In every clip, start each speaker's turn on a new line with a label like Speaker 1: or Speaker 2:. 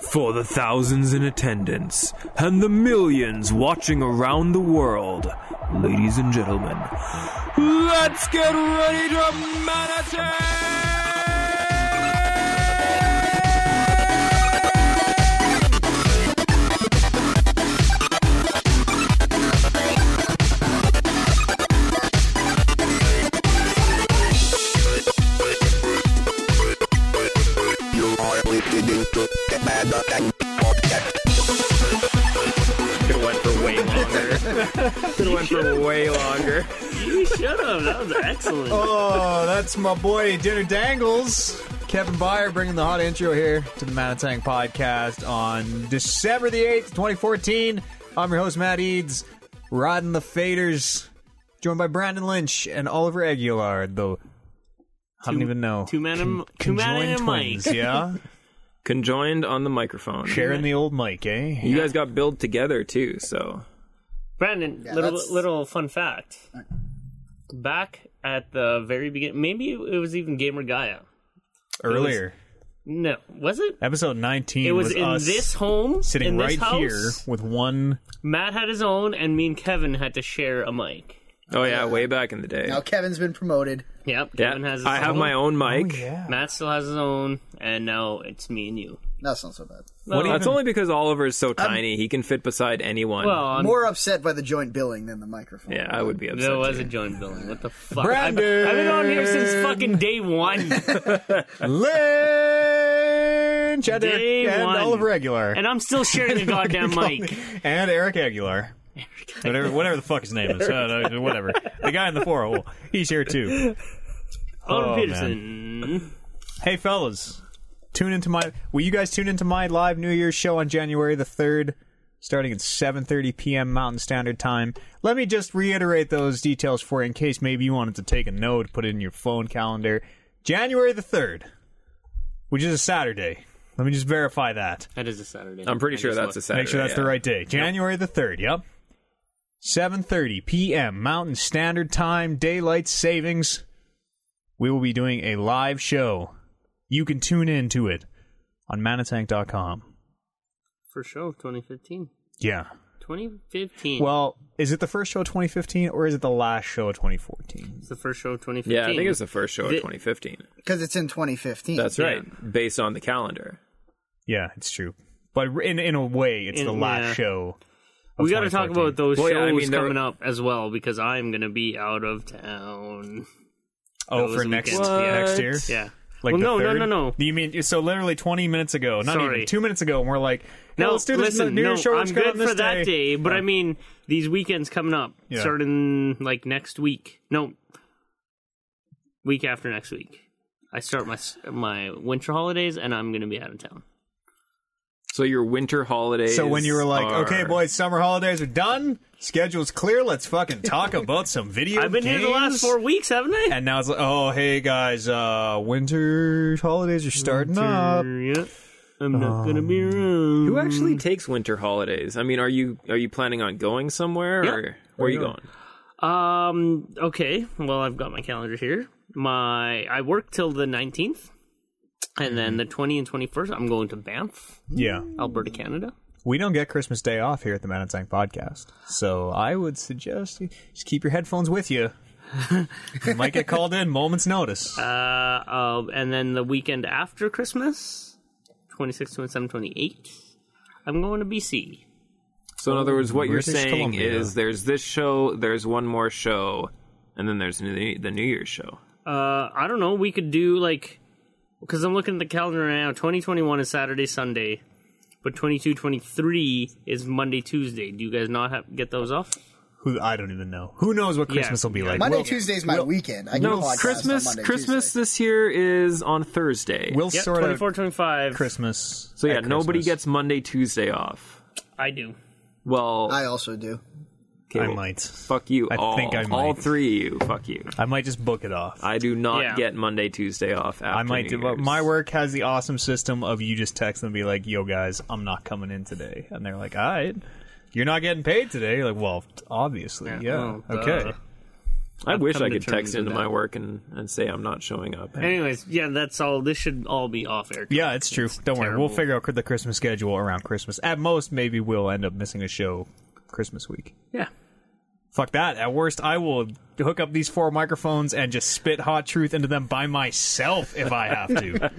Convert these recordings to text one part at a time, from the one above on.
Speaker 1: For the thousands in attendance and the millions watching around the world, ladies and gentlemen, let's get ready to meditate!
Speaker 2: You are listening to the Mad Attack Podcast.
Speaker 3: Could have went for way longer.
Speaker 1: It went for way longer.
Speaker 3: you should have. That was excellent.
Speaker 4: Oh, that's my boy Dinner Dangles. Kevin Byer bringing the hot intro here to the Manatang Podcast on December the 8th, 2014. I'm your host, Matt Eads, riding the faders, joined by Brandon Lynch and Oliver Aguilar, the... I don't
Speaker 3: Two-
Speaker 4: even know.
Speaker 3: two men and- two men
Speaker 4: conjoined
Speaker 3: and a mic.
Speaker 4: twins, yeah?
Speaker 5: conjoined on the microphone.
Speaker 4: Sharing the old mic, eh?
Speaker 5: You guys got billed together too, so
Speaker 3: Brandon,
Speaker 6: Yeah,
Speaker 3: little
Speaker 6: that's-
Speaker 3: little fun fact. Back at the very beginning, maybe it was even Gamer Gaia.
Speaker 4: Earlier.
Speaker 3: No, was it?
Speaker 4: Episode 19
Speaker 3: It was,
Speaker 4: was
Speaker 3: in
Speaker 4: us
Speaker 3: this home,
Speaker 4: sitting
Speaker 3: in this
Speaker 4: right
Speaker 3: house.
Speaker 4: here with one...
Speaker 3: Matt had his own, and me and Kevin had to share a mic.
Speaker 5: oh yeah, way back in the day.
Speaker 6: Now Kevin's been promoted.
Speaker 3: Yep,
Speaker 5: Yeah,
Speaker 3: Kevin has his
Speaker 5: I have
Speaker 3: own.
Speaker 5: my own mic.
Speaker 3: Matt still has his own, and now it's me and you.
Speaker 6: That's not so bad.
Speaker 3: Well,
Speaker 5: That's only because Oliver is so tiny; he can fit beside anyone.
Speaker 3: well, I'm-
Speaker 6: More upset by the joint billing than the microphone.
Speaker 5: yeah, I would be upset.
Speaker 3: there was a
Speaker 5: too.
Speaker 3: joint billing. What the fuck?
Speaker 4: Brandon!
Speaker 3: I've, I've been on here since fucking day one.
Speaker 4: Lynch and,
Speaker 3: Day
Speaker 4: Eric, and
Speaker 3: one.
Speaker 4: Oliver Aguilar.
Speaker 3: and I'm still sharing the goddamn mic.
Speaker 4: and Eric Aguilar. Whatever, whatever the fuck his name is, Uh, no, whatever. The guy in the 4 he's here too.
Speaker 3: Owen
Speaker 4: Oh,
Speaker 3: Peterson.
Speaker 4: Hey, fellas, tune into my. Will you guys tune into my live New Year's show on January the third, starting at 7:30 p.m. Mountain Standard Time? Let me just reiterate those details for you in case maybe you wanted to take a note, put it in your phone calendar. January the third, which is a Saturday. Let me just verify that.
Speaker 3: That is a Saturday.
Speaker 5: I'm pretty
Speaker 3: I
Speaker 5: sure
Speaker 3: just
Speaker 5: that's a
Speaker 3: looked.
Speaker 5: Saturday.
Speaker 4: Make sure that's
Speaker 5: yeah.
Speaker 4: the right day. January the 3rd, yep. 7:30 p.m. Mountain Standard Time, daylight savings. We will be doing a live show. You can tune in to it on manatank.com.
Speaker 3: for sure. 2015.
Speaker 4: Yeah.
Speaker 3: 2015.
Speaker 4: Well, is it the first show of 2015 or is it the last show of 2014?
Speaker 3: it's the first show of 2015.
Speaker 5: Yeah, I think it's the first show of
Speaker 3: The-
Speaker 5: 2015.
Speaker 6: Because it's in 2015.
Speaker 5: That's
Speaker 3: Yeah.
Speaker 5: right, based on the calendar.
Speaker 4: Yeah, it's true. But in in a way, it's
Speaker 3: In-
Speaker 4: the last
Speaker 3: yeah.
Speaker 4: show.
Speaker 3: we got to talk about those
Speaker 5: Well,
Speaker 3: shows
Speaker 5: yeah, I mean, there-
Speaker 3: coming up as well because I'm gonna be out of town.
Speaker 4: Oh,
Speaker 3: those
Speaker 4: for next
Speaker 3: weekends.
Speaker 4: next
Speaker 5: What?
Speaker 4: year.
Speaker 3: Yeah.
Speaker 4: Like
Speaker 3: well,
Speaker 4: the
Speaker 3: no,
Speaker 4: third?
Speaker 3: no, no, no.
Speaker 4: You mean so literally twenty minutes ago? Not
Speaker 3: Sorry.
Speaker 4: even two minutes ago, and we're like, no,
Speaker 3: No,
Speaker 4: let's do this
Speaker 3: listen,
Speaker 4: New
Speaker 3: no,
Speaker 4: Year's show.
Speaker 3: I'm
Speaker 4: that's coming
Speaker 3: good
Speaker 4: up
Speaker 3: for
Speaker 4: this
Speaker 3: that day, but
Speaker 4: Yeah.
Speaker 3: I mean these weekends coming up,
Speaker 4: Yeah.
Speaker 3: starting like next week. No, week after next week. I start my s- my winter holidays, and I'm gonna be out of town.
Speaker 5: So your winter holidays.
Speaker 4: So when you were like,
Speaker 5: are-
Speaker 4: okay, boys, summer holidays are done, schedule's clear, let's fucking talk about some video.
Speaker 3: I've been here the last
Speaker 4: games.
Speaker 3: four weeks, haven't I?
Speaker 4: And now it's like, oh, hey guys, uh, winter holidays are starting up.
Speaker 3: Yeah. I'm not gonna be around.
Speaker 5: Um, who
Speaker 4: mm."
Speaker 5: actually takes winter holidays? I mean, are you are you planning on going somewhere, or where are you going?
Speaker 3: Um. Okay. Well, I've got my calendar here. My I work till the nineteenth, and then the twenty and twenty first, I'm going to Banff,
Speaker 4: Yeah,
Speaker 3: Alberta, Canada.
Speaker 4: we don't get Christmas Day off here at the Manatang Podcast, so I would suggest you just keep your headphones with you. you might get called in moments notice.
Speaker 3: Uh. uh and then the weekend after Christmas, 26, 27, 28, I'm going to BC.
Speaker 5: So in other words, what you're
Speaker 4: British
Speaker 5: saying
Speaker 4: Columbia.
Speaker 5: is there's this show, there's one more show, and then there's new, the New Year's show.
Speaker 3: Uh. I don't know. We could do like, because I'm looking at the calendar right now. Twenty twenty one is Saturday, Sunday. But 22, 23 is Monday, Tuesday. Do you guys not have, get those off?
Speaker 4: Who I don't even know. Who knows what Christmas will be like?
Speaker 6: Monday,
Speaker 4: We'll-
Speaker 6: Tuesday's my weekend. I
Speaker 5: No,
Speaker 6: can podcast
Speaker 5: Christmas.
Speaker 6: on Monday,
Speaker 5: Christmas
Speaker 6: Tuesday.
Speaker 5: this year is on Thursday.
Speaker 4: We'll
Speaker 3: Yep,
Speaker 4: sort
Speaker 3: 24,
Speaker 4: out
Speaker 3: 25.
Speaker 4: Christmas.
Speaker 5: so yeah,
Speaker 4: at
Speaker 5: nobody
Speaker 4: Christmas.
Speaker 5: gets Monday, Tuesday off.
Speaker 3: I do.
Speaker 5: Well,
Speaker 6: I also do.
Speaker 5: okay,
Speaker 4: I
Speaker 5: well,
Speaker 4: might.
Speaker 5: Fuck you.
Speaker 4: I
Speaker 5: all,
Speaker 4: think I
Speaker 5: all
Speaker 4: might.
Speaker 5: three of you. Fuck you.
Speaker 4: I might just book it off. I,
Speaker 5: I do not
Speaker 3: Yeah.
Speaker 5: get Monday, Tuesday off. After
Speaker 4: might do.
Speaker 5: New Year's.
Speaker 4: My work has the awesome system of you just text them and be like, "Yo, guys, I'm not coming in today," and they're like, "All right, you're not getting paid today." You're like, well, obviously, yeah,
Speaker 3: Oh, duh.
Speaker 4: okay.
Speaker 5: I
Speaker 3: I've
Speaker 5: wish
Speaker 3: come
Speaker 5: I
Speaker 3: to
Speaker 5: could
Speaker 3: terms
Speaker 5: text
Speaker 3: with
Speaker 5: into
Speaker 3: that.
Speaker 5: my work and, and say I'm not showing up.
Speaker 3: Anyways, yeah, that's all. This should all be off air.
Speaker 4: Yeah, it's true. Don't worry,
Speaker 3: terrible.
Speaker 4: we'll figure out the Christmas schedule around Christmas. At most, maybe we'll end up missing a show Christmas week.
Speaker 3: Yeah.
Speaker 4: Fuck that. At worst, I will hook up these four microphones and just spit hot truth into them by myself if I have to.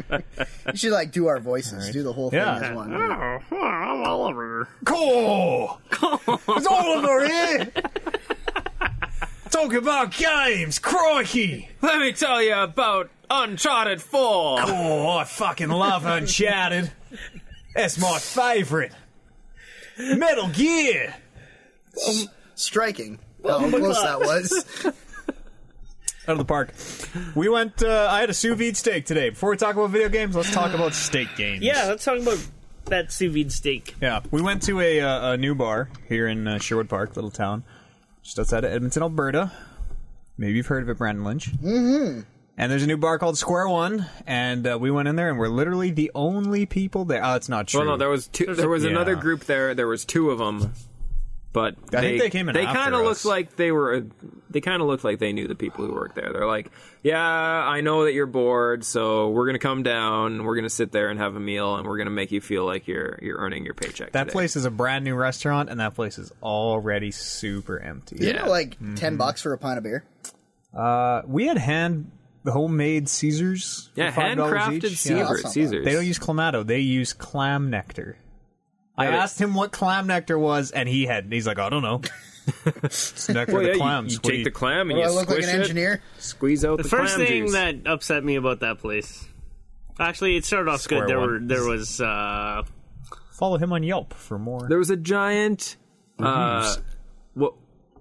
Speaker 6: You should like do our voices, do the whole thing
Speaker 4: Yeah.
Speaker 6: as one.
Speaker 3: Oh, oh, I'm Oliver.
Speaker 4: Cool. It's Oliver here. Talk about games, crikey!
Speaker 5: Let me tell you about Uncharted 4.
Speaker 4: Oh, I fucking love Uncharted. That's my favorite. Metal Gear.
Speaker 6: Striking.
Speaker 5: Oh
Speaker 6: How close that was.
Speaker 4: out of the park. We went. Uh, I had a sous vide steak today. Before we talk about video games, let's talk about steak games.
Speaker 3: Yeah, let's talk about that sous vide steak.
Speaker 4: yeah. We went to a, uh, a new bar here in uh, Sherwood Park, little town, just outside of Edmonton, Alberta. Maybe you've heard of it, Brandon Lynch. Mm-hmm. And there's a new bar called Square One, and uh, we went in there, and we're literally the only people there. Oh, it's not true.
Speaker 5: Well, no, there was two. There was
Speaker 4: Yeah.
Speaker 5: another group there. There was two of them, but
Speaker 4: I think they came in
Speaker 5: They
Speaker 4: after
Speaker 5: kind of looked
Speaker 4: us.
Speaker 5: like they were. They kind of looked like they knew the people who worked there. They're like, "Yeah, I know that you're bored, so we're gonna come down. We're gonna sit there and have a meal, and we're gonna make you feel like you're you're earning your paycheck."
Speaker 4: that
Speaker 5: today."
Speaker 4: place is a brand new restaurant, and that place is already super empty.
Speaker 6: Isn't
Speaker 5: Yeah. Mm-hmm.
Speaker 6: it like ten bucks for a pint of beer?
Speaker 4: We had hand homemade Caesars. for
Speaker 5: yeah,
Speaker 4: $5
Speaker 5: handcrafted
Speaker 4: each.
Speaker 5: Caesar,
Speaker 4: Yeah.
Speaker 6: that's not bad.
Speaker 5: Caesars.
Speaker 4: They don't use clamato. They use clam nectar. I
Speaker 5: they-
Speaker 4: asked him what clam nectar was, and he had. He's like, I don't know. it's nectar
Speaker 5: well,
Speaker 4: of
Speaker 5: yeah,
Speaker 4: the
Speaker 5: you-
Speaker 4: clams.
Speaker 5: You,
Speaker 4: What do
Speaker 5: take the clam and
Speaker 6: Do I
Speaker 5: you
Speaker 6: look like
Speaker 5: squish
Speaker 6: an
Speaker 5: it,
Speaker 6: engineer?
Speaker 5: squeeze out the,
Speaker 3: The first
Speaker 5: clam
Speaker 3: thing
Speaker 5: juice.
Speaker 3: that upset me about that place. Actually, it started off
Speaker 4: Square
Speaker 3: good. There
Speaker 4: one.
Speaker 3: were there was uh,
Speaker 4: follow him on Yelp for more.
Speaker 5: there was a giant, uh, what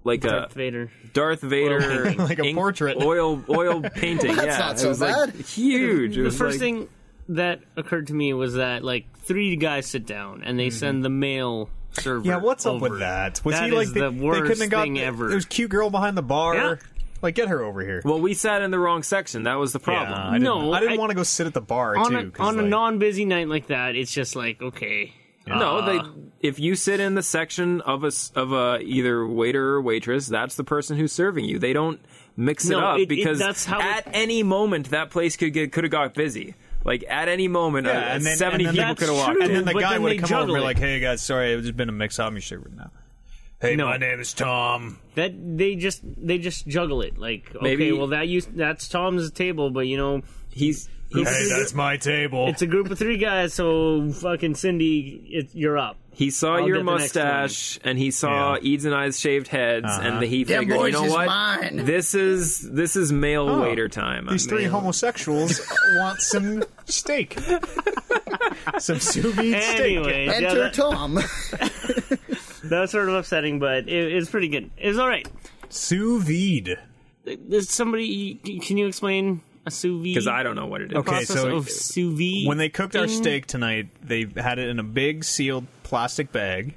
Speaker 5: like uh, a
Speaker 3: Darth Vader.
Speaker 5: Darth Vader,
Speaker 3: painting.
Speaker 4: Like a
Speaker 5: ink-
Speaker 4: portrait.
Speaker 5: oil oil painting.
Speaker 6: That's
Speaker 5: yeah,
Speaker 6: not
Speaker 5: it
Speaker 6: so
Speaker 5: was
Speaker 6: bad.
Speaker 5: like huge. It
Speaker 3: The
Speaker 5: was
Speaker 3: first
Speaker 5: like-
Speaker 3: thing that occurred to me was that like three guys sit down and they send the mail server.
Speaker 4: Mm-hmm. yeah, what's up
Speaker 3: over.
Speaker 4: with that? Was he
Speaker 3: is
Speaker 4: like they,
Speaker 3: the, worst
Speaker 4: they couldn't have got
Speaker 3: thing
Speaker 4: the-
Speaker 3: ever?
Speaker 4: There was cute girl behind the bar.
Speaker 3: Yeah.
Speaker 4: Like, get her over here.
Speaker 5: Well, we sat in the wrong section. That was the problem.
Speaker 4: Yeah, I didn't,
Speaker 3: No,
Speaker 4: I didn't
Speaker 3: I-
Speaker 4: want to go sit at the bar
Speaker 3: on
Speaker 4: too.
Speaker 3: a,
Speaker 4: 'cause,
Speaker 3: on a
Speaker 4: like,
Speaker 3: non-busy night like that, it's just like okay,
Speaker 5: No,
Speaker 3: Ah.
Speaker 5: they, if you sit in the section of a s- of a either waiter or waitress, that's the person who's serving you. They don't mix
Speaker 3: No,
Speaker 5: it up
Speaker 3: it- it-
Speaker 5: because
Speaker 3: that's how
Speaker 5: at any moment that place could get could have got busy. Like at any moment, uh,
Speaker 4: and then-
Speaker 5: seventy
Speaker 4: and then
Speaker 5: people
Speaker 4: that's
Speaker 5: could have walked.
Speaker 3: true.
Speaker 5: in.
Speaker 4: And then the
Speaker 3: But
Speaker 4: guy
Speaker 3: then
Speaker 4: would
Speaker 3: they
Speaker 4: have come over and
Speaker 3: juggle
Speaker 4: be
Speaker 3: it.
Speaker 4: like, "Hey guys, sorry, I've just been a mix-up. You should now. Hey,
Speaker 3: No.
Speaker 4: my name is Tom.
Speaker 3: that they just they just juggle it like okay,
Speaker 5: Maybe-
Speaker 3: well that used that's Tom's table, but you know
Speaker 5: He's he's
Speaker 4: Hey, that's my table.
Speaker 3: it's a group of three guys, so fucking Cindy, it, you're up.
Speaker 5: He saw
Speaker 3: I'll
Speaker 5: your
Speaker 3: get the next
Speaker 5: mustache and he saw
Speaker 4: Yeah. Uh-huh.
Speaker 5: Eads and I's shaved heads, and he
Speaker 6: Them
Speaker 5: figured, you
Speaker 6: boys
Speaker 5: know
Speaker 6: is
Speaker 5: what?
Speaker 6: mine.
Speaker 5: This is this is male waiter time.
Speaker 4: These three homosexuals want some steak. some sous vide steak.
Speaker 3: Anyway, yeah,
Speaker 6: Enter
Speaker 3: that,
Speaker 6: Tom.
Speaker 3: that was sort of upsetting, but it, it's pretty good. It's all right.
Speaker 4: Sous vide.
Speaker 3: There's somebody. Can you explain a sous vide?
Speaker 5: because I don't know what it is.
Speaker 4: Okay,
Speaker 3: process
Speaker 4: so
Speaker 3: of sous vide.
Speaker 4: When they cooked our
Speaker 3: thing?
Speaker 4: steak tonight, they had it in a big sealed plastic bag,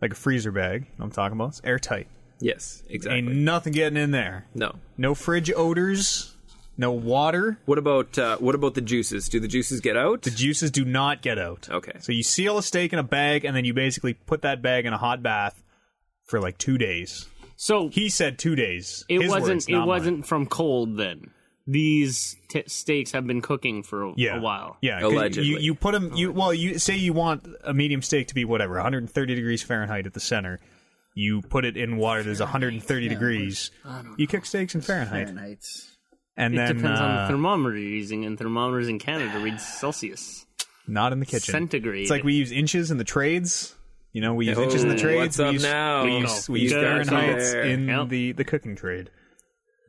Speaker 4: like a freezer bag. You know what I'm talking about? It's airtight.
Speaker 5: Yes,
Speaker 4: Ain't
Speaker 5: exactly.
Speaker 4: nothing getting in there.
Speaker 5: No.
Speaker 4: No fridge odors, no water.
Speaker 5: What about uh, what about the juices? Do the juices get out?
Speaker 4: Juices do not get out.
Speaker 5: Okay.
Speaker 4: So you seal a steak in a bag, and then you basically put that bag in a hot bath for like two days.
Speaker 3: so
Speaker 4: He said two days.
Speaker 3: it
Speaker 4: His
Speaker 3: wasn't
Speaker 4: words,
Speaker 3: it
Speaker 4: not mine.
Speaker 3: wasn't from cold then. These t- steaks have been cooking for a,
Speaker 4: yeah.
Speaker 3: a while.
Speaker 4: Yeah, 'cause
Speaker 5: Allegedly.
Speaker 4: You, you put them. You well, you say you want a medium steak to be whatever 130 degrees Fahrenheit at the center. You put it in water that's 130 degrees. You cook steaks in Fahrenheit,
Speaker 6: Fahrenheit's.
Speaker 4: and
Speaker 3: It
Speaker 4: then
Speaker 3: depends on the
Speaker 4: uh,
Speaker 3: thermometer you're using, and thermometers in Canada read Celsius.
Speaker 4: not in the kitchen.
Speaker 3: Centigrade.
Speaker 4: It's like we use inches in the trades. You know, we use
Speaker 5: Oh,
Speaker 4: inches in the trades.
Speaker 5: what's up
Speaker 4: we use,
Speaker 5: now?
Speaker 4: We use, we
Speaker 5: You
Speaker 4: use
Speaker 5: guys
Speaker 4: Fahrenheit
Speaker 5: are-
Speaker 4: in
Speaker 3: Yep.
Speaker 4: the, the cooking trade.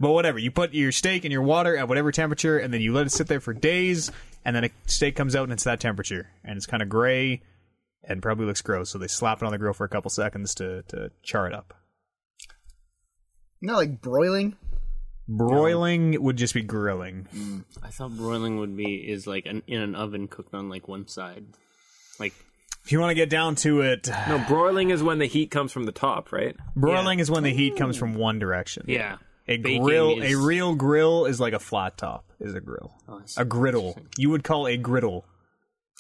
Speaker 4: But whatever, you put your steak in your water at whatever temperature, and then you let it sit there for days, and then a steak comes out and it's that temperature, and it's kind of gray, and probably looks gross. So they slap it on the grill for a couple seconds to to char it up.
Speaker 6: Not like broiling.
Speaker 4: Broiling would just be grilling.
Speaker 3: I thought broiling would be is like an, in an oven cooked on like one side, like
Speaker 4: If you want to get down to it,
Speaker 5: no, broiling is when the heat comes from the top, right?
Speaker 4: broiling is when the heat comes from one direction.
Speaker 3: yeah.
Speaker 4: A
Speaker 3: Baking
Speaker 4: grill,
Speaker 3: is-
Speaker 4: a real grill is like a flat top is a grill.
Speaker 5: Oh,
Speaker 4: a griddle. You would call a griddle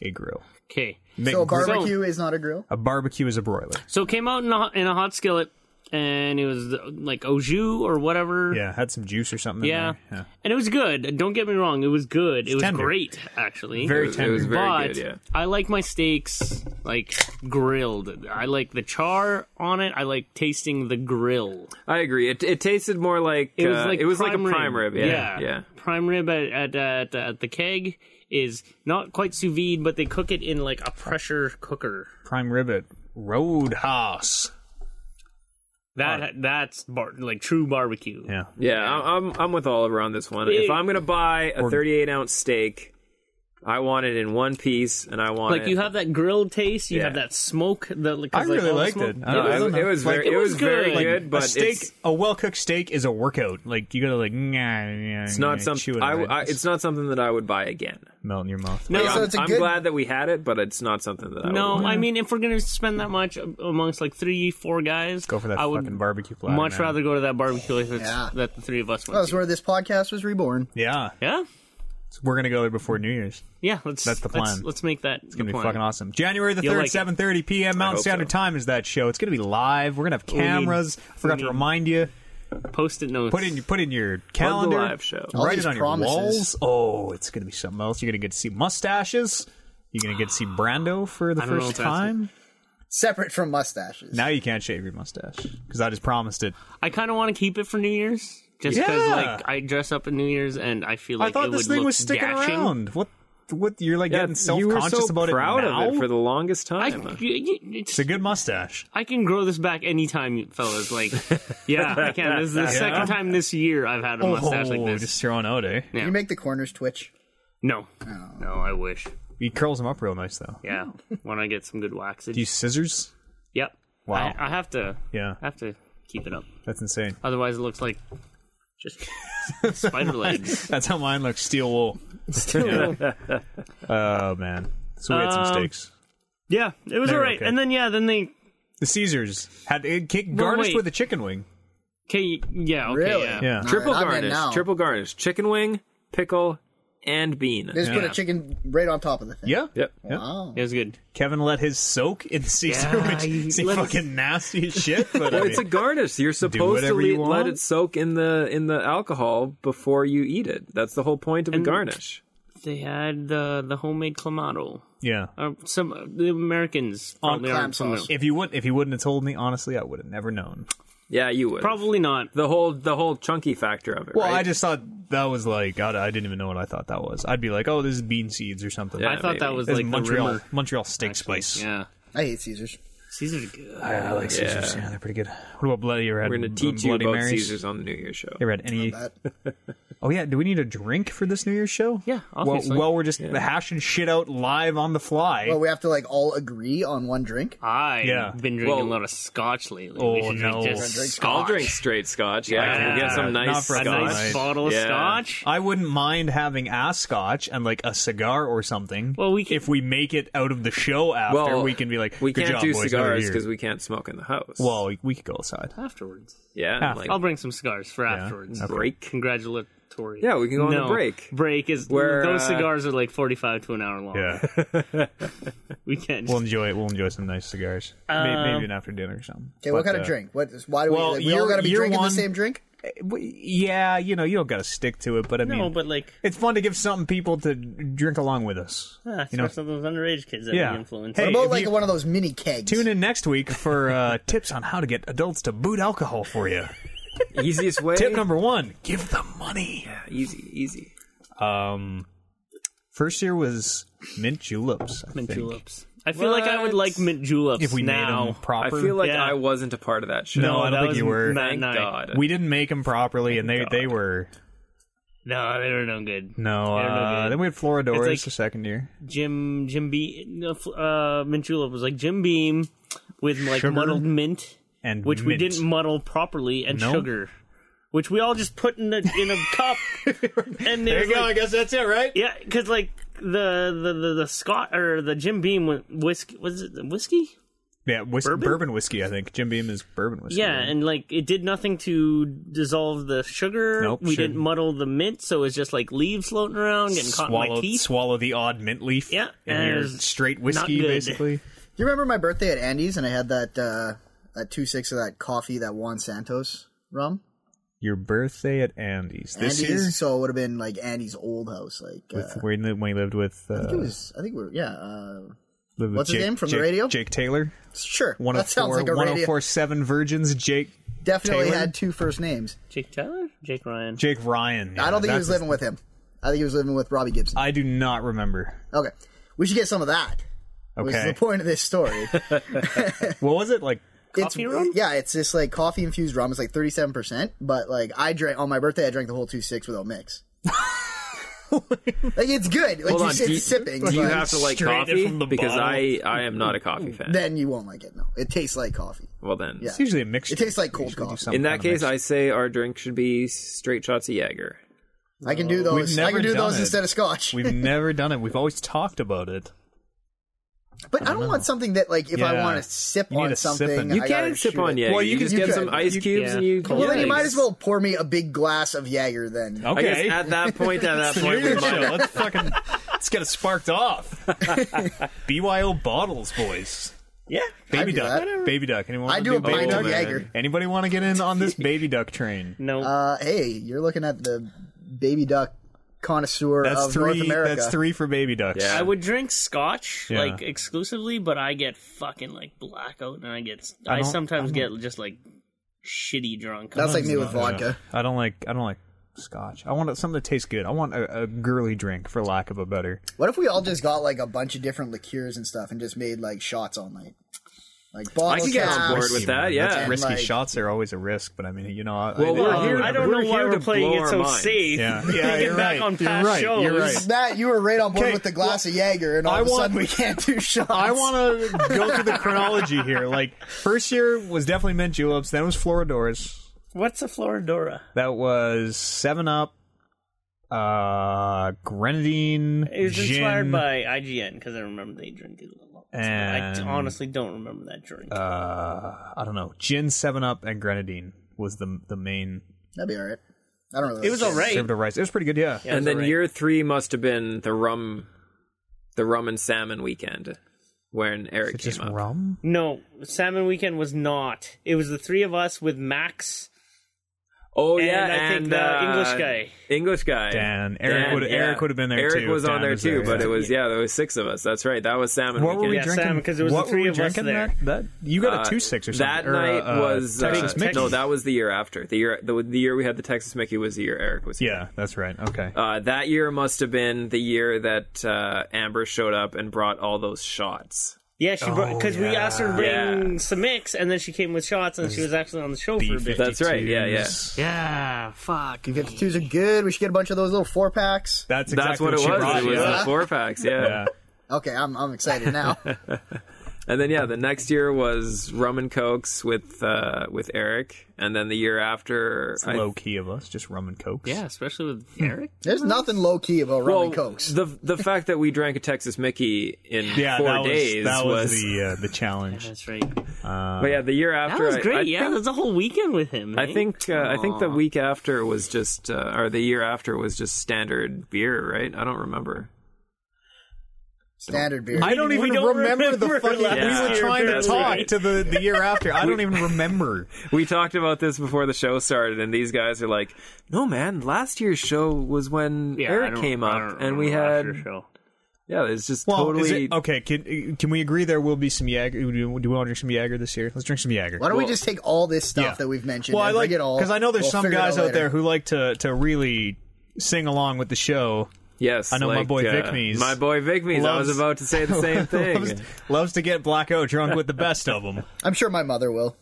Speaker 4: a grill.
Speaker 3: Okay,
Speaker 4: Make
Speaker 6: So a
Speaker 4: grill-
Speaker 6: barbecue is not a grill.
Speaker 4: a barbecue is a broiler.
Speaker 3: so it came out in a, hot- in a hot skillet, and it was like Oju or whatever.
Speaker 4: Yeah, had some juice or something. in
Speaker 3: Yeah.
Speaker 4: there.
Speaker 3: And it was good. Don't get me wrong. It was good. It was
Speaker 4: tender.
Speaker 3: great, actually.
Speaker 4: Very
Speaker 5: It was- it was
Speaker 4: tender.
Speaker 5: very
Speaker 3: but
Speaker 5: good, yeah.
Speaker 3: I like my steaks like grilled. I like the char on it. I like tasting the grill.
Speaker 5: I agree. It, it tasted more like
Speaker 3: It was
Speaker 5: uh,
Speaker 3: like
Speaker 5: it was like a prime rib. Yeah, yeah.
Speaker 3: Prime rib at at, at, at the keg is not quite sous vide, but they cook it in like a pressure cooker.
Speaker 4: Prime ribbit, roadhouse.
Speaker 3: That that's bar- like true barbecue.
Speaker 4: Yeah,
Speaker 5: Yeah, I- I'm I'm with Oliver on this one.
Speaker 3: It-
Speaker 5: if I'm gonna buy a 38 ounce steak, I want it in one piece, and I want
Speaker 3: Like
Speaker 5: it.
Speaker 3: you have that grill taste, you
Speaker 5: Yeah.
Speaker 3: have that smoke. That like, 'cause,
Speaker 4: I
Speaker 3: like,
Speaker 4: really
Speaker 3: all the
Speaker 4: liked
Speaker 3: smoke-
Speaker 4: it.
Speaker 5: No,
Speaker 4: I
Speaker 5: it,
Speaker 4: don't
Speaker 5: was,
Speaker 4: know.
Speaker 5: it was
Speaker 4: Like,
Speaker 5: very
Speaker 3: it
Speaker 5: it
Speaker 3: was
Speaker 5: was very
Speaker 3: good. Like,
Speaker 5: good, but
Speaker 4: a steak,
Speaker 5: it's,
Speaker 4: a well cooked steak is a workout. Like you gotta like,
Speaker 5: it's not something. I, I, it's not something that I would buy again.
Speaker 4: melt in your mouth.
Speaker 3: No,
Speaker 6: So
Speaker 5: I'm,
Speaker 6: it's a
Speaker 5: I'm
Speaker 6: good-
Speaker 5: glad that we had it, but it's not something that I
Speaker 3: No,
Speaker 5: would buy.
Speaker 4: Mm.
Speaker 3: I mean, if we're gonna spend that much amongst like three, four guys,
Speaker 4: Go for that
Speaker 3: I would
Speaker 4: fucking barbecue platter.
Speaker 3: much
Speaker 4: man.
Speaker 3: rather go to that barbecue if it's,
Speaker 6: Yeah.
Speaker 3: that the three of us went.
Speaker 6: That's
Speaker 3: to.
Speaker 6: where this podcast was reborn.
Speaker 4: Yeah,
Speaker 3: Yeah,
Speaker 4: So we're gonna go there before New Year's.
Speaker 3: yeah. Let's
Speaker 4: That's the
Speaker 3: Let's,
Speaker 4: plan.
Speaker 3: let's make that. It's
Speaker 4: It's gonna be fucking awesome. January the
Speaker 3: You'll
Speaker 4: third,
Speaker 3: like it.
Speaker 4: seven thirty p.m. Mountain
Speaker 5: hope
Speaker 4: Standard
Speaker 5: so.
Speaker 4: Time is that show. It's gonna be live. We're gonna have cameras. I forgot
Speaker 3: need-
Speaker 4: to remind you.
Speaker 3: Post-it notes.
Speaker 4: Put in put in your
Speaker 5: Plug
Speaker 4: calendar.
Speaker 5: the live show.
Speaker 6: All
Speaker 4: Write it
Speaker 6: these
Speaker 4: on your walls.
Speaker 6: promises.
Speaker 4: Oh, it's gonna be something else. You're gonna get to see mustaches. You're gonna get to see Brando for the
Speaker 3: I don't know
Speaker 4: first
Speaker 3: if that's-
Speaker 4: time.
Speaker 6: Separate from mustaches.
Speaker 4: Now you can't shave your mustache because I just promised it.
Speaker 3: I kind of want to keep it for New Year's, just because
Speaker 4: Yeah.
Speaker 3: like I dress up at New Year's and I feel
Speaker 4: I
Speaker 3: like
Speaker 4: thought
Speaker 3: it
Speaker 4: this
Speaker 3: would
Speaker 4: thing
Speaker 3: look
Speaker 4: was sticking
Speaker 3: dashing.
Speaker 4: around. What? What? You're like
Speaker 5: Yeah,
Speaker 4: getting self
Speaker 5: you were
Speaker 4: conscious
Speaker 5: so
Speaker 4: about
Speaker 5: proud
Speaker 4: it now.
Speaker 5: of it for the longest
Speaker 3: I,
Speaker 5: time.
Speaker 3: y- y- it's,
Speaker 4: it's a good mustache.
Speaker 3: I can grow this back anytime, fellas. Like, yeah, I can. This is the second time this year I've had a mustache like this.
Speaker 4: Oh, just throwing out, eh?
Speaker 6: You make the corners twitch.
Speaker 3: No,
Speaker 6: Oh.
Speaker 3: no, I wish.
Speaker 4: He curls them up real nice though.
Speaker 3: Yeah, when I get some good waxage.
Speaker 4: Do you scissors?
Speaker 3: Yep.
Speaker 4: Wow.
Speaker 3: I, I have to.
Speaker 4: Yeah,
Speaker 3: I have to keep it up.
Speaker 4: that's insane.
Speaker 3: Otherwise, it looks like just spider legs.
Speaker 4: That's how mine looks. Steel wool. Oh man. So we had some
Speaker 3: Um,
Speaker 4: steaks.
Speaker 3: yeah, it was
Speaker 4: They were
Speaker 3: all right.
Speaker 4: okay.
Speaker 3: And then yeah, then they.
Speaker 4: The Caesars had it kick,
Speaker 3: Well,
Speaker 4: garnished
Speaker 3: wait.
Speaker 4: with a chicken wing.
Speaker 3: Okay. Yeah. Okay.
Speaker 6: Really?
Speaker 3: Yeah.
Speaker 4: Yeah.
Speaker 6: All
Speaker 5: Triple
Speaker 6: right, I'm in
Speaker 5: garnish,
Speaker 6: now.
Speaker 5: triple garnish, chicken wing, pickle, and bean.
Speaker 6: They just put
Speaker 3: Yeah.
Speaker 6: a chicken right on top of the thing. Oh,
Speaker 4: Yeah.
Speaker 5: Yep.
Speaker 6: Wow.
Speaker 3: It was good.
Speaker 4: Kevin let his soak in Caesar,
Speaker 3: Yeah, you
Speaker 4: which seemed
Speaker 3: let us-
Speaker 4: fucking nasty as shit. But I
Speaker 5: Well, it's a
Speaker 4: mean,
Speaker 5: garnish. You're supposed to
Speaker 4: whatever you
Speaker 5: le- let
Speaker 4: want.
Speaker 5: it soak in the in the alcohol before you eat it. That's the whole point of a
Speaker 3: And-
Speaker 5: garnish.
Speaker 3: They had the the homemade clamato.
Speaker 4: yeah.
Speaker 3: Uh, some uh, the Americans probably
Speaker 6: clam
Speaker 3: aren't familiar.
Speaker 6: sauce.
Speaker 4: If you would, if you wouldn't have told me, honestly, I would have never known.
Speaker 5: Yeah, you would.
Speaker 3: Probably not.
Speaker 5: the whole the whole chunky factor of it.
Speaker 4: Well,
Speaker 5: right?
Speaker 4: I just thought that was like God, I didn't even know what I thought that was. I'd be like, oh, this is bean seeds or something.
Speaker 5: Yeah,
Speaker 3: I thought that
Speaker 5: maybe.
Speaker 3: was
Speaker 4: This is
Speaker 3: like
Speaker 4: Montreal
Speaker 3: the rimmer.
Speaker 4: Montreal steak spice.
Speaker 3: Yeah.
Speaker 6: I hate Caesars.
Speaker 3: Caesar's good.
Speaker 4: I like Caesars. Yeah. they're pretty good. What about Bloody? You ever had
Speaker 5: we're going to teach you
Speaker 4: Bloody
Speaker 5: about
Speaker 4: Marys?
Speaker 5: Caesars on the New Year's show.
Speaker 4: You ever had any?
Speaker 6: That-
Speaker 4: Oh yeah, do we need a drink for this New Year's show?
Speaker 3: Yeah,
Speaker 4: Well,
Speaker 3: obviously.
Speaker 4: well, we're just hashing shit out live on the fly.
Speaker 6: Well, we have to like all agree on one drink.
Speaker 3: I've
Speaker 4: Yeah.
Speaker 3: been drinking
Speaker 5: Well-
Speaker 3: a lot of scotch lately.
Speaker 4: Oh,
Speaker 3: we should drink
Speaker 4: no.
Speaker 3: just
Speaker 6: Drink
Speaker 3: scotch.
Speaker 5: I'll drink straight scotch. Yeah,
Speaker 3: Yeah.
Speaker 5: can we get some
Speaker 4: Not
Speaker 5: nice
Speaker 4: for a
Speaker 5: scotch.
Speaker 3: a nice
Speaker 4: Nice.
Speaker 3: bottle of
Speaker 5: Yeah.
Speaker 3: scotch.
Speaker 4: I wouldn't mind having a scotch and like a cigar or something.
Speaker 3: Well, we can-
Speaker 4: if we make it out of the show after,
Speaker 5: Well,
Speaker 4: we can be like,
Speaker 5: we
Speaker 4: good
Speaker 5: can't
Speaker 4: job,
Speaker 5: do
Speaker 4: boys,
Speaker 5: cigars because we can't smoke in the house.
Speaker 4: well, we, we could go outside.
Speaker 3: afterwards.
Speaker 5: yeah, and, like,
Speaker 3: I'll bring some cigars for afterwards.
Speaker 5: break.
Speaker 3: Congratulatory.
Speaker 5: Yeah, we can go on
Speaker 3: no,
Speaker 5: a break.
Speaker 3: Break is
Speaker 5: Where,
Speaker 3: those
Speaker 5: uh,
Speaker 3: cigars are like forty-five to an hour long.
Speaker 4: Yeah,
Speaker 3: We can't.
Speaker 4: we'll
Speaker 3: Just,
Speaker 4: enjoy it. We'll enjoy some nice cigars. Maybe,
Speaker 3: Um,
Speaker 4: maybe an after dinner or something.
Speaker 6: Okay, what
Speaker 4: But,
Speaker 6: kind
Speaker 4: uh,
Speaker 6: of drink? What? is- Why do we?
Speaker 4: well,
Speaker 6: Like, we
Speaker 4: year-
Speaker 6: all got to be
Speaker 4: year
Speaker 6: drinking
Speaker 4: one-
Speaker 6: the same drink.
Speaker 4: w- Yeah, you know, you don't got to stick to it, but I
Speaker 3: no,
Speaker 4: mean,
Speaker 3: but like,
Speaker 4: it's fun to give something people to drink along with us.
Speaker 3: ah,
Speaker 4: you know-
Speaker 3: some of those underage kids that
Speaker 4: Yeah.
Speaker 3: we influence.
Speaker 4: Hey,
Speaker 6: About
Speaker 4: if
Speaker 6: like
Speaker 4: you-
Speaker 6: one of those mini kegs.
Speaker 4: Tune in next week for uh, tips on how to get adults to boot alcohol for you.
Speaker 5: easiest way.
Speaker 4: Tip number one: give them money.
Speaker 5: easy, easy.
Speaker 4: Um, first year was mint juleps. I
Speaker 3: mint
Speaker 4: think.
Speaker 3: juleps. I feel like I
Speaker 5: What?
Speaker 3: would like mint juleps
Speaker 4: If we
Speaker 3: now.
Speaker 4: made them
Speaker 5: I
Speaker 4: proper,
Speaker 5: feel like
Speaker 3: Yeah.
Speaker 5: I wasn't a part of that show.
Speaker 4: No, I don't
Speaker 3: that
Speaker 4: think
Speaker 3: was
Speaker 4: you were.
Speaker 3: That
Speaker 5: Thank
Speaker 3: night.
Speaker 5: God.
Speaker 4: we didn't make them properly, and they they were
Speaker 3: No, they were no good.
Speaker 4: no.
Speaker 3: They're no
Speaker 4: Uh,
Speaker 3: good.
Speaker 4: then we had Floridores
Speaker 3: It's like-
Speaker 4: the second year.
Speaker 3: Jim Jim Beam no, fl- uh, mint julep was like Jim Beam with like
Speaker 4: Sugar
Speaker 3: muddled mint,
Speaker 4: and
Speaker 3: which we
Speaker 4: mint.
Speaker 3: didn't muddle properly, and
Speaker 4: No.
Speaker 3: sugar, which we all just put in a in a cup. and there
Speaker 4: guess that's it, right?
Speaker 3: Yeah, because like the, the the the Scott or the Jim Beam wh- whiskey was it whiskey?
Speaker 4: Yeah, whis- bourbon?
Speaker 3: Bourbon?
Speaker 4: whiskey. I think Jim Beam is bourbon whiskey.
Speaker 3: Yeah,
Speaker 4: right?
Speaker 3: and like it did nothing to dissolve the sugar.
Speaker 4: Nope,
Speaker 3: we
Speaker 4: sure.
Speaker 3: didn't muddle the mint, so it's just like leaves floating around getting caught in my
Speaker 4: swallow
Speaker 3: teeth.
Speaker 4: swallow the odd mint leaf.
Speaker 3: Yeah,
Speaker 4: in
Speaker 3: and it
Speaker 4: your
Speaker 3: was
Speaker 4: straight
Speaker 3: not
Speaker 4: whiskey,
Speaker 3: good.
Speaker 4: basically.
Speaker 6: Do you remember my birthday at Andy's and I had that uh, that two six of that coffee, that Juan Santos rum.
Speaker 4: Your birthday at Andy's this
Speaker 6: Andy's,
Speaker 4: year.
Speaker 6: so it would have been like Andy's old house. Like uh,
Speaker 4: With, when we lived with, uh,
Speaker 6: I think it was. I think we we're yeah. Uh,
Speaker 4: lived with
Speaker 6: what's his
Speaker 4: Jake-
Speaker 6: name from the
Speaker 4: Jake-
Speaker 6: radio?
Speaker 4: Jake Taylor.
Speaker 6: sure,
Speaker 4: One
Speaker 6: that
Speaker 4: of four,
Speaker 6: sounds like a
Speaker 4: one
Speaker 6: radio.
Speaker 4: of four seven virgins. Jake,
Speaker 6: Definitely
Speaker 4: Taylor?
Speaker 6: had two first names.
Speaker 3: Jake Tyler? Jake Ryan.
Speaker 4: Jake Ryan.
Speaker 6: I
Speaker 4: yeah,
Speaker 6: don't think he
Speaker 4: that's
Speaker 6: was
Speaker 4: his-
Speaker 6: living with him. I think he was living with Robbie Gibson.
Speaker 4: I do not remember.
Speaker 6: Okay, we should get some of that. Which is
Speaker 4: Okay,
Speaker 6: the point of this story.
Speaker 4: what was it like?
Speaker 6: it's
Speaker 3: Coffee rum?
Speaker 6: yeah, it's this like coffee infused rum. It's like thirty seven percent, but like I drank on my birthday, I drank the whole two six without mix. like it's good. Like
Speaker 5: Hold
Speaker 6: you
Speaker 5: on,
Speaker 6: sit
Speaker 5: do you-
Speaker 6: sipping.
Speaker 5: Do you
Speaker 6: but
Speaker 5: have to like
Speaker 3: Straight
Speaker 5: coffee?
Speaker 3: from the
Speaker 5: because
Speaker 3: bottle.
Speaker 5: I I am not a coffee fan.
Speaker 6: then you won't like it. No, it tastes like coffee.
Speaker 5: well then,
Speaker 6: Yeah.
Speaker 4: It's usually a mixture.
Speaker 6: It tastes like
Speaker 4: We
Speaker 6: cold
Speaker 4: usually do
Speaker 6: coffee.
Speaker 4: some
Speaker 5: in
Speaker 4: kind
Speaker 5: that
Speaker 4: of
Speaker 5: case,
Speaker 4: mix.
Speaker 5: I say our drink should be straight shots of Jaeger.
Speaker 6: I can do those. I
Speaker 4: never
Speaker 6: can do
Speaker 4: done
Speaker 6: those
Speaker 4: it.
Speaker 6: instead of scotch.
Speaker 4: we've never done it. We've always talked about it.
Speaker 6: but I don't, want something that like if I
Speaker 4: Yeah.
Speaker 6: want to sip
Speaker 4: You need
Speaker 6: on
Speaker 4: to sip
Speaker 6: something,
Speaker 4: in it.
Speaker 5: You
Speaker 6: I gotta
Speaker 5: can sip
Speaker 6: shoot
Speaker 5: on
Speaker 6: it.
Speaker 5: Jaeger.
Speaker 4: Well,
Speaker 5: Well,
Speaker 4: you
Speaker 5: you,
Speaker 4: could-
Speaker 5: just
Speaker 6: you
Speaker 5: get
Speaker 6: could.
Speaker 5: some ice
Speaker 4: You-
Speaker 5: cubes
Speaker 3: yeah.
Speaker 5: and you.
Speaker 6: Well, then you
Speaker 5: Yikes.
Speaker 6: might as well pour me a big glass of Jaeger then.
Speaker 5: I guess at that point, at that point, we
Speaker 4: Weird show.
Speaker 5: might.
Speaker 4: Let's fucking let's get it sparked off. BYO bottles, boys.
Speaker 3: Yeah.
Speaker 4: Baby
Speaker 6: do
Speaker 4: duck.
Speaker 6: that.
Speaker 4: Baby duck. Anyone?
Speaker 6: I
Speaker 4: wanna
Speaker 6: do a
Speaker 4: baby
Speaker 6: pint
Speaker 5: bowl
Speaker 6: of
Speaker 5: there.
Speaker 6: Jaeger.
Speaker 4: Anybody want to get in on this baby duck train?
Speaker 3: No.
Speaker 6: Uh, hey, you're looking at the baby duck connoisseur
Speaker 4: That's
Speaker 6: of
Speaker 4: three.
Speaker 6: North America.
Speaker 4: That's three for baby ducks.
Speaker 5: Yeah.
Speaker 3: I would drink scotch
Speaker 4: Yeah.
Speaker 3: like exclusively, but I get fucking like blackout, and I get
Speaker 4: I
Speaker 3: I,
Speaker 4: don't-
Speaker 3: sometimes get just like shitty drunk.
Speaker 6: That's like me with
Speaker 4: Yeah.
Speaker 6: vodka.
Speaker 4: I don't like. I don't like scotch. I want something that tastes good. I want a, a girly drink, for lack of a better.
Speaker 6: What if we all just got like a bunch of different liqueurs and stuff and just made like shots all night? Like bottle
Speaker 5: I can get on
Speaker 6: caps.
Speaker 5: board with that.
Speaker 4: That's
Speaker 5: Yeah.
Speaker 6: And,
Speaker 4: risky
Speaker 6: like-
Speaker 4: shots are always a risk, but I mean, you know, I,
Speaker 5: Well,
Speaker 4: I,
Speaker 5: we're
Speaker 3: Oh,
Speaker 5: here to-
Speaker 3: I don't
Speaker 5: we're
Speaker 3: know
Speaker 5: here
Speaker 3: why
Speaker 5: to
Speaker 3: we're playing
Speaker 5: blow
Speaker 3: it
Speaker 5: our
Speaker 3: so
Speaker 5: minds.
Speaker 3: safe.
Speaker 4: Yeah.
Speaker 3: Thinking
Speaker 4: Yeah, you're
Speaker 3: back
Speaker 4: right.
Speaker 3: on
Speaker 4: You're
Speaker 3: past
Speaker 4: right.
Speaker 3: shows.
Speaker 4: You're right.
Speaker 6: Matt, you were right on board
Speaker 4: Okay,
Speaker 6: with the glass of Jaeger, and all
Speaker 4: I
Speaker 6: of a
Speaker 4: want-
Speaker 6: sudden we can't do shots.
Speaker 4: I want to go through the chronology here. Like, first year was definitely mint juleps, then it was Floridors.
Speaker 3: What's a Floridora?
Speaker 4: That was Seven Up, uh, Grenadine,
Speaker 3: It was
Speaker 4: gin,
Speaker 3: inspired by IGN because I remember they drink it a lot. I d-
Speaker 4: And-
Speaker 3: honestly don't remember that drink.
Speaker 4: uh, I don't know, gin, Seven Up, and Grenadine was the the main
Speaker 6: That'd be all right. I don't really.
Speaker 3: it was
Speaker 6: like
Speaker 3: alright.
Speaker 4: served of rice. It was pretty good, yeah.
Speaker 3: Yeah,
Speaker 5: And
Speaker 3: it was
Speaker 5: then
Speaker 3: alright.
Speaker 5: year three must have been the rum, the rum and salmon weekend, when Eric
Speaker 4: It's just
Speaker 5: came up.
Speaker 4: rum.
Speaker 3: no Salmon Weekend was not. It was the three of us with Max.
Speaker 5: Oh
Speaker 3: And
Speaker 5: yeah,
Speaker 3: I think
Speaker 5: and,
Speaker 3: the
Speaker 5: uh,
Speaker 3: English guy.
Speaker 5: English guy,
Speaker 4: Dan. Eric would- Eric would have been there
Speaker 5: Eric
Speaker 4: too
Speaker 5: was
Speaker 4: if
Speaker 5: on
Speaker 4: Dan
Speaker 5: there
Speaker 4: was
Speaker 5: too,
Speaker 4: there,
Speaker 5: but
Speaker 4: yeah.
Speaker 5: it was yeah, there was six of us. That's right. That was salmon
Speaker 4: What were
Speaker 5: weekend.
Speaker 4: we
Speaker 3: Yeah,
Speaker 4: drinking?
Speaker 3: salmon, 'cause there was
Speaker 4: what
Speaker 3: the three
Speaker 4: were we
Speaker 3: of us
Speaker 4: drinking
Speaker 3: there.
Speaker 4: That, that you got
Speaker 5: Uh,
Speaker 4: a two six or something.
Speaker 5: that
Speaker 4: or,
Speaker 5: night
Speaker 4: uh,
Speaker 5: was uh,
Speaker 4: Texas Mickey.
Speaker 5: no, that was the year after the year the, the year we had the Texas Mickey was the year Eric was. here.
Speaker 4: yeah, that's right. Okay,
Speaker 5: Uh, that year must have been the year that uh, Amber showed up and brought all those shots.
Speaker 3: Yeah, she
Speaker 4: Oh,
Speaker 3: brought because we asked her to bring
Speaker 5: Yeah.
Speaker 3: some mix, and then she came with shots, and she was actually on the show for a bit.
Speaker 5: That's right, yeah, yeah.
Speaker 4: B52s.
Speaker 3: Yeah, fuck.
Speaker 6: The 52s are good. We should get a bunch of those little four packs.
Speaker 4: That's exactly
Speaker 5: That's what it
Speaker 4: she
Speaker 5: was.
Speaker 4: brought,
Speaker 5: it was the
Speaker 4: yeah.
Speaker 5: four packs. Yeah.
Speaker 4: Yeah.
Speaker 6: Okay, I'm I'm excited now.
Speaker 5: And then yeah, the next year was rum and cokes with uh, with Eric, and then the year after I-
Speaker 4: low key of us, just rum and cokes.
Speaker 3: Yeah, especially with Eric.
Speaker 6: There's nothing low key about rum
Speaker 5: well,
Speaker 6: and cokes.
Speaker 5: Oh, the the fact that we drank a Texas Mickey in
Speaker 4: yeah,
Speaker 5: four
Speaker 4: that was,
Speaker 5: days
Speaker 4: that was, the uh, the challenge.
Speaker 3: That's right.
Speaker 5: but yeah, the year
Speaker 3: That
Speaker 5: after
Speaker 3: was
Speaker 5: I-
Speaker 3: great.
Speaker 5: I
Speaker 3: yeah,
Speaker 5: think-
Speaker 3: there's a whole weekend with him.
Speaker 5: I
Speaker 3: eh?
Speaker 5: think uh, I think the week after was just uh, or the year after was just standard beer, right? I don't remember.
Speaker 6: Standard beer.
Speaker 4: I don't
Speaker 3: We
Speaker 4: even
Speaker 3: don't
Speaker 4: remember, the
Speaker 3: remember
Speaker 4: fucking.
Speaker 3: last
Speaker 4: we were
Speaker 5: year,
Speaker 4: trying to
Speaker 5: that's
Speaker 4: talk
Speaker 5: right.
Speaker 4: to the the year after. I don't even remember.
Speaker 5: We talked about this before the show started, and these guys are like, "No, man, last year's show was when
Speaker 3: Yeah, I
Speaker 5: Eric
Speaker 3: don't-
Speaker 5: came
Speaker 3: I don't
Speaker 5: up, and
Speaker 3: remember
Speaker 5: we
Speaker 3: last
Speaker 5: had
Speaker 3: year's show.
Speaker 5: yeah, it's just
Speaker 4: Well, is
Speaker 5: totally
Speaker 4: it, okay. Can can we agree there will be some Jaeger? Do we want to drink some Jaeger this year? Let's drink some Jaeger.
Speaker 6: Why don't we just take all this stuff
Speaker 4: Yeah.
Speaker 6: that we've mentioned?
Speaker 4: Well, I
Speaker 6: and
Speaker 4: like
Speaker 6: bring it all
Speaker 4: because I know there's
Speaker 6: We'll
Speaker 4: some
Speaker 6: figure it
Speaker 4: guys
Speaker 6: out
Speaker 4: out there
Speaker 6: later.
Speaker 4: who like to to really sing along with the show.
Speaker 5: yes.
Speaker 4: I know my
Speaker 5: like,
Speaker 4: boy
Speaker 5: uh,
Speaker 4: Vic Mees
Speaker 5: My boy Vic Mees. I was
Speaker 4: loves-
Speaker 5: about to say the same
Speaker 4: loves,
Speaker 5: thing.
Speaker 4: loves to get blackout drunk with the best of them.
Speaker 6: I'm sure my mother will.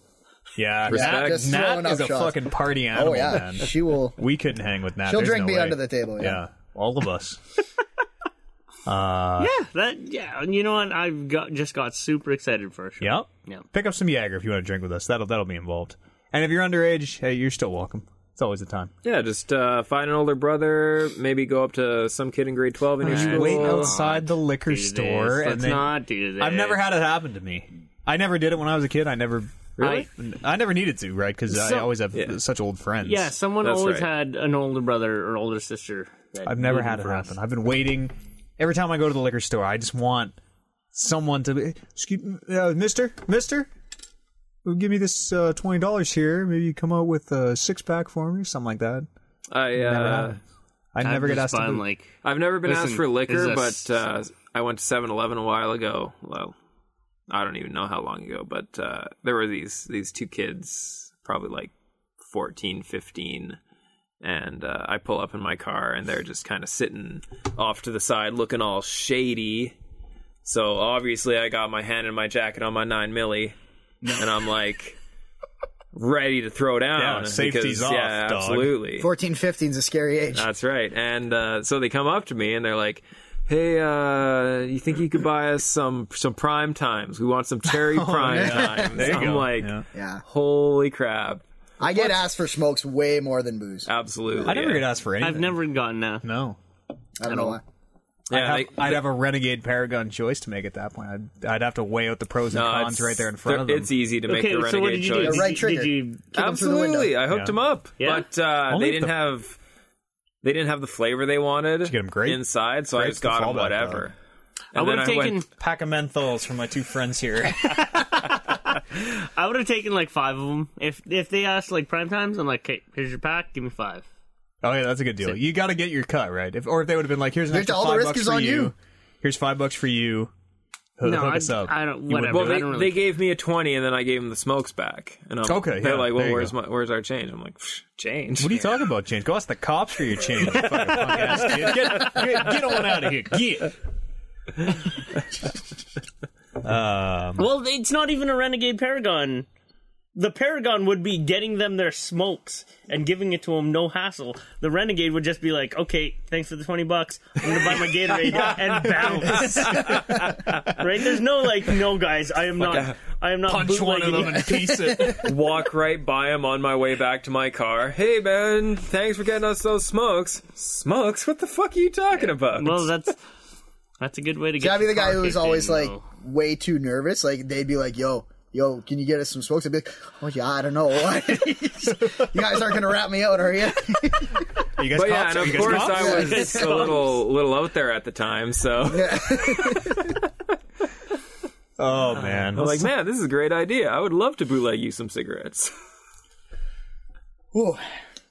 Speaker 4: Yeah,
Speaker 5: Respect.
Speaker 4: Nat,
Speaker 5: Just
Speaker 4: Nat
Speaker 6: throwing up
Speaker 4: is a
Speaker 6: shots.
Speaker 4: fucking party animal.
Speaker 6: Oh yeah,
Speaker 4: man.
Speaker 6: she will.
Speaker 4: We couldn't hang with Nat.
Speaker 6: She'll
Speaker 4: There's
Speaker 6: drink
Speaker 4: no
Speaker 6: me
Speaker 4: way.
Speaker 6: under the table. Yeah.
Speaker 4: Yeah, all of us.
Speaker 3: yeah, that yeah. And you know what? I got just got super excited for a show.
Speaker 4: Yep.
Speaker 3: Yeah.
Speaker 4: Pick up some Jaeger if you want to drink with us. That'll that'll be involved. And if you're underage, hey, you're still welcome. It's always the time.
Speaker 5: Yeah, just uh, find an older brother, maybe go up to some kid in grade 12 in your school.
Speaker 4: Wait outside the liquor
Speaker 3: Do
Speaker 4: store
Speaker 3: this.
Speaker 4: and
Speaker 3: Let's
Speaker 4: then
Speaker 3: not do this.
Speaker 4: I've never had it happen to me. I never did it when I was a kid. I never
Speaker 5: Really?
Speaker 4: I, I never needed to, right? Because I
Speaker 3: So-
Speaker 4: always have
Speaker 5: Yeah.
Speaker 4: such old friends.
Speaker 3: Yeah, someone
Speaker 5: That's
Speaker 3: always
Speaker 5: right.
Speaker 3: had an older brother or older sister. that
Speaker 4: I've never
Speaker 3: did
Speaker 4: had it
Speaker 3: for us.
Speaker 4: happen. I've been waiting. Every time I go to the liquor store, I just want someone to be, excuse, uh, Mister, Mister, well, give me this uh, twenty dollars here. Maybe you come out with a six pack for me, something like that.
Speaker 5: I uh,
Speaker 4: I never
Speaker 3: I'm
Speaker 4: get asked
Speaker 3: just
Speaker 4: to.
Speaker 3: fine,
Speaker 4: boot.
Speaker 3: like
Speaker 5: I've never been
Speaker 3: Listen,
Speaker 5: asked for liquor,
Speaker 3: is
Speaker 5: but
Speaker 3: a-
Speaker 5: uh, I went to 7-Eleven a while ago. Well, I don't even know how long ago, but uh, there were these these two kids, probably like 14, 15, and uh, I pull up in my car, and they're just kind of sitting off to the side, looking all shady. So obviously, I got my hand in my jacket on my nine milli, and I'm like. Ready to throw down.
Speaker 4: Yeah, safety's
Speaker 5: because,
Speaker 4: off,
Speaker 5: yeah,
Speaker 4: dog.
Speaker 5: absolutely.
Speaker 6: 14, 15 is a scary age.
Speaker 5: That's right. And uh, so they come up to me and they're like, "Hey, uh, you think you could buy us some some prime times? We want some cherry prime times."
Speaker 4: Oh, There you
Speaker 5: I'm
Speaker 4: go.
Speaker 5: like,
Speaker 4: Yeah.
Speaker 6: yeah.
Speaker 5: "Holy crap!
Speaker 6: I get asked for smokes way more than booze.
Speaker 5: Absolutely!"
Speaker 4: I never
Speaker 5: yeah.
Speaker 4: get asked for anything.
Speaker 3: I've never gotten that.
Speaker 4: No.
Speaker 6: I don't know why.
Speaker 5: Yeah,
Speaker 4: I'd,
Speaker 5: they-
Speaker 4: have, I'd have a renegade paragon choice to make at that point. I'd, I'd have to weigh out the pros and
Speaker 5: no,
Speaker 4: cons
Speaker 5: uh, it's-
Speaker 4: right there in front of them.
Speaker 5: It's easy to make
Speaker 3: Okay,
Speaker 5: the renegade
Speaker 3: so what did you do?
Speaker 5: choice.
Speaker 6: The right
Speaker 3: Did you-
Speaker 6: trigger.
Speaker 3: Did you
Speaker 5: Ah,
Speaker 6: Kick 'em through the window.
Speaker 5: Absolutely, I hooked
Speaker 4: Yeah.
Speaker 5: them up,
Speaker 3: Yeah.
Speaker 5: but uh,
Speaker 4: Only
Speaker 5: they
Speaker 4: if
Speaker 5: didn't
Speaker 4: the-
Speaker 5: have they didn't have the flavor they wanted.
Speaker 4: you get 'em grape?
Speaker 5: inside, so I
Speaker 4: Grapes
Speaker 5: just got
Speaker 4: can
Speaker 5: them
Speaker 4: fall back,
Speaker 5: whatever.
Speaker 3: I
Speaker 5: And
Speaker 3: would
Speaker 5: then
Speaker 3: have
Speaker 5: I went-
Speaker 3: taken.
Speaker 4: pack of menthols from my two friends here.
Speaker 3: I would have taken like five of them. If if they asked like prime times, I'm like, okay, here's your pack. Give me five.
Speaker 4: oh yeah, that's a good deal. You got to get your cut right. If, or if they would have been like, "Here's an
Speaker 6: Victor,
Speaker 4: extra
Speaker 6: all the
Speaker 4: five
Speaker 6: risk
Speaker 4: bucks
Speaker 6: is
Speaker 4: for
Speaker 6: on you.
Speaker 4: Here's five bucks for you. Ho-
Speaker 3: No,
Speaker 4: hook
Speaker 3: I-
Speaker 4: us up."
Speaker 3: I don't-
Speaker 4: You wouldn't
Speaker 3: whatever.
Speaker 5: Well,
Speaker 4: do
Speaker 5: they,
Speaker 3: I don't really-
Speaker 5: they gave me a twenty, and then I gave them the smokes back. And I'm
Speaker 4: Okay,
Speaker 5: They're
Speaker 4: yeah,
Speaker 5: like, "Well,
Speaker 4: there you
Speaker 5: where's
Speaker 4: go.
Speaker 5: my where's our change?" I'm like, "Psh, "Change."
Speaker 4: it. What are you talking about, James? Go ask the cops for your change. you fucking punk-ass kid. Get, get, get on out of here. Get.
Speaker 3: Well, it's not even a renegade paragon. The paragon would be getting them their smokes and giving it to them, no hassle. The renegade would just be like, "Okay, thanks for the twenty bucks. I'm gonna buy my Gatorade and bounce." right? There's no like, no guys, I am not. I am not bootlegging you."
Speaker 4: and piece it.
Speaker 5: walk right by him on my way back to my car. Hey, man, thanks for getting us those smokes. Smokes? What the fuck are you talking about?
Speaker 3: Well, that's that's a good way to get.
Speaker 6: I'd be the guy who
Speaker 3: was
Speaker 6: was always like way too nervous. Like they'd be like, "Yo, yo, can you get us some smokes?" I'd be like, "Oh yeah, I don't know. you guys aren't gonna wrap me out, are you?"
Speaker 4: You guys
Speaker 5: but yeah,
Speaker 4: cops?
Speaker 5: and
Speaker 4: Are
Speaker 5: of
Speaker 4: you guys
Speaker 5: course
Speaker 4: cops?
Speaker 5: I was a little little out there at the time, so
Speaker 4: Oh man,
Speaker 5: I was like, man, this is a great idea. I would love to bootleg you some cigarettes.
Speaker 6: Whew.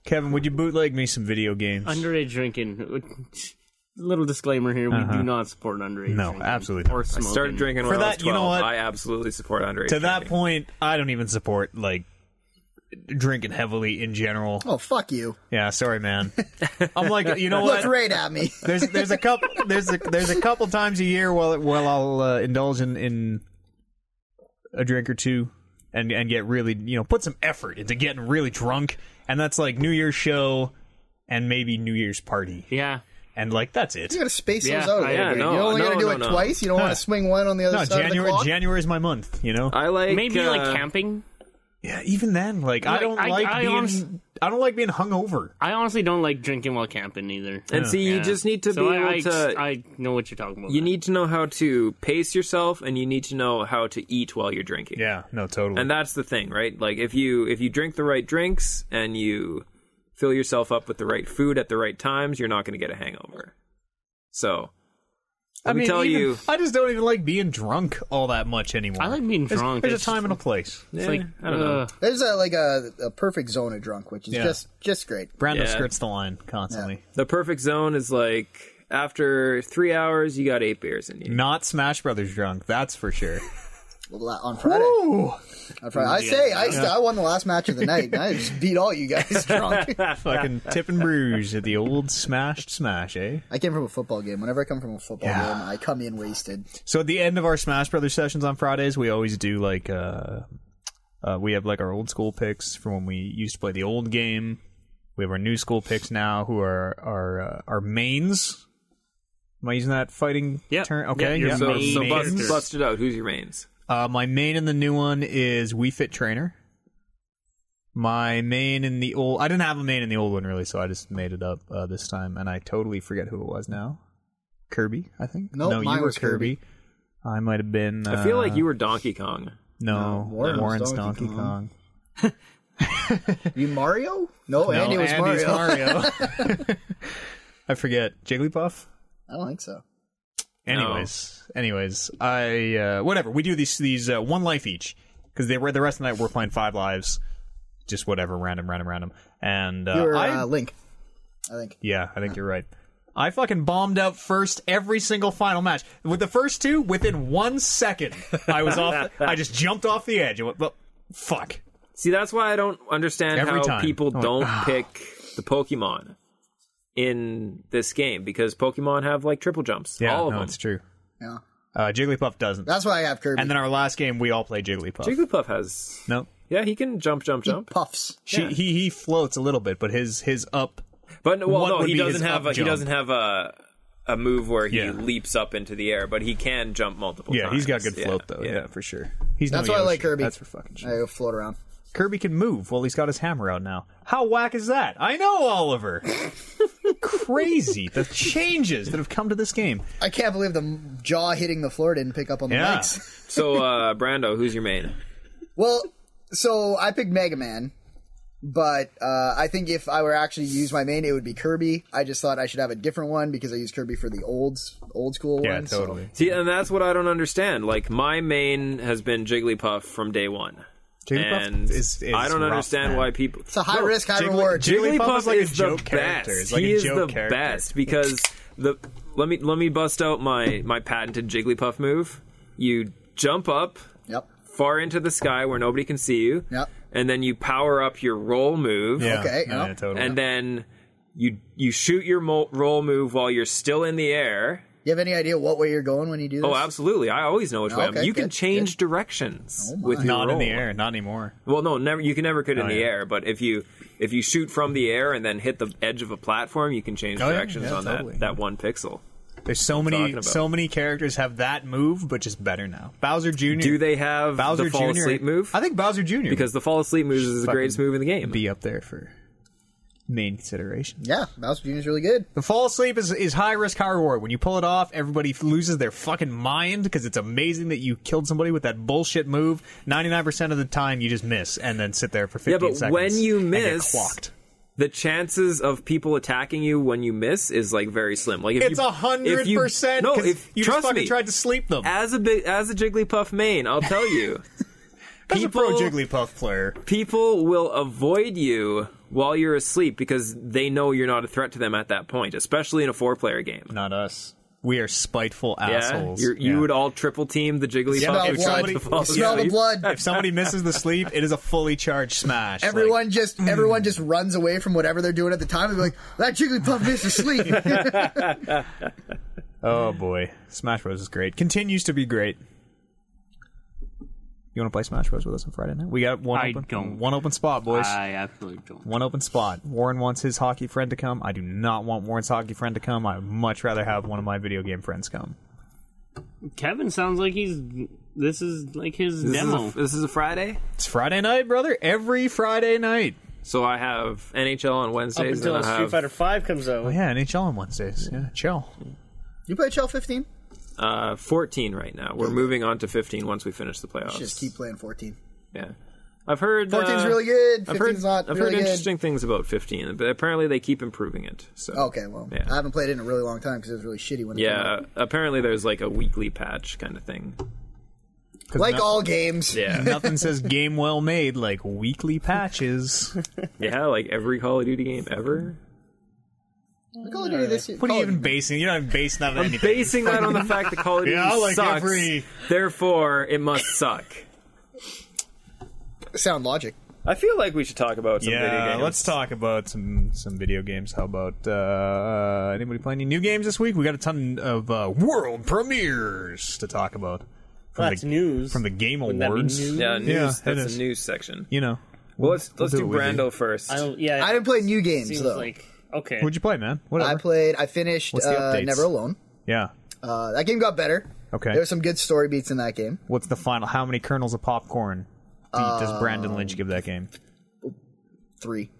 Speaker 4: Kevin, would you bootleg me some video games?
Speaker 3: underage drinking. Little disclaimer here: we do not support underage.
Speaker 4: Uh-huh. No,
Speaker 3: drinking
Speaker 4: absolutely
Speaker 3: Or
Speaker 4: not.
Speaker 3: smoking.
Speaker 5: Started drinking when
Speaker 4: For
Speaker 5: I was
Speaker 4: that, you know
Speaker 5: 12.
Speaker 4: what?
Speaker 5: I absolutely support underage.
Speaker 4: to that
Speaker 5: drinking.
Speaker 4: point, I don't even support like drinking heavily in general.
Speaker 6: oh fuck you!
Speaker 4: Yeah, sorry, man. I'm like, you know
Speaker 6: Looked
Speaker 4: what?
Speaker 6: right at me.
Speaker 4: There's there's a couple there's a, there's a couple times a year while while I'll uh, indulge in, in a drink or two and and get really you know put some effort into getting really drunk, and that's like New Year's show and maybe New Year's party,
Speaker 3: Yeah.
Speaker 4: and like that's it.
Speaker 6: You gotta space
Speaker 3: Yeah,
Speaker 6: those out. a
Speaker 3: I-
Speaker 6: little
Speaker 3: yeah,
Speaker 6: bit.
Speaker 5: no,
Speaker 6: you only
Speaker 5: no,
Speaker 6: gotta do
Speaker 5: no,
Speaker 6: it
Speaker 5: no.
Speaker 6: twice. You don't want to swing one on the other
Speaker 4: No,
Speaker 6: side of the
Speaker 4: January
Speaker 6: clock.
Speaker 4: January is my month, you know.
Speaker 5: I like
Speaker 3: Maybe
Speaker 5: uh,
Speaker 3: like camping.
Speaker 4: yeah, even then, like, I
Speaker 3: Like,
Speaker 4: don't
Speaker 3: I-
Speaker 4: like
Speaker 3: I
Speaker 4: being
Speaker 3: honest-
Speaker 4: I don't like being hungover.
Speaker 3: I honestly don't like drinking while camping either.
Speaker 5: And see, you just need to
Speaker 3: so
Speaker 5: be
Speaker 3: I,
Speaker 5: able
Speaker 3: I,
Speaker 5: to.
Speaker 3: I know what you're talking about.
Speaker 5: you
Speaker 3: man.
Speaker 5: need to know how to pace yourself, and you need to know how to eat while you're drinking.
Speaker 4: Yeah, no, totally.
Speaker 5: and that's the thing right like if you if you drink the right drinks and you fill yourself up with the right food at the right times you're not going to get a hangover so let
Speaker 4: I
Speaker 5: me
Speaker 4: mean,
Speaker 5: tell
Speaker 4: even-
Speaker 5: you
Speaker 4: I just don't even like being drunk all that much anymore.
Speaker 3: I like being
Speaker 4: There's-
Speaker 3: drunk.
Speaker 4: There's
Speaker 3: It's
Speaker 4: a time and a place.
Speaker 5: yeah,
Speaker 3: It's like
Speaker 5: i don't know
Speaker 3: uh,
Speaker 6: There's a like a, a perfect zone of drunk, which is
Speaker 4: Yeah.
Speaker 6: just just great.
Speaker 4: Brando
Speaker 5: Yeah.
Speaker 4: skirts the line constantly.
Speaker 5: the perfect zone is like after three hours you got eight beers in you
Speaker 4: Not Smash Brothers drunk, that's for sure.
Speaker 6: La- On Friday,
Speaker 4: Ooh,
Speaker 6: on Friday. I say I, st- I won the last match of the night. and I just beat all you guys drunk.
Speaker 4: fucking tip and bruise at the old smashed smash, eh?
Speaker 6: I came from a football game. Whenever I come from a football
Speaker 4: Yeah.
Speaker 6: game, I come in wasted.
Speaker 4: So at the end of our Smash Brothers sessions on Fridays, we always do like uh, uh we have like our old school picks from when we used to play the old game. We have our new school picks now, who are our uh, our mains. Am I using that fighting
Speaker 3: Yeah.
Speaker 4: term?
Speaker 3: Yeah,
Speaker 4: Okay,
Speaker 3: your
Speaker 4: yeah.
Speaker 5: so,
Speaker 3: Main
Speaker 5: so bust,
Speaker 3: characters.
Speaker 5: bust it out who's your mains
Speaker 4: Uh, my main in the new one is We Fit Trainer. My main in the old, I didn't have a main in the old one really, so I just made it up uh, this time, and I totally forget who it was now. Kirby, I think.
Speaker 6: Nope,
Speaker 4: no,
Speaker 6: mine
Speaker 4: you were
Speaker 6: was
Speaker 4: Kirby.
Speaker 6: Kirby.
Speaker 4: I might have been. Uh,
Speaker 5: i feel like you were donkey kong
Speaker 4: No,
Speaker 6: Warren was
Speaker 4: Warren's Donkey,
Speaker 6: Donkey
Speaker 4: Kong.
Speaker 6: Kong. You Mario? No,
Speaker 4: No,
Speaker 6: Andy was
Speaker 4: Andy's
Speaker 6: Mario.
Speaker 4: Mario. I forget Jigglypuff.
Speaker 6: I don't think so.
Speaker 4: Anyways, anyways, I uh, whatever we do these these uh, one life each, because they were the rest of the night we're playing Five Lives, just whatever, random, random, random. And uh,
Speaker 6: You were
Speaker 4: I,
Speaker 6: uh, Link, I think.
Speaker 4: yeah, I think you're right. I fucking bombed out first every single final match. With the first two, within one second, I was off. I just jumped off the edge. I went, well, fuck.
Speaker 5: See, that's why I don't understand
Speaker 4: Every
Speaker 5: how
Speaker 4: time.
Speaker 5: people
Speaker 4: I'm like,
Speaker 5: don't
Speaker 4: "Ah."
Speaker 5: pick the Pokemon in this game because Pokemon have like triple jumps. all of
Speaker 4: no,
Speaker 5: them.
Speaker 4: it's true.
Speaker 6: Yeah,
Speaker 4: Uh, Jigglypuff doesn't.
Speaker 6: that's why I have Kirby.
Speaker 4: and then our last game, we all play Jigglypuff.
Speaker 5: Jigglypuff has.
Speaker 4: no,
Speaker 5: Yeah, he can jump, jump, jump.
Speaker 6: puffs.
Speaker 4: she, he he floats a little bit, but his his up.
Speaker 5: But well,
Speaker 4: What
Speaker 5: no,
Speaker 4: would
Speaker 5: he
Speaker 4: be
Speaker 5: doesn't
Speaker 4: his
Speaker 5: have.
Speaker 4: up
Speaker 5: A, he
Speaker 4: jump?
Speaker 5: doesn't have a a move where he
Speaker 4: Yeah.
Speaker 5: leaps up into the air, but he can jump multiple.
Speaker 4: Yeah, he's got
Speaker 5: times.
Speaker 4: good float though. Yeah, for sure. He's
Speaker 6: That's
Speaker 4: no
Speaker 6: why I
Speaker 4: Yoshi.
Speaker 6: like Kirby.
Speaker 4: That's for fucking sure.
Speaker 6: I go float around.
Speaker 4: Kirby can move. Well, he's got his hammer out now. How whack is that? I know, Oliver. Crazy the changes that have come to this game.
Speaker 6: I can't believe the m- jaw hitting the floor didn't pick up on the
Speaker 4: Yeah.
Speaker 6: mics.
Speaker 5: So, uh, Brando, who's your main?
Speaker 6: Well, so I picked Mega Man, but uh, I think if I were actually to use my main, it would be Kirby. I just thought I should have a different one because I use Kirby for the old, old school one. so-
Speaker 5: See, and that's what I don't understand. Like, my main has been Jigglypuff from day one,
Speaker 4: Jigglypuff
Speaker 5: and
Speaker 4: is- is
Speaker 5: I don't
Speaker 4: rough,
Speaker 5: understand
Speaker 4: man.
Speaker 5: why people.
Speaker 6: It's a high risk, high
Speaker 4: Jiggly-
Speaker 6: reward.
Speaker 4: Jig- Jigglypuff
Speaker 5: Jigglypuff
Speaker 4: is like a
Speaker 5: is
Speaker 4: joke
Speaker 5: the
Speaker 4: character.
Speaker 5: best.
Speaker 4: It's like
Speaker 5: he
Speaker 4: a
Speaker 5: is
Speaker 4: joke
Speaker 5: the
Speaker 4: character.
Speaker 5: best because the let me let me bust out my my patented Jigglypuff move. You jump up
Speaker 6: yep.
Speaker 5: far into the sky where nobody can see you,
Speaker 6: Yep.
Speaker 5: and then you power up your roll move,
Speaker 4: Yeah,
Speaker 6: Okay,
Speaker 4: no,
Speaker 6: yeah.
Speaker 4: yeah, totally.
Speaker 5: and then you you shoot your mo- roll move while you're still in the air.
Speaker 6: You have any idea what way you're going when you do this?
Speaker 5: Oh, absolutely! I always know which way. I'm.
Speaker 6: Okay,
Speaker 5: You can
Speaker 6: good,
Speaker 5: change directions
Speaker 6: my.
Speaker 5: with your
Speaker 4: not in the
Speaker 5: roll.
Speaker 4: air, not anymore.
Speaker 5: Well, no, never. You can never could in
Speaker 4: Oh,
Speaker 5: the
Speaker 4: yeah.
Speaker 5: air, but if you if you shoot from the air and then hit the edge of a platform, you can change
Speaker 4: Oh, yeah,
Speaker 5: directions
Speaker 4: yeah,
Speaker 5: on
Speaker 4: totally.
Speaker 5: that that one pixel.
Speaker 4: There's so
Speaker 5: talking
Speaker 4: many,
Speaker 5: about.
Speaker 4: so many characters have that move, but just better now. Bowser Jr.
Speaker 5: Do they have
Speaker 4: Bowser
Speaker 5: the fall
Speaker 4: Jr.
Speaker 5: asleep move?
Speaker 4: I think Bowser Jr.
Speaker 5: because the fall asleep move is the
Speaker 4: Fucking
Speaker 5: greatest move in the game.
Speaker 4: be up there for main consideration.
Speaker 6: Yeah, Bowser Jr. is really good.
Speaker 4: The fall asleep is, is high risk, high reward. When you pull it off, everybody f- loses their fucking mind because it's amazing that you killed somebody with that bullshit move. Ninety nine percent of the time, you just miss and then sit there for fifteen
Speaker 5: Yeah, but
Speaker 4: seconds.
Speaker 5: when you
Speaker 4: and get
Speaker 5: miss,
Speaker 4: clocked.
Speaker 5: the chances of people attacking you when you miss is like very slim. Like if
Speaker 4: It's
Speaker 5: you-
Speaker 4: a hundred
Speaker 5: if you-
Speaker 4: percent.
Speaker 5: No,
Speaker 4: 'cause
Speaker 5: if
Speaker 4: you
Speaker 5: trust
Speaker 4: just fucking
Speaker 5: me,
Speaker 4: tried to sleep them.
Speaker 5: as a big as a Jigglypuff main, I'll tell you,
Speaker 4: As a pro
Speaker 5: people-
Speaker 4: Jigglypuff player,
Speaker 5: people will avoid you while you're asleep because they know you're not a threat to them at that point, especially in a four player game.
Speaker 4: not us. We are spiteful
Speaker 5: Yeah,
Speaker 4: assholes.
Speaker 5: you're, you
Speaker 4: Yeah.
Speaker 5: would all triple team the Jigglypuff
Speaker 4: Smell
Speaker 5: who
Speaker 4: blood.
Speaker 5: tried to fall
Speaker 4: You
Speaker 6: Smell the
Speaker 5: asleep.
Speaker 6: blood.
Speaker 4: if somebody misses the sleep, it is a fully charged smash.
Speaker 6: Everyone just
Speaker 5: Hmm.
Speaker 6: everyone just runs away from whatever they're doing at the time and be like, that Jigglypuff missed a sleep.
Speaker 4: Like, oh boy, Smash Bros is great. Continues to be great. You want to play Smash Bros with us on Friday night? We got one
Speaker 3: I
Speaker 4: open,
Speaker 3: don't.
Speaker 4: one open spot, boys.
Speaker 3: I absolutely don't.
Speaker 4: one open spot. Warren wants his hockey friend to come. I do not want Warren's hockey friend to come. I would much rather have one of my video game friends come.
Speaker 3: Kevin sounds like he's. This is like his
Speaker 5: This
Speaker 3: demo.
Speaker 5: is, a, this is a Friday,
Speaker 4: It's Friday night, brother. Every Friday night.
Speaker 5: so I have NHL on
Speaker 3: up
Speaker 5: Wednesdays.
Speaker 3: until
Speaker 5: and I
Speaker 3: Street
Speaker 5: have,
Speaker 3: Fighter Five comes out.
Speaker 4: Oh yeah, NHL on Wednesdays. Yeah, chill.
Speaker 6: you play HL 15?
Speaker 5: uh, 14 right now. We're moving on to 15 once we finish the playoffs.
Speaker 6: Just keep playing 14.
Speaker 5: Yeah, I've heard
Speaker 6: 14's
Speaker 5: uh,
Speaker 6: really good. 15's
Speaker 5: I've heard,
Speaker 6: not
Speaker 5: I've heard
Speaker 6: really good.
Speaker 5: interesting things about 15, but apparently they keep improving it. So
Speaker 6: Okay, well,
Speaker 5: Yeah.
Speaker 6: I haven't played it in a really long time because it was really shitty when it came out.
Speaker 5: yeah, apparently there's like a weekly patch kind of thing.
Speaker 4: 'Cause
Speaker 6: Like
Speaker 4: no-
Speaker 6: all games.
Speaker 5: Yeah,
Speaker 4: nothing says game well made like weekly patches.
Speaker 5: yeah, like every Call of Duty game ever.
Speaker 6: Call of Duty this year.
Speaker 4: What are
Speaker 6: Call
Speaker 4: you
Speaker 6: of
Speaker 4: even
Speaker 6: Duty.
Speaker 4: basing? You're not even basing that on
Speaker 5: I'm
Speaker 4: anything.
Speaker 5: basing that on the fact that Call of Duty
Speaker 4: Yeah, like
Speaker 5: sucks.
Speaker 4: every-
Speaker 5: Therefore, it must suck.
Speaker 6: Sound logic.
Speaker 5: I feel like we should talk about some video
Speaker 4: yeah,
Speaker 5: games.
Speaker 4: let's talk about some some video games. How about uh, anybody playing any new games this week? We got a ton of uh, world premieres to talk about. From
Speaker 3: That's news.
Speaker 4: from the Game
Speaker 3: Wouldn't that be
Speaker 4: Awards.
Speaker 3: news?
Speaker 5: Yeah, news.
Speaker 4: Yeah, it
Speaker 5: that's
Speaker 4: is.
Speaker 5: the news section.
Speaker 4: You know,
Speaker 5: Well, let's let's do
Speaker 4: We'll do it with
Speaker 5: Brando first.
Speaker 3: I don't. Yeah,
Speaker 6: I didn't play new games,
Speaker 3: Seems
Speaker 6: though.
Speaker 3: like okay.
Speaker 4: what'd you play, man? Whatever.
Speaker 6: I played, I finished
Speaker 4: What's the
Speaker 6: uh,
Speaker 4: updates?
Speaker 6: Never Alone.
Speaker 4: yeah.
Speaker 6: Uh, that game got better.
Speaker 4: Okay.
Speaker 6: There were some good story beats in that game.
Speaker 4: What's the final? How many kernels of popcorn do- does Brandon Lynch give that game?
Speaker 5: Um,
Speaker 6: Three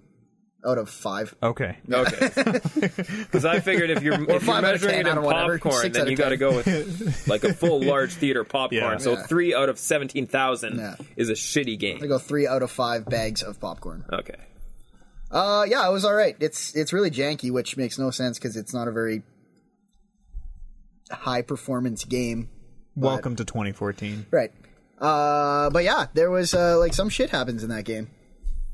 Speaker 6: out of five.
Speaker 4: Okay.
Speaker 5: Okay, because I figured if you're, if you're
Speaker 6: five out of
Speaker 5: measuring it
Speaker 6: 10 out
Speaker 5: in
Speaker 6: of whatever,
Speaker 5: popcorn,
Speaker 6: six
Speaker 5: then
Speaker 6: out of
Speaker 5: you got to go with like a full large theater popcorn.
Speaker 4: Yeah.
Speaker 5: So three out of seventeen thousand
Speaker 6: Yeah.
Speaker 5: is a shitty
Speaker 6: I
Speaker 5: game.
Speaker 6: go three out of five bags of popcorn.
Speaker 5: Okay,
Speaker 6: Uh, yeah, it was all right. It's it's really janky, which makes no sense because it's not a very high performance game.
Speaker 4: Welcome to 2014.
Speaker 6: Right. Uh, but yeah, there was uh, like some shit happens in that game.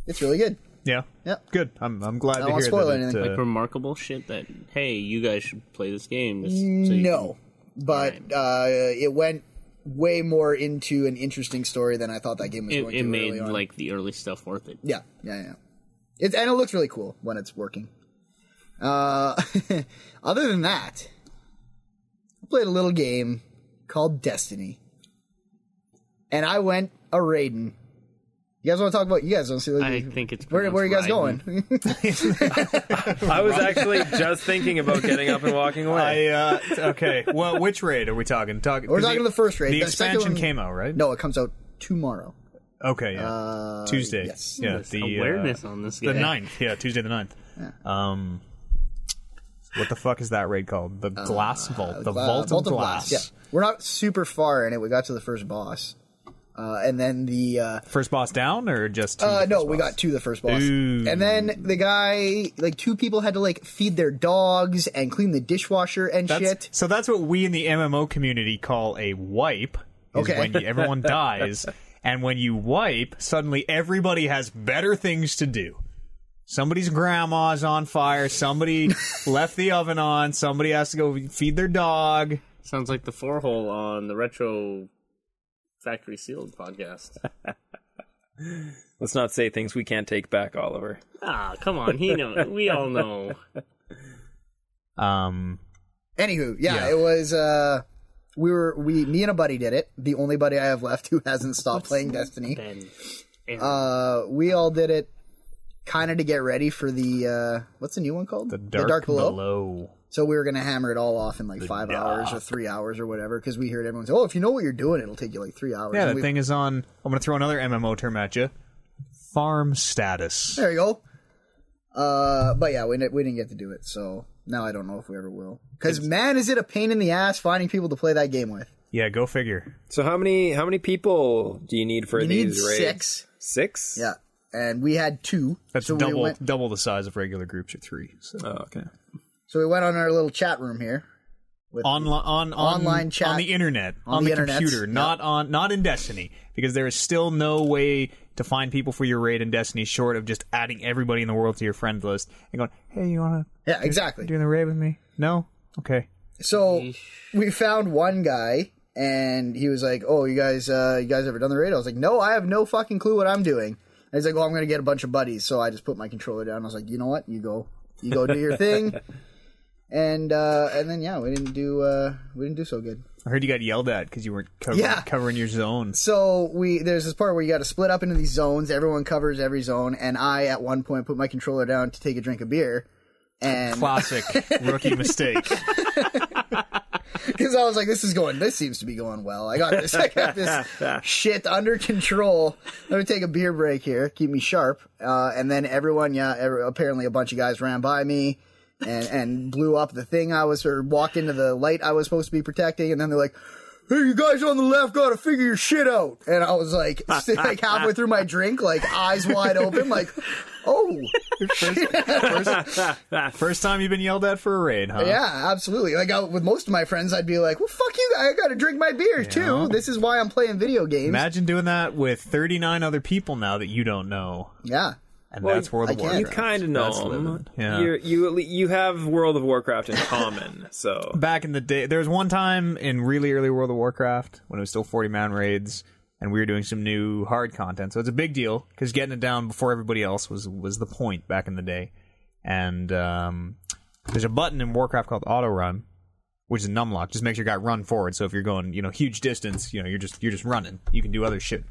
Speaker 6: It's really good.
Speaker 4: Yeah.
Speaker 6: Yeah.
Speaker 4: Good. I'm, I'm glad to
Speaker 6: won't
Speaker 4: hear
Speaker 6: spoil
Speaker 4: that.
Speaker 6: anything.
Speaker 4: It, uh,
Speaker 3: Like remarkable shit that hey, you guys should play this game. Just so you
Speaker 6: No, but uh, it went way more into an interesting story than I thought that game was
Speaker 3: can-
Speaker 6: going
Speaker 3: it, it
Speaker 6: to.
Speaker 3: made
Speaker 6: early on.
Speaker 3: like the early stuff worth it.
Speaker 6: Yeah, yeah, yeah. It, and it looks really cool when it's working. Uh, other than that, I played a little game called Destiny, and I went a raiding. You guys want to talk about? You guys don't see. Like,
Speaker 3: I think it's
Speaker 6: where, where are you guys
Speaker 3: pronounced
Speaker 6: going?
Speaker 5: I was actually just thinking about getting up and walking away.
Speaker 4: I, uh, okay. Well, which raid are we talking? talking
Speaker 6: We're talking the first raid.
Speaker 4: The,
Speaker 6: The second
Speaker 4: expansion
Speaker 6: one-
Speaker 4: came out, right?
Speaker 6: no, it comes out tomorrow.
Speaker 4: Okay, yeah. Tuesday.
Speaker 6: yes.
Speaker 4: Yeah,
Speaker 3: This
Speaker 4: the uh,
Speaker 3: awareness on this
Speaker 4: the
Speaker 3: guy.
Speaker 4: 9th. Yeah, Tuesday the 9th. Um what the fuck is that raid called? The Glass Vault. The
Speaker 6: Uh,
Speaker 4: Vault, of Glass.
Speaker 6: Yeah, we're not super far in it. We got to the first boss, uh, and then the uh,
Speaker 4: First boss down or just to
Speaker 6: Uh,
Speaker 4: the
Speaker 6: no,
Speaker 4: first
Speaker 6: we
Speaker 4: boss?
Speaker 6: got to the first boss,
Speaker 4: Ooh.
Speaker 6: and then the guy, like two people, had to like feed their dogs and clean the dishwasher and
Speaker 4: That's-
Speaker 6: shit.
Speaker 4: So that's what we in the MMO community call a wipe. Is
Speaker 6: Okay.
Speaker 4: when you, everyone dies, and when you wipe, suddenly everybody has better things to do. Somebody's grandma's on fire. Somebody left the oven on. Somebody has to go feed their dog.
Speaker 3: Sounds like the four hole on the retro factory sealed podcast.
Speaker 5: Let's not say things we can't take back, Oliver.
Speaker 3: ah, come on, he know we all know.
Speaker 4: Um,
Speaker 6: Anywho, yeah,
Speaker 4: Yeah.
Speaker 6: it was. uh We were we me and a buddy did it. The only buddy I have left who hasn't stopped playing Destiny.
Speaker 3: Ben.
Speaker 6: Uh, we all did it, kind of to get ready for the uh what's the new one called?
Speaker 4: the dark,
Speaker 6: below. So we were gonna hammer it all off in like five hours or three hours or whatever because we heard everyone say, "Oh, if you know what you're doing, it'll take you like three hours."
Speaker 4: Yeah,
Speaker 6: And
Speaker 4: that
Speaker 6: we-
Speaker 4: thing is on. I'm gonna throw another MMO term at you. Farm status.
Speaker 6: There you go. Uh, but yeah, we, didn't- we didn't get to do it, so now I don't know if we ever will. Because man, is it a pain in the ass finding people to play that game with?
Speaker 4: Yeah, go figure.
Speaker 5: So how many how many people do you need for
Speaker 6: You need
Speaker 5: these raids?
Speaker 6: six.
Speaker 5: Six?
Speaker 6: Yeah, and we had two.
Speaker 4: That's
Speaker 6: so
Speaker 4: double
Speaker 6: We went,
Speaker 4: double the size of regular groups. Or three. So.
Speaker 5: Oh, okay.
Speaker 6: so we went on our little chat room here.
Speaker 4: on, on, on
Speaker 6: Online chat.
Speaker 4: on the internet on,
Speaker 6: the
Speaker 4: the,
Speaker 6: internets,
Speaker 4: computer
Speaker 6: yeah.
Speaker 4: not on not in destiny because there is still no way to find people for your raid in destiny short of just adding everybody in the world to your friend list and going hey you want to
Speaker 6: Yeah, exactly.
Speaker 4: do the raid with me no okay
Speaker 6: So we found one guy, and he was like, "Oh, you guys, uh, you guys ever done the raid?" I was like, "No, I have no fucking clue what I'm doing." And he's like, "Well, I'm gonna get a bunch of buddies," so I just put my controller down. I was like, "You know what? You go, you go do your thing." And uh, and then yeah, we didn't do uh, we didn't do so good.
Speaker 4: i heard you got yelled at because you weren't covering,
Speaker 6: Yeah.
Speaker 4: covering your zones
Speaker 6: So we there's this part where you got to split up into these zones. Everyone covers every zone, and I at one point put my controller down to take a drink of beer, and
Speaker 4: classic rookie mistake
Speaker 6: because I was like, this is going, this seems to be going well. I got this, I got this shit under control. Let me take a beer break here, keep me sharp. Uh, and then everyone, yeah, every, apparently a bunch of guys ran by me and, and blew up the thing I was, or walked into the light I was supposed to be protecting. And then they're like, hey, you guys on the left gotta figure your shit out. And I was like, like halfway through my drink, like eyes wide open, like, oh.
Speaker 4: first time you've been yelled at for a raid huh
Speaker 6: Yeah, absolutely. Like I, with most of my friends, I'd be like, "Well, fuck you! I gotta drink my beer too. This is why I'm playing video games."
Speaker 4: imagine doing that with 39 other people now that you don't know
Speaker 6: yeah,
Speaker 4: and that's World of
Speaker 6: I can't-
Speaker 4: Warcraft.
Speaker 5: You kind of
Speaker 4: That's
Speaker 5: know
Speaker 4: living.
Speaker 5: them.
Speaker 4: Yeah.
Speaker 5: You're, you at le- you have World of Warcraft in common, so
Speaker 4: back in the day there was one time in really early world of warcraft when it was still 40 man raids and we were doing some new hard content so it's a big deal because getting it down before everybody else was was the point back in the day and um, there's a button in warcraft called auto run which is a numlock just makes your guy run forward so if you're going you know huge distance you know you're just you're just running you can do other shit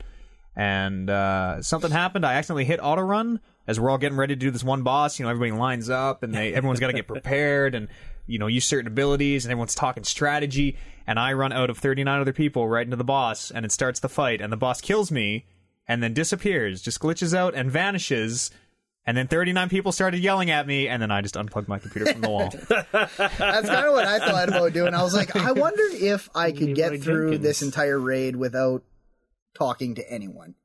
Speaker 4: and uh, something happened. I accidentally hit auto run as we're all getting ready to do this one boss. You know, everybody lines up and they everyone's got to get prepared and you know use certain abilities and everyone's talking strategy. And I run out of thirty nine other people right into the boss and it starts the fight and the boss kills me and then disappears, just glitches out and vanishes. And then 39 people started yelling at me, and then I just unplugged my computer from the wall.
Speaker 6: that's kind of what I thought about doing. I was like, I wonder if I could
Speaker 3: Leroy
Speaker 6: get through
Speaker 3: Jenkins.
Speaker 6: this entire raid without talking to anyone.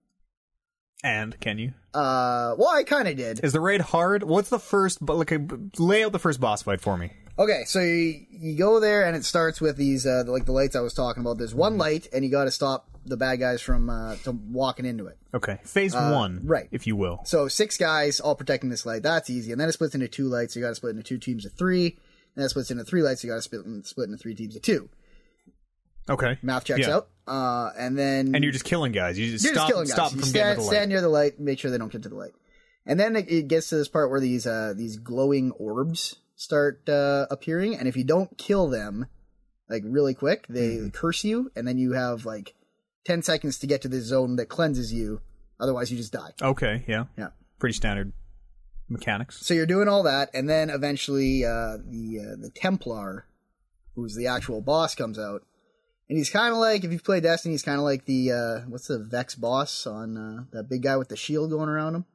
Speaker 4: and can you?
Speaker 6: Uh, well, I kind of did.
Speaker 4: Is the raid hard? What's the first? But like, lay out the first boss fight for me.
Speaker 6: Okay, so you, you go there and it starts with these uh, like the lights I was talking about. There's one light, and you got to stop the bad guys from uh, to walking into it.
Speaker 4: Okay. Phase one,
Speaker 6: Uh, right.
Speaker 4: If you will.
Speaker 6: So six guys all protecting this light. That's easy. And then it splits into two lights. You got to split into two teams of three. And that splits into three lights. You got to split, split into three teams of two.
Speaker 4: Okay.
Speaker 6: Math checks
Speaker 4: Yeah.
Speaker 6: out. Uh, and then
Speaker 4: And you're just killing guys. You just
Speaker 6: you're
Speaker 4: stop,
Speaker 6: just killing guys.
Speaker 4: stop
Speaker 6: You
Speaker 4: from
Speaker 6: stand,
Speaker 4: getting to the
Speaker 6: stand
Speaker 4: light.
Speaker 6: near the light, make sure they don't get to the light. And then it, it gets to this part where these uh, these glowing orbs start uh, appearing, and if you don't kill them like really quick, they
Speaker 4: Mm-hmm.
Speaker 6: curse you, and then you have like ten seconds to get to this zone that cleanses you. Otherwise, you just die.
Speaker 4: Okay. Yeah.
Speaker 6: Yeah.
Speaker 4: Pretty standard mechanics.
Speaker 6: So you're doing all that, and then eventually uh, the uh, the Templar, who's the actual boss, comes out, and he's kind of like if you've played Destiny, he's kind of like the uh, what's the Vex boss on uh, that big guy with the shield going around him.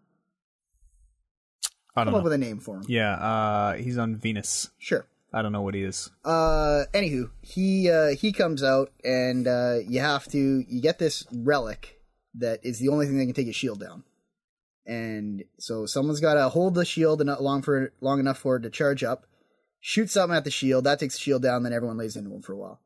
Speaker 4: I don't
Speaker 6: Come up
Speaker 4: know.
Speaker 6: with a name for him.
Speaker 4: Uh-huh. Yeah. Uh, he's on Venus.
Speaker 6: Sure.
Speaker 4: I don't know what he is.
Speaker 6: Uh, anywho, he uh, he comes out, and uh, you have to you get this relic that is the only thing that can take his shield down. And so someone's got to hold the shield and not long for long enough for it to charge up, shoot something at the shield that takes the shield down. Then everyone lays into him for a while.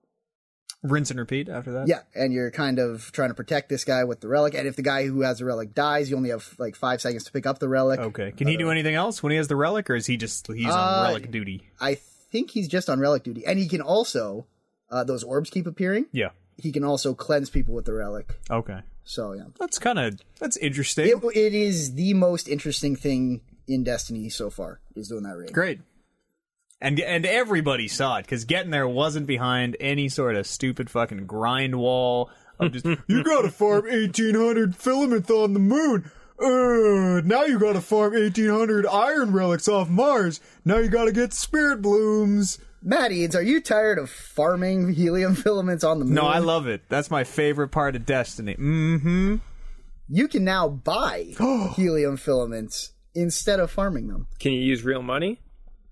Speaker 4: Rinse and repeat after that.
Speaker 6: Yeah, and you're kind of trying to protect this guy with the relic. And if the guy who has the relic dies, you only have like five seconds to pick up the relic.
Speaker 4: Okay. Can he do anything else when he has the relic, or is he just he's
Speaker 6: Uh,
Speaker 4: on relic duty?
Speaker 6: I think he's just on relic duty, and he can also uh, those orbs keep appearing.
Speaker 4: Yeah.
Speaker 6: He can also cleanse people with the relic.
Speaker 4: Okay.
Speaker 6: So yeah,
Speaker 4: That's kind of that's interesting.
Speaker 6: it, it is the most interesting thing in Destiny so far is doing that raid.
Speaker 4: Great. And and everybody saw it because getting there wasn't behind any sort of stupid fucking grind wall of just you gotta farm eighteen hundred filaments on the moon. Uh, now you gotta farm eighteen hundred iron relics off Mars. Now you gotta get spirit blooms.
Speaker 6: Matt Eads, are you tired of farming helium filaments on the moon?
Speaker 4: No, I love it. That's my favorite part of Destiny. Mm-hmm.
Speaker 6: You can now buy helium filaments instead of farming them.
Speaker 5: Can you use real money?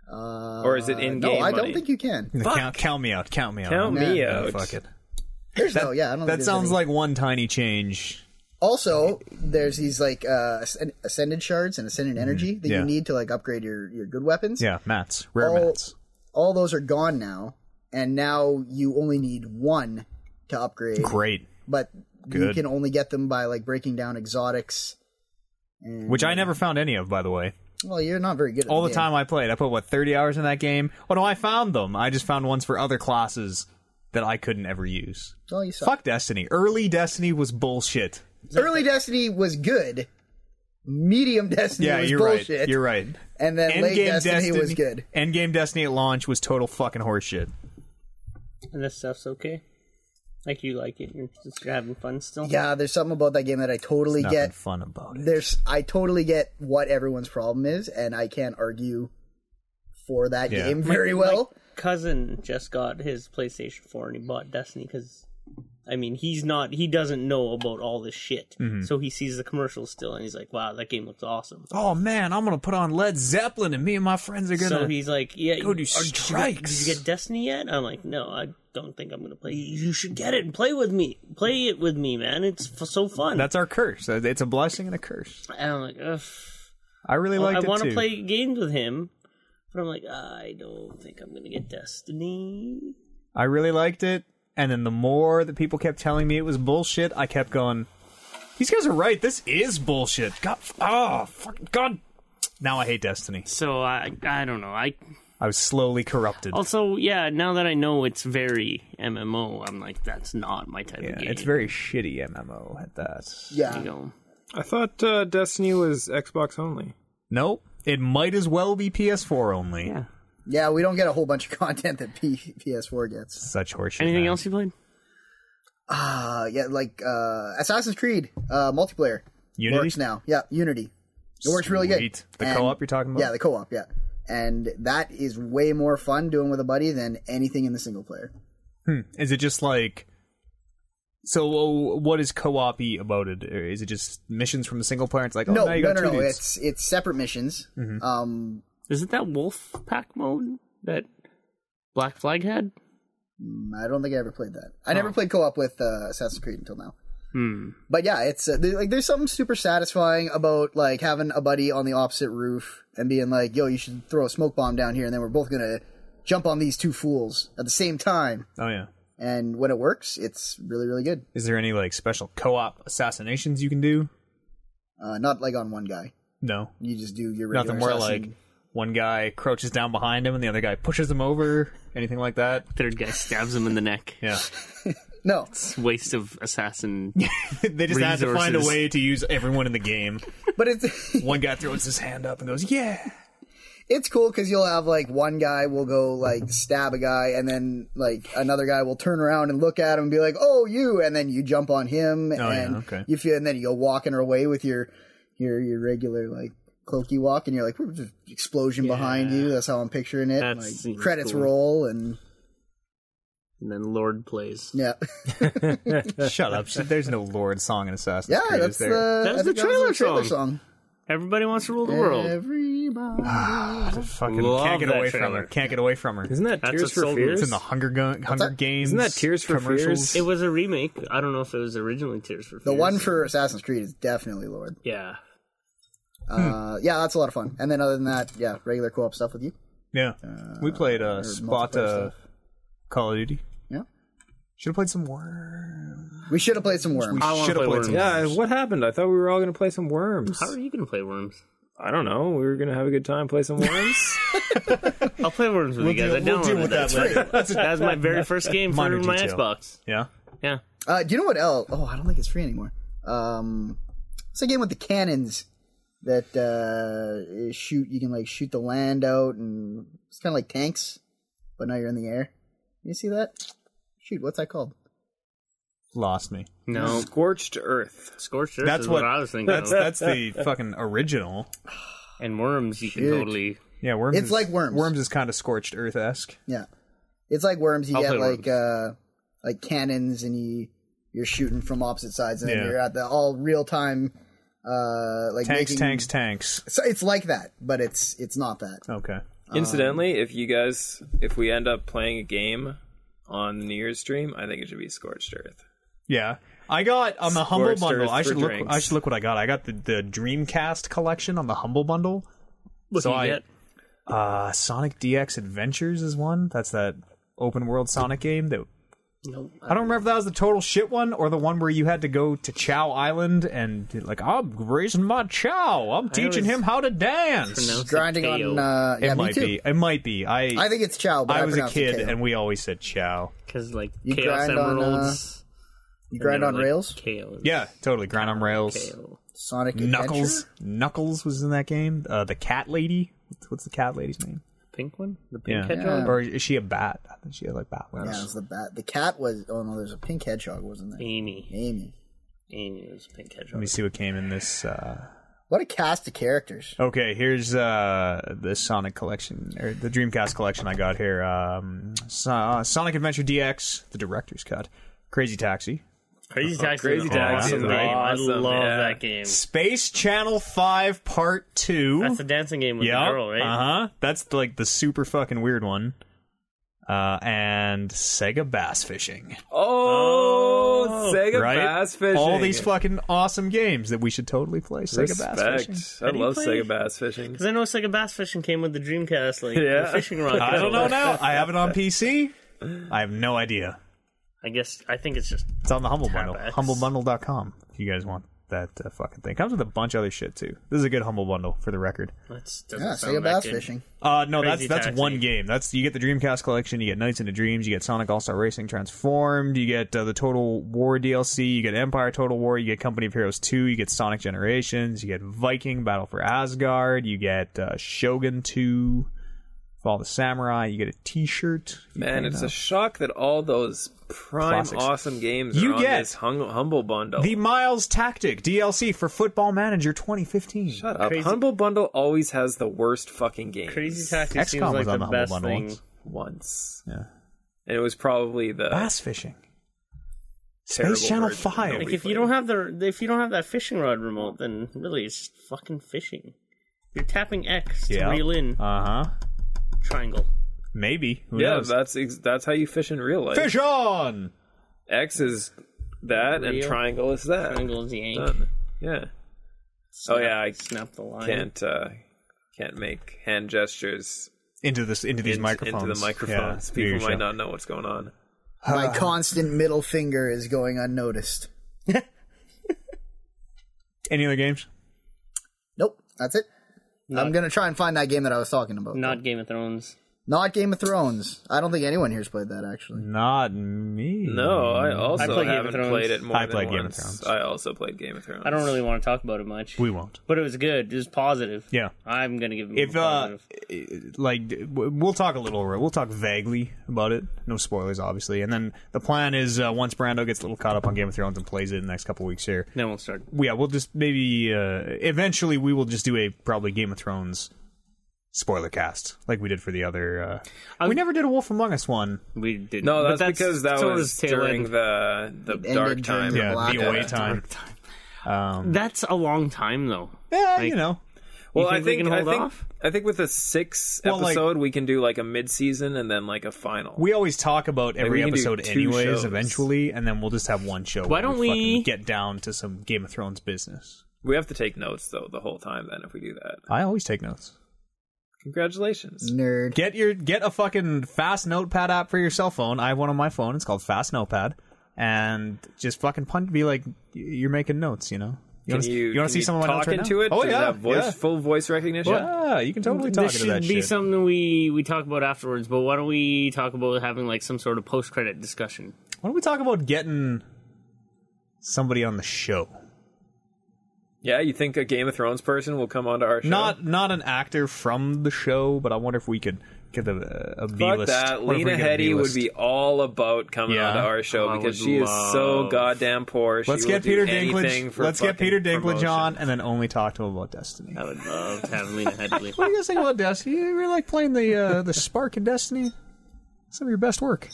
Speaker 5: Uh, or is it in
Speaker 6: No,
Speaker 5: game
Speaker 6: I
Speaker 5: money?
Speaker 6: don't think you can.
Speaker 4: Count, count me out. Count me out.
Speaker 5: Count me
Speaker 4: Yeah,
Speaker 5: out.
Speaker 4: Fuck it.
Speaker 6: There's no, yeah, I don't. think
Speaker 4: That
Speaker 6: there's
Speaker 4: sounds
Speaker 6: any.
Speaker 4: like one tiny change.
Speaker 6: Also, there's these like uh, ascend- ascended shards and ascended energy that
Speaker 4: Mm-hmm. yeah.
Speaker 6: you need to like upgrade your your good weapons.
Speaker 4: Yeah, mats, rare
Speaker 6: All-
Speaker 4: mats.
Speaker 6: All those are gone now, and now you only need one to upgrade.
Speaker 4: Great.
Speaker 6: but you
Speaker 4: Good.
Speaker 6: can only get them by like breaking down exotics. And,
Speaker 4: Which I never found any of, by the way.
Speaker 6: well, you're not very good at
Speaker 4: all the
Speaker 6: game.
Speaker 4: time I played. I put what thirty hours in that game. Oh no, I found them. I just found ones for other classes that I couldn't ever use.
Speaker 6: Well, you suck.
Speaker 4: Fuck Destiny. Early Destiny was bullshit.
Speaker 6: Early Destiny was good. Medium Destiny
Speaker 4: Yeah,
Speaker 6: was
Speaker 4: you're
Speaker 6: bullshit.
Speaker 4: right. You're right.
Speaker 6: And then late
Speaker 4: Endgame
Speaker 6: Destiny, was good.
Speaker 4: Endgame Destiny at launch was total fucking horseshit.
Speaker 3: And this stuff's okay. Like you like it, you're just having fun still.
Speaker 6: Yeah, there's something about that game that I totally
Speaker 4: Nothing
Speaker 6: get.
Speaker 4: fun about it.
Speaker 6: There's I totally get what everyone's problem is, and I can't argue for that
Speaker 4: Yeah.
Speaker 6: game
Speaker 4: My-
Speaker 6: very well.
Speaker 3: Cousin just got his PlayStation 4 and he bought Destiny because, I mean, he's not, he doesn't know about all this shit. So he sees the commercials still and he's like, wow, that game looks awesome.
Speaker 4: Oh man, I'm gonna put on Led Zeppelin and me and my friends are
Speaker 3: So
Speaker 4: gonna.
Speaker 3: he's like, yeah,
Speaker 4: go do
Speaker 3: are- did you get-
Speaker 4: strikes.
Speaker 3: Did you get Destiny yet? I'm like, no, I don't think I'm gonna play. You should get it and play with me. Play it with me, man. It's f- so fun.
Speaker 4: That's our curse. It's a blessing and a curse.
Speaker 3: and I'm like, ugh.
Speaker 4: I really
Speaker 3: I
Speaker 4: liked it
Speaker 3: want to
Speaker 4: too.
Speaker 3: play games with him, but I'm like, I don't think I'm gonna get Destiny.
Speaker 4: I really liked it. And then the more that people kept telling me it was bullshit, I kept going, these guys are right. This is bullshit. God, oh, fuck, God. Now I hate Destiny.
Speaker 3: So I, I don't know. I
Speaker 4: I was slowly corrupted.
Speaker 3: also, yeah. Now that I know it's very MMO, I'm like, that's not my type of game.
Speaker 4: very shitty MMO at that.
Speaker 3: You
Speaker 6: Yeah,
Speaker 3: know,
Speaker 5: I thought uh, Destiny was Xbox only.
Speaker 4: Nope. It might as well be PS4 only.
Speaker 3: Yeah.
Speaker 6: yeah, we don't get a whole bunch of content that P- PS4 gets.
Speaker 4: Such horseshit.
Speaker 3: Anything
Speaker 4: man.
Speaker 3: else you played?
Speaker 6: Uh, yeah, like uh, Assassin's Creed uh, multiplayer
Speaker 4: Unity?
Speaker 6: works now. Yeah, Unity. It works really good.
Speaker 4: Sweet. The
Speaker 6: And-
Speaker 4: co-op you're talking about?
Speaker 6: Yeah, the co-op. Yeah, and that is way more fun doing with a buddy than anything in the single player.
Speaker 4: Is it just like. So uh, what is co-op about it? Or Is it just missions from the single player? It's like, oh,
Speaker 6: no,
Speaker 4: now you
Speaker 6: no,
Speaker 4: got
Speaker 6: no,
Speaker 4: two
Speaker 6: no.
Speaker 4: dudes. Mm-hmm.
Speaker 6: It's it's separate missions. Um,
Speaker 3: Is it that wolf pack mode that Black Flag had?
Speaker 6: I don't think I ever played that. I never played co-op with uh, Assassin's Creed until now. Hmm. But yeah, it's uh, there- like there's something super satisfying about like having a buddy on the opposite roof and being like, "Yo, you should throw a smoke bomb down here," and then we're both gonna jump on these two fools at the same time.
Speaker 4: Oh, yeah.
Speaker 6: and when it works, it's really really good.
Speaker 4: Is there any like special co-op assassinations you can do?
Speaker 6: Uh, not like on one guy.
Speaker 4: No,
Speaker 6: You just do your regular
Speaker 4: nothing more
Speaker 6: assassin.
Speaker 4: like one guy crouches down behind him and the other guy pushes him over. Anything like that?
Speaker 3: Third guy stabs him in the neck.
Speaker 4: Yeah,
Speaker 6: no.
Speaker 3: It's a waste of assassin.
Speaker 4: they just had to find a
Speaker 3: Resources.
Speaker 4: way to use everyone in the game.
Speaker 6: But it's
Speaker 4: One guy throws his hand up and goes, "Yeah."
Speaker 6: it's cool because you'll have like one guy will go like stab a guy, and then like another guy will turn around and look at him and be like, "Oh, you!" And then you jump on him,
Speaker 4: yeah,
Speaker 6: and
Speaker 4: okay.
Speaker 6: you feel, and then you go walking away with your your your regular like cloaky walk, and you're like, "Whoop, just "Explosion behind you." That's how I'm picturing it.
Speaker 3: That
Speaker 6: and, like
Speaker 3: seems
Speaker 6: credits
Speaker 3: cool.
Speaker 6: roll, and
Speaker 3: And then Lord plays.
Speaker 6: yeah,
Speaker 4: Shut up! There's no Lord song in Assassin's
Speaker 6: yeah,
Speaker 4: Creed.
Speaker 6: that's
Speaker 4: is there?
Speaker 6: the
Speaker 3: That's
Speaker 6: I
Speaker 3: the
Speaker 6: think that was
Speaker 3: trailer
Speaker 6: the trailer
Speaker 3: song.
Speaker 6: song.
Speaker 3: Everybody wants to rule the world.
Speaker 6: Everybody.
Speaker 4: Fucking
Speaker 5: Love
Speaker 4: can't get
Speaker 5: that
Speaker 4: away from
Speaker 5: trailer.
Speaker 4: her. Can't get away from her.
Speaker 5: Isn't that
Speaker 3: That's
Speaker 5: Tears
Speaker 3: what
Speaker 5: for
Speaker 3: sold me.
Speaker 5: Fears?
Speaker 4: It's in the Hunger Gun, Hunger Games.
Speaker 5: Isn't that Tears for
Speaker 4: commercials?
Speaker 5: Fears?
Speaker 3: It was a remake. I don't know if it was originally Tears for Fears.
Speaker 6: the one for Assassin's Creed is definitely Lord.
Speaker 3: Yeah.
Speaker 6: Uh, yeah, that's a lot of fun. And then other than that, yeah, regular co-op stuff with you.
Speaker 4: Yeah, we played uh, Spot
Speaker 6: multiplayer
Speaker 4: uh,
Speaker 6: stuff.
Speaker 4: Call of Duty.
Speaker 6: Yeah.
Speaker 4: Should have played some Worms.
Speaker 6: We should have played some Worms.
Speaker 3: I wanna
Speaker 4: Shoulda
Speaker 3: play
Speaker 4: played
Speaker 3: Worms.
Speaker 4: some-
Speaker 5: yeah, what happened? I thought we were all going to play some worms.
Speaker 3: How are you going to play Worms?
Speaker 5: I don't know. We were going to have a good time, play some worms.
Speaker 3: I'll play Worms with you guys. I downloaded that.
Speaker 4: later. That's a-
Speaker 3: That was my very first game for
Speaker 4: Minor
Speaker 3: my
Speaker 4: detail.
Speaker 3: Xbox.
Speaker 4: yeah,
Speaker 3: Yeah.
Speaker 6: Uh, do you know what else? Oh, I don't think it's free anymore. Um, it's a game with the cannons that uh, shoot. You can like shoot the land out, and it's kind of like tanks, but now you're in the air. You see that? Shoot, what's that called?
Speaker 4: lost me.
Speaker 3: No.
Speaker 5: Scorched Earth.
Speaker 3: Scorched Earth
Speaker 4: That's
Speaker 3: is
Speaker 4: what-
Speaker 3: what, I was thinking
Speaker 4: That's
Speaker 3: of.
Speaker 4: that's the fucking original.
Speaker 3: And Worms, you can
Speaker 6: Shoot.
Speaker 3: totally...
Speaker 4: Yeah, Worms.
Speaker 6: It's
Speaker 4: is-
Speaker 6: like Worms.
Speaker 4: Worms is kind of scorched earth esque.
Speaker 6: Yeah, it's like Worms. You
Speaker 3: I'll
Speaker 6: get
Speaker 3: play
Speaker 6: like uh, like cannons, and you you're shooting from opposite sides, and then
Speaker 4: Yeah.
Speaker 6: you're at the all real time. Uh, like
Speaker 4: Tanks,
Speaker 6: making-
Speaker 4: tanks, tanks.
Speaker 6: So it's like that, but it's it's not that.
Speaker 4: Okay.
Speaker 5: Incidentally, if you guys, if we end up playing a game on the New Year's stream, I think it should be Scorched Earth.
Speaker 4: Yeah. I got on the humble
Speaker 5: Scorched
Speaker 4: bundle.
Speaker 5: earth
Speaker 4: I
Speaker 5: for
Speaker 4: should look.
Speaker 5: drinks.
Speaker 4: I should look what I got. I got the, the Dreamcast collection on the humble bundle.
Speaker 3: What
Speaker 4: So
Speaker 3: do you
Speaker 4: I-
Speaker 3: get?
Speaker 4: Uh, Sonic DX Adventures is one. That's that open world Sonic game that
Speaker 3: No.
Speaker 4: I don't remember if that was the total shit one or the one where you had to go to Chow Island and like I'm raising my Chow. I'm teaching
Speaker 3: always
Speaker 4: him how to dance.
Speaker 3: pronounce it
Speaker 6: Grinding
Speaker 3: KO.
Speaker 6: on uh,
Speaker 4: It
Speaker 6: yeah, me
Speaker 4: might
Speaker 6: too.
Speaker 4: be. It might be. I
Speaker 6: I think it's Chow, but I,
Speaker 4: I was a
Speaker 6: pronounce it
Speaker 4: kid
Speaker 6: Kao.
Speaker 4: and we always said Chow.
Speaker 3: Because like
Speaker 6: You
Speaker 3: chaos
Speaker 6: grind on,
Speaker 3: emeralds.
Speaker 6: you grind on rails.
Speaker 3: Chaos.
Speaker 4: Yeah, totally. Grind on rails.
Speaker 3: Chaos.
Speaker 6: Sonic
Speaker 4: Knuckles.
Speaker 6: Adventure?
Speaker 4: Knuckles was in that game. Uh, the cat lady. What's the cat lady's name?
Speaker 3: Pink one? The pink
Speaker 4: Yeah.
Speaker 3: hedgehog?
Speaker 4: Or is she a bat? I think she had like bat wings.
Speaker 6: Yeah, it was the bat. The cat was. Oh no, there's a pink hedgehog, wasn't there?
Speaker 3: Amy.
Speaker 6: Amy.
Speaker 3: Amy was a pink
Speaker 4: Let
Speaker 3: hedgehog.
Speaker 4: me see what came in this. Uh...
Speaker 6: What a cast of characters.
Speaker 4: Okay, here's uh, the Sonic collection or the Dreamcast collection I got here. Um, so, uh, Sonic Adventure DX, the director's cut. Crazy Taxi.
Speaker 3: Crazy Taxi.
Speaker 5: Crazy
Speaker 3: is an
Speaker 5: Taxi
Speaker 3: awesome
Speaker 5: is
Speaker 3: game. I
Speaker 5: awesome,
Speaker 3: love
Speaker 5: yeah.
Speaker 3: that game.
Speaker 4: Space Channel Five Part Two.
Speaker 3: That's the dancing game with the girl, right?
Speaker 4: Uh huh. That's like the super fucking weird one. Uh, and Sega Bass Fishing.
Speaker 5: Oh,
Speaker 3: Oh,
Speaker 5: Sega
Speaker 4: right?
Speaker 5: Bass Fishing.
Speaker 4: All these fucking awesome games that we should totally play. Sega Bass
Speaker 5: Respect.
Speaker 4: Fishing.
Speaker 5: I
Speaker 3: How do you
Speaker 5: love
Speaker 3: play?
Speaker 5: Sega Bass Fishing.
Speaker 3: Because I know it's like a bass fishing came with the Dreamcast, like
Speaker 5: Yeah.
Speaker 3: the fishing rod.
Speaker 4: I don't know
Speaker 3: controller.
Speaker 4: now. I have it on PC. I have no idea.
Speaker 3: I guess I think it's just
Speaker 4: It's on the Humble
Speaker 3: Tab
Speaker 4: Bundle.
Speaker 3: X.
Speaker 4: Humblebundle.com if you guys want that uh, fucking thing. Comes with a bunch of other shit too. This is a good Humble Bundle for the record.
Speaker 3: that's doesn't
Speaker 6: Yeah,
Speaker 3: sound
Speaker 6: Sega
Speaker 3: that
Speaker 6: bass
Speaker 3: good.
Speaker 6: fishing.
Speaker 4: Uh, no,
Speaker 3: Crazy
Speaker 4: that's that's
Speaker 3: Taxi.
Speaker 4: one game. That's you get the Dreamcast collection, you get Nights into Dreams, you get Sonic All Star Racing Transformed, you get uh, the Total War DLC, you get Empire Total War, you get Company of Heroes Two, you get Sonic Generations, you get Viking Battle for Asgard, you get uh, Shogun Two, Fall of the Samurai, you get a T-shirt.
Speaker 5: Man, it's a shock that all those prime
Speaker 4: Classics.
Speaker 5: awesome games are
Speaker 4: You
Speaker 5: on
Speaker 4: get
Speaker 5: this hung- humble bundle.
Speaker 4: The Miles Tactic DLC for Football Manager 2015.
Speaker 5: Shut up.
Speaker 3: Crazy-
Speaker 5: Humble bundle always has the worst fucking games.
Speaker 3: Crazy Taxi seems
Speaker 4: XCOM
Speaker 3: like
Speaker 4: was on the
Speaker 3: the,
Speaker 4: Humble
Speaker 3: best
Speaker 4: Bundle
Speaker 3: thing.
Speaker 4: once.
Speaker 5: once.
Speaker 4: Yeah.
Speaker 5: And it was probably the
Speaker 4: Bass fishing.
Speaker 5: terrible
Speaker 4: Space Channel
Speaker 5: version that
Speaker 4: 5.
Speaker 5: nobody
Speaker 3: Like if you
Speaker 5: played.
Speaker 3: don't have the if you don't have that fishing rod remote, then really it's just fucking fishing. You're tapping X to reel in
Speaker 4: Uh huh.
Speaker 3: triangle.
Speaker 4: Maybe. Who
Speaker 5: yeah,
Speaker 4: knows?
Speaker 5: that's ex- that's how you fish in real life.
Speaker 4: Fish on!
Speaker 5: X is that, and
Speaker 3: Real.
Speaker 5: triangle is that.
Speaker 3: Triangles yank.
Speaker 5: Done. Yeah. Oh Uh, yeah, I
Speaker 3: snap the line.
Speaker 5: can't uh, can't make hand gestures
Speaker 4: Into this, into these
Speaker 5: in-
Speaker 4: microphones.
Speaker 5: into the microphones.
Speaker 4: Yeah,
Speaker 5: People
Speaker 4: your
Speaker 5: might
Speaker 4: show.
Speaker 5: not know what's going on.
Speaker 4: Uh,
Speaker 6: My constant middle finger is going unnoticed.
Speaker 4: Any other games?
Speaker 6: Nope, that's it. I'm gonna try and find that game that I was talking about.
Speaker 3: Not Game of Thrones.
Speaker 6: Not Game of Thrones. I don't think anyone here's played that actually.
Speaker 4: Not me.
Speaker 5: No, Mm. I also
Speaker 3: I play Game of
Speaker 5: haven't
Speaker 3: Thrones.
Speaker 5: played it more
Speaker 4: I
Speaker 5: than
Speaker 4: play Game of
Speaker 5: once.
Speaker 4: Thrones.
Speaker 5: I also played Game of Thrones.
Speaker 3: I don't really want to talk about it much,
Speaker 4: We won't.
Speaker 3: but it was good. It was positive.
Speaker 4: Yeah.
Speaker 3: I'm gonna give it
Speaker 4: If
Speaker 3: a
Speaker 4: uh,
Speaker 3: positive.
Speaker 4: like w- we'll talk a little, we'll talk vaguely about it. No spoilers, obviously. And then the plan is uh, once Brando gets a little caught up on Game of Thrones and plays it in the next couple weeks here,
Speaker 3: Then we'll start.
Speaker 4: yeah, we'll just maybe uh, eventually we will just do a probably Game of Thrones spoiler cast like we did for the other.
Speaker 3: Um,
Speaker 4: Uh, we never did a Wolf Among Us one.
Speaker 3: We did
Speaker 5: No,
Speaker 3: but
Speaker 5: that's, because that
Speaker 3: so
Speaker 5: was
Speaker 3: tail
Speaker 5: during
Speaker 3: end.
Speaker 5: the the dark
Speaker 6: ended during
Speaker 5: time.
Speaker 6: the
Speaker 4: Yeah,
Speaker 6: Black
Speaker 4: the away
Speaker 6: Ops.
Speaker 4: time.
Speaker 3: That's a long time though.
Speaker 4: Um, Yeah,
Speaker 3: Like,
Speaker 4: you know.
Speaker 5: Well,
Speaker 3: think
Speaker 5: I
Speaker 3: we
Speaker 5: think
Speaker 3: can
Speaker 5: I
Speaker 3: hold
Speaker 5: think
Speaker 3: off?
Speaker 5: I think with a six
Speaker 4: Well, like-
Speaker 5: episode, we can do like a mid season and then like a final.
Speaker 4: We always talk about
Speaker 5: we
Speaker 4: every
Speaker 5: can do
Speaker 4: episode,
Speaker 5: two
Speaker 4: anyways,
Speaker 5: shows.
Speaker 4: eventually, and then we'll just have one show. where
Speaker 3: don't
Speaker 4: we, fucking
Speaker 3: we-
Speaker 4: get down to some Game of Thrones business?
Speaker 5: we have to take notes though the whole time. Then if we do that,
Speaker 4: I always take notes.
Speaker 5: congratulations.
Speaker 6: Nerd.
Speaker 4: Get your get a fucking fast notepad app for your cell phone. I have one on my phone. It's called Fast Notepad, and just fucking punt. Be like, y- you're making notes. You know. You
Speaker 5: Can
Speaker 4: wanna,
Speaker 5: you,
Speaker 4: wanna
Speaker 5: can
Speaker 4: see
Speaker 5: you
Speaker 4: someone
Speaker 5: talk
Speaker 4: right
Speaker 5: into
Speaker 4: now?
Speaker 5: it?
Speaker 4: Oh
Speaker 5: Does it
Speaker 4: yeah,
Speaker 5: have voice
Speaker 4: yeah.
Speaker 5: full voice recognition.
Speaker 4: Yeah, you can totally talk
Speaker 3: This
Speaker 4: into
Speaker 3: should
Speaker 4: that
Speaker 3: be
Speaker 4: shit.
Speaker 3: something we we talk about afterwards. But why don't we talk about having like some sort of post credit discussion?
Speaker 4: Why don't we talk about getting somebody on the show?
Speaker 5: Yeah, you think a Game of Thrones person will come onto our show?
Speaker 4: Not not an actor from the show, but I wonder if we could get a, a B
Speaker 5: Fuck
Speaker 4: list.
Speaker 5: that. Lena Headey would be all about coming
Speaker 4: Yeah.
Speaker 5: onto our show
Speaker 3: Oh, I
Speaker 5: because
Speaker 3: would
Speaker 5: she is so
Speaker 3: love-
Speaker 5: goddamn poor. She
Speaker 4: Let's
Speaker 5: will
Speaker 4: get
Speaker 5: do
Speaker 4: Peter
Speaker 5: anything
Speaker 4: Dinklage.
Speaker 5: for
Speaker 4: Let's get
Speaker 5: fucking
Speaker 4: Peter Dinklage
Speaker 5: promotion.
Speaker 4: on, and then only talk to him about Destiny.
Speaker 3: I would love to have Lena Headley.
Speaker 4: What do you guys think about Destiny? You really like playing the uh, the spark in Destiny? Some of your best work.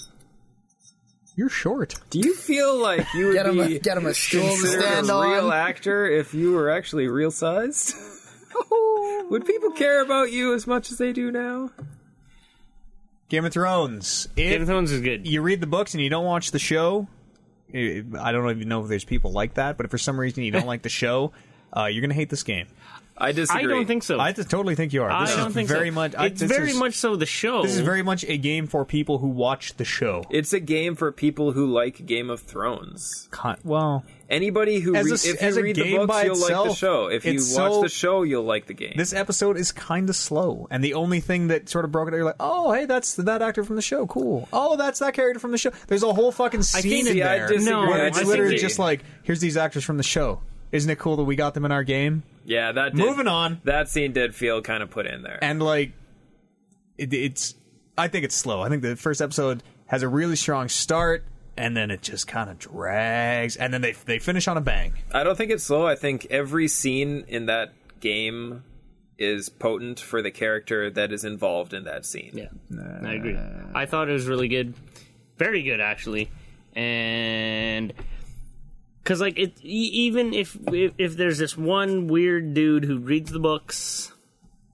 Speaker 4: You're short.
Speaker 5: Do you feel like you would
Speaker 6: Get him,
Speaker 5: be
Speaker 6: a, get him a stool to
Speaker 5: considered
Speaker 6: stand
Speaker 5: a real
Speaker 6: on.
Speaker 5: actor if you were actually real sized? would people care about you as much as they do now?
Speaker 4: Game of Thrones. If
Speaker 3: Game of Thrones is good.
Speaker 4: you read the books and you don't watch the show, eh, I don't even know if there's people like that. But if for some reason you don't like the show, uh, you're gonna hate this game.
Speaker 5: I
Speaker 3: I
Speaker 5: disagree.
Speaker 3: don't think so.
Speaker 4: I just totally think you are. This
Speaker 3: I don't
Speaker 4: is
Speaker 3: think
Speaker 4: very
Speaker 3: so.
Speaker 4: much. I,
Speaker 3: It's
Speaker 4: this
Speaker 3: very
Speaker 4: is-
Speaker 3: much so the show.
Speaker 4: This is very much a game for people who watch the show.
Speaker 5: it's a game for people who like Game of Thrones.
Speaker 4: Con- well,
Speaker 5: Anybody who
Speaker 4: As a-
Speaker 5: re- if
Speaker 4: as a
Speaker 5: you read the
Speaker 4: game
Speaker 5: books,
Speaker 4: by
Speaker 5: you'll like the
Speaker 4: itself,
Speaker 5: show. If you watch
Speaker 4: it's so-
Speaker 5: the show, you'll like the game.
Speaker 4: this episode is kind of slow, and the only thing that sort of broke it, you're like, oh, hey, that's that actor from the show, cool. Oh, that's that character from the show. There's a whole fucking scene in
Speaker 5: See, I
Speaker 4: there
Speaker 5: disagree.
Speaker 3: No,
Speaker 5: I
Speaker 4: where it's
Speaker 3: think
Speaker 4: literally
Speaker 3: they-
Speaker 4: just like, here's these actors from the show. Isn't it cool that we got them in our game?
Speaker 5: yeah, that did,
Speaker 4: Moving on.
Speaker 5: That scene did feel kind of put in there.
Speaker 4: and like it, it's i think it's slow i think the first episode has a really strong start and then it just kind of drags and then they they finish on a bang
Speaker 5: I don't think it's slow. I think every scene in that game is potent for the character that is involved in that scene.
Speaker 3: Yeah, I agree. I thought it was really good, very good actually, and because like it, e- even if, if if there's this one weird dude who reads the books,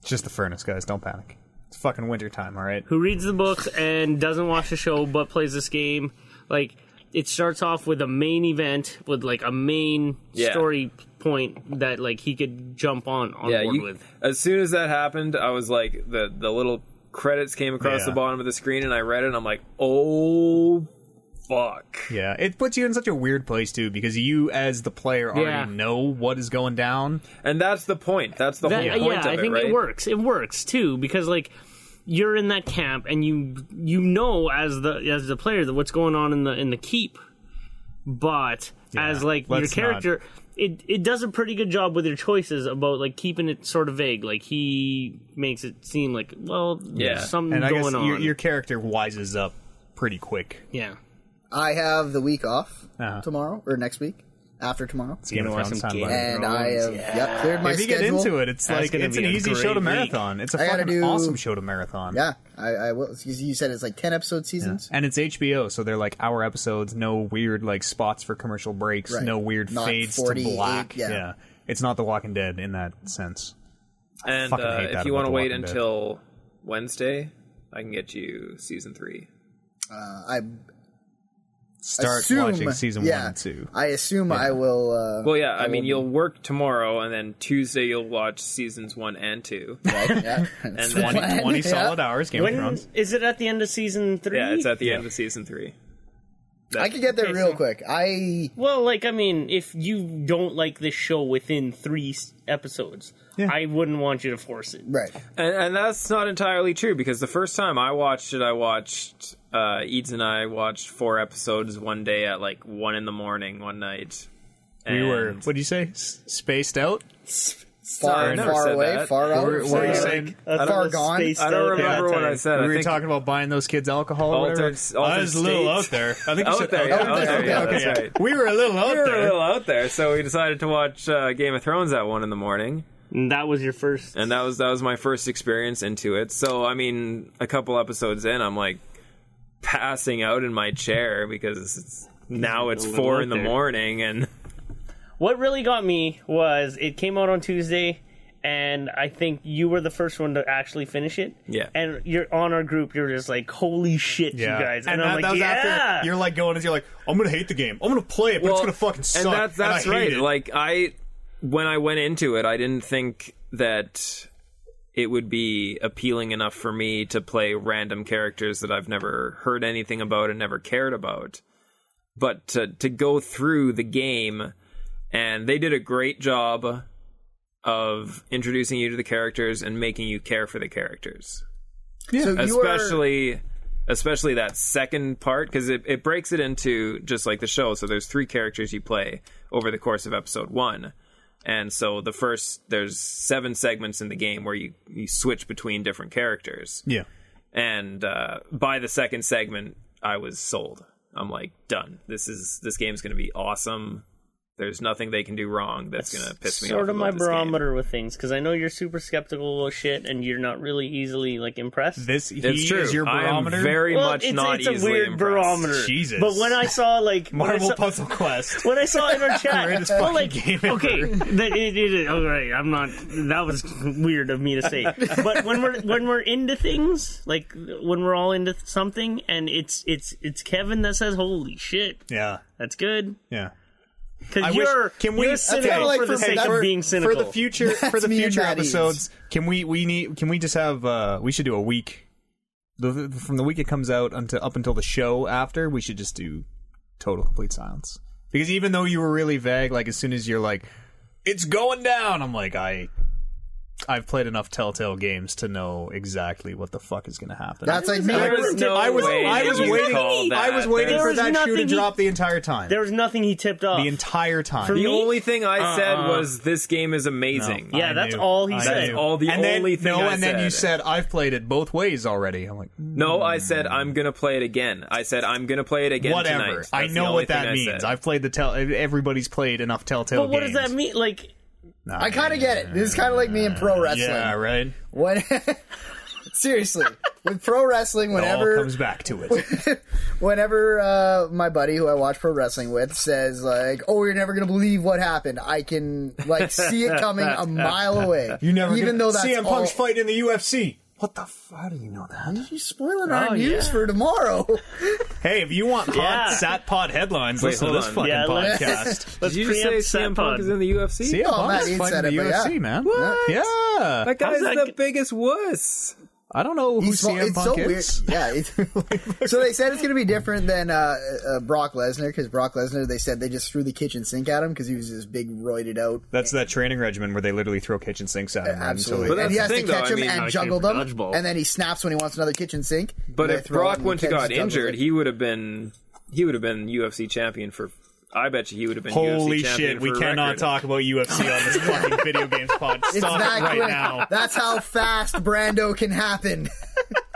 Speaker 4: it's just the furnace guys don't panic it's fucking wintertime all right
Speaker 3: who reads the books and doesn't watch the show but plays this game, like it starts off with a main event with like a main
Speaker 5: Yeah.
Speaker 3: story point that like he could jump on on
Speaker 5: Yeah,
Speaker 3: board
Speaker 5: you-
Speaker 3: with.
Speaker 5: as soon as that happened, I was like the the little credits came across
Speaker 4: Yeah.
Speaker 5: the bottom of the screen and I read it and I'm like, "Oh fuck."
Speaker 4: yeah it puts you in such a weird place too because you as the player already
Speaker 3: Yeah.
Speaker 4: know what is going down
Speaker 5: And that's the point. That's the
Speaker 3: That-
Speaker 5: whole point
Speaker 3: yeah,
Speaker 5: of
Speaker 3: I
Speaker 5: it,
Speaker 3: think
Speaker 5: right?
Speaker 3: it works. It works too because like you're in that camp and you you know as the as the player that what's going on in the in the keep, but as like your
Speaker 4: let's not-
Speaker 3: character. It, it does a pretty good job with your choices about like keeping it sort of vague. Like he makes it seem like well,
Speaker 5: Yeah.
Speaker 3: there's something
Speaker 4: and i
Speaker 3: going
Speaker 4: guess
Speaker 3: on.
Speaker 4: your, your character wises up pretty quick
Speaker 3: yeah,
Speaker 6: I have the week off
Speaker 4: Uh-huh.
Speaker 6: tomorrow or next week after tomorrow,
Speaker 4: It's Game of
Speaker 3: watch
Speaker 4: Thrones
Speaker 3: some
Speaker 4: time,
Speaker 3: Game
Speaker 4: buddy.
Speaker 3: of
Speaker 6: and I have yep cleared my
Speaker 4: if you get
Speaker 6: schedule.
Speaker 4: into it it's
Speaker 3: That's
Speaker 4: like
Speaker 3: gonna
Speaker 4: it's
Speaker 3: be
Speaker 4: an
Speaker 3: a
Speaker 4: easy
Speaker 3: great
Speaker 4: show to
Speaker 3: week.
Speaker 4: marathon it's a
Speaker 6: I gotta
Speaker 4: fucking
Speaker 6: do-
Speaker 4: awesome show to marathon
Speaker 6: Yeah, I, I will. 'cause You said it's like ten episode seasons.
Speaker 4: And it's HBO, so they're like hour episodes, no weird like spots for commercial breaks,
Speaker 6: Right.
Speaker 4: no weird
Speaker 6: Not
Speaker 4: fades
Speaker 6: 48,
Speaker 4: to black.
Speaker 6: yeah.
Speaker 4: It's not The Walking Dead in that sense.
Speaker 5: And
Speaker 4: fucking
Speaker 5: uh,
Speaker 4: hate that
Speaker 5: if you want
Speaker 4: about
Speaker 5: to
Speaker 4: The
Speaker 5: wait
Speaker 4: Walking Dead.
Speaker 5: until Wednesday, I can get you season 3.
Speaker 6: Uh, I
Speaker 4: Start
Speaker 6: assume,
Speaker 4: watching season
Speaker 6: yeah,
Speaker 4: one and two.
Speaker 6: I assume I will. Uh,
Speaker 5: Well, yeah, I mean, you'll work tomorrow and then Tuesday you'll watch seasons 1 and 2.
Speaker 6: right, yeah.
Speaker 5: And then
Speaker 4: Twenty solid hours, Game of
Speaker 3: when
Speaker 4: Thrones.
Speaker 3: is it at the end of season three?
Speaker 5: Yeah, it's at the
Speaker 4: Yeah.
Speaker 5: end of season three.
Speaker 6: I could get there
Speaker 3: Okay,
Speaker 6: real
Speaker 3: so-
Speaker 6: quick. I
Speaker 3: Well, like I mean, if you don't like this show within three s- episodes, I wouldn't want you to force it.
Speaker 6: right.
Speaker 5: And, and that's not entirely true because the first time I watched it, I watched uh, Eads and I watched four episodes one day at like one in the morning one night.
Speaker 4: We
Speaker 5: And-
Speaker 4: were, what do you say? S- spaced out?
Speaker 5: I
Speaker 6: Far,
Speaker 5: never
Speaker 6: far
Speaker 5: said
Speaker 6: away,
Speaker 5: that.
Speaker 6: far out,
Speaker 4: We're-
Speaker 6: far
Speaker 4: we're
Speaker 6: out.
Speaker 4: saying-
Speaker 3: That's
Speaker 6: Far
Speaker 3: all
Speaker 6: gone?
Speaker 3: spaced
Speaker 5: I don't
Speaker 3: out.
Speaker 5: remember
Speaker 4: Yeah,
Speaker 5: what I
Speaker 4: time.
Speaker 5: said.
Speaker 4: We
Speaker 5: I
Speaker 4: were
Speaker 5: think-
Speaker 4: talking about buying those kids alcohol or whatever.
Speaker 5: Altered, altered
Speaker 7: I was a little out
Speaker 5: states.
Speaker 7: there. I think you
Speaker 5: Oh, Out
Speaker 7: said
Speaker 5: there,
Speaker 7: out
Speaker 5: yeah, out there, yeah, that's right.
Speaker 4: We were a little out
Speaker 5: We were a
Speaker 4: there.
Speaker 5: little out there, so we decided to watch uh, Game of Thrones at one in the morning,
Speaker 3: And that was your first.
Speaker 5: and that was that was my first experience into it. So I mean, a couple episodes in, I'm like passing out in my chair because it's, now it's
Speaker 3: little
Speaker 5: four
Speaker 3: out
Speaker 5: in the
Speaker 3: there.
Speaker 5: morning, and
Speaker 3: What really got me was it came out on Tuesday, and I think you were the first one to actually finish it.
Speaker 5: Yeah.
Speaker 3: And you're on our group. You're just like, holy shit, you guys. And,
Speaker 4: and
Speaker 3: I'm
Speaker 4: that, that
Speaker 3: like,
Speaker 4: was
Speaker 3: yeah.
Speaker 4: after you're like going and you're like, I'm gonna hate the game. I'm gonna play it, but it's gonna fucking suck.
Speaker 5: And that's that's
Speaker 4: I hate
Speaker 5: right.
Speaker 4: it.
Speaker 5: Like I, when I went into it, I didn't think that it would be appealing enough for me to play random characters that I've never heard anything about and never cared about. But to to go through the game, and they did a great job of introducing you to the characters and making you care for the characters
Speaker 6: So you are-
Speaker 5: especially especially that second part because it, it breaks it into just like the show so there's three characters you play over the course of episode one and so the first there's seven segments in the game where you, you switch between different characters
Speaker 4: yeah,
Speaker 5: and uh, by the second segment i was sold i'm like done this is this game's gonna be awesome there's nothing they can do wrong that's, gonna piss me off
Speaker 3: sort of
Speaker 5: about
Speaker 3: my
Speaker 5: this game.
Speaker 3: barometer with things because I know you're super skeptical of shit and you're not really easily like impressed.
Speaker 4: this he
Speaker 5: it's true
Speaker 4: is your barometer.
Speaker 5: i am very
Speaker 3: well,
Speaker 5: much
Speaker 3: it's,
Speaker 5: not
Speaker 3: it's a
Speaker 5: easily
Speaker 3: weird
Speaker 5: impressed.
Speaker 3: barometer.
Speaker 4: Jesus.
Speaker 3: But when I saw like when I
Speaker 4: Marvel
Speaker 3: saw-
Speaker 4: Puzzle Quest.
Speaker 3: when I saw it in our chat,
Speaker 4: Greatest
Speaker 3: well,
Speaker 4: fucking
Speaker 3: like,
Speaker 4: game ever.
Speaker 3: okay, that, it, it, it, all right, I'm not. That was weird of me to say. But when we're when we're into things, like when we're all into something, and it's it's it's Kevin that says, "Holy shit,
Speaker 4: Yeah,
Speaker 3: that's good,"
Speaker 4: yeah.
Speaker 3: because
Speaker 4: wish-
Speaker 3: you're
Speaker 4: can we-
Speaker 3: you're
Speaker 4: that's
Speaker 3: cynical
Speaker 6: kinda like
Speaker 3: for the
Speaker 6: for-
Speaker 3: sake
Speaker 6: that's-
Speaker 3: of being cynical.
Speaker 4: for the future for the
Speaker 6: me and
Speaker 4: future
Speaker 6: Matt Eads.
Speaker 4: episodes can we we need can we just have uh we should do a week the, the- from the week it comes out until up until the show after we should just do total complete silence because even though you were really vague like as soon as you're like it's going down i'm like i i've played enough telltale games to know exactly what the fuck is gonna happen
Speaker 6: That's like me.
Speaker 5: There was no
Speaker 4: I was,
Speaker 5: way
Speaker 4: I
Speaker 5: that
Speaker 4: was
Speaker 5: you
Speaker 4: waiting.
Speaker 5: called that.
Speaker 4: I was waiting
Speaker 3: There
Speaker 4: for
Speaker 3: was
Speaker 4: that shoe to
Speaker 3: nothing he-
Speaker 4: drop the entire time.
Speaker 3: there was nothing he tipped off.
Speaker 4: the entire time.
Speaker 3: For
Speaker 5: The
Speaker 3: Me?
Speaker 5: only thing I said was this game is amazing.
Speaker 3: Yeah,
Speaker 4: Uh, I
Speaker 3: that's
Speaker 4: knew.
Speaker 3: all he said.
Speaker 4: knew.
Speaker 5: All the
Speaker 4: and then,
Speaker 5: only thing
Speaker 4: No,
Speaker 5: I
Speaker 4: and then you
Speaker 5: said.
Speaker 4: said I've played it both ways already. I'm like,
Speaker 5: No, I said I'm gonna play it again. I said I'm gonna play it again
Speaker 4: whatever.
Speaker 5: tonight. That's
Speaker 4: I
Speaker 5: the
Speaker 4: know
Speaker 5: only
Speaker 4: what that
Speaker 5: thing I
Speaker 4: means.
Speaker 5: said.
Speaker 4: I've played the tell. e, Everybody's played enough Telltale
Speaker 3: but what
Speaker 4: games.
Speaker 3: does that mean? Like,
Speaker 6: I kind of get it. This is kind of like me in pro wrestling.
Speaker 4: Yeah, right.
Speaker 6: When seriously, with pro wrestling,
Speaker 4: It
Speaker 6: whenever
Speaker 4: all comes back to it.
Speaker 6: whenever uh, my buddy who I watch pro wrestling with says like, "Oh, you're never gonna believe what happened," I can like see it coming a mile away.
Speaker 4: You never gonna-
Speaker 6: even though that's
Speaker 4: CM Punk's
Speaker 6: all,
Speaker 4: fight in the UFC. What the? F- how do you know that?
Speaker 6: you spoiling
Speaker 5: Oh,
Speaker 6: our news for tomorrow.
Speaker 4: Hey, if you want hot
Speaker 3: Yeah.
Speaker 4: sat pod headlines,
Speaker 5: Wait,
Speaker 4: listen to
Speaker 5: hold
Speaker 4: this
Speaker 5: on.
Speaker 4: fucking
Speaker 3: Yeah, let's-
Speaker 4: podcast.
Speaker 5: Did
Speaker 3: let's
Speaker 5: you just say
Speaker 3: preempt
Speaker 5: CM
Speaker 3: Satpod.
Speaker 5: Punk is in the UFC?
Speaker 4: CM
Speaker 6: Oh, Matt,
Speaker 4: Punk's
Speaker 6: he
Speaker 4: fighting
Speaker 6: said
Speaker 4: the
Speaker 6: it, but yeah.
Speaker 4: UFC, man.
Speaker 6: What?
Speaker 4: Yeah.
Speaker 5: That guy's
Speaker 3: that
Speaker 5: the
Speaker 3: g-
Speaker 5: biggest wuss.
Speaker 4: I don't know who
Speaker 6: He's small-
Speaker 4: CM
Speaker 6: it's
Speaker 4: Punk
Speaker 6: so
Speaker 4: is.
Speaker 6: weird. Yeah. it- so they said it's going to be different than uh, uh, Brock Lesnar because Brock Lesnar, they said they just threw the kitchen sink at him because he was this big roided out.
Speaker 4: That's that training regimen where they literally throw kitchen sinks at him. right?
Speaker 6: Absolutely.
Speaker 5: But
Speaker 6: and
Speaker 5: that's
Speaker 6: he
Speaker 5: the
Speaker 6: has
Speaker 5: thing,
Speaker 6: to
Speaker 5: though,
Speaker 6: catch
Speaker 5: I
Speaker 6: him
Speaker 5: mean,
Speaker 6: and
Speaker 5: like,
Speaker 6: juggle
Speaker 7: for
Speaker 6: them.
Speaker 7: dodgeball.
Speaker 6: And then he snaps when he wants another kitchen sink.
Speaker 5: But
Speaker 6: They
Speaker 5: if
Speaker 6: throw
Speaker 5: Brock
Speaker 6: it and he
Speaker 5: went to
Speaker 6: catches
Speaker 5: got
Speaker 6: it, juggles
Speaker 5: injured,
Speaker 6: it.
Speaker 5: he would have been he would have been UFC champion for. I bet you he would have been.
Speaker 4: Holy
Speaker 5: UFC champion
Speaker 4: shit, we
Speaker 5: for a
Speaker 4: cannot
Speaker 5: record.
Speaker 4: talk about UFC on this fucking video games pod.
Speaker 6: It's
Speaker 4: Stop
Speaker 6: that
Speaker 4: it right
Speaker 6: quick.
Speaker 4: now.
Speaker 6: That's how fast Brando can happen.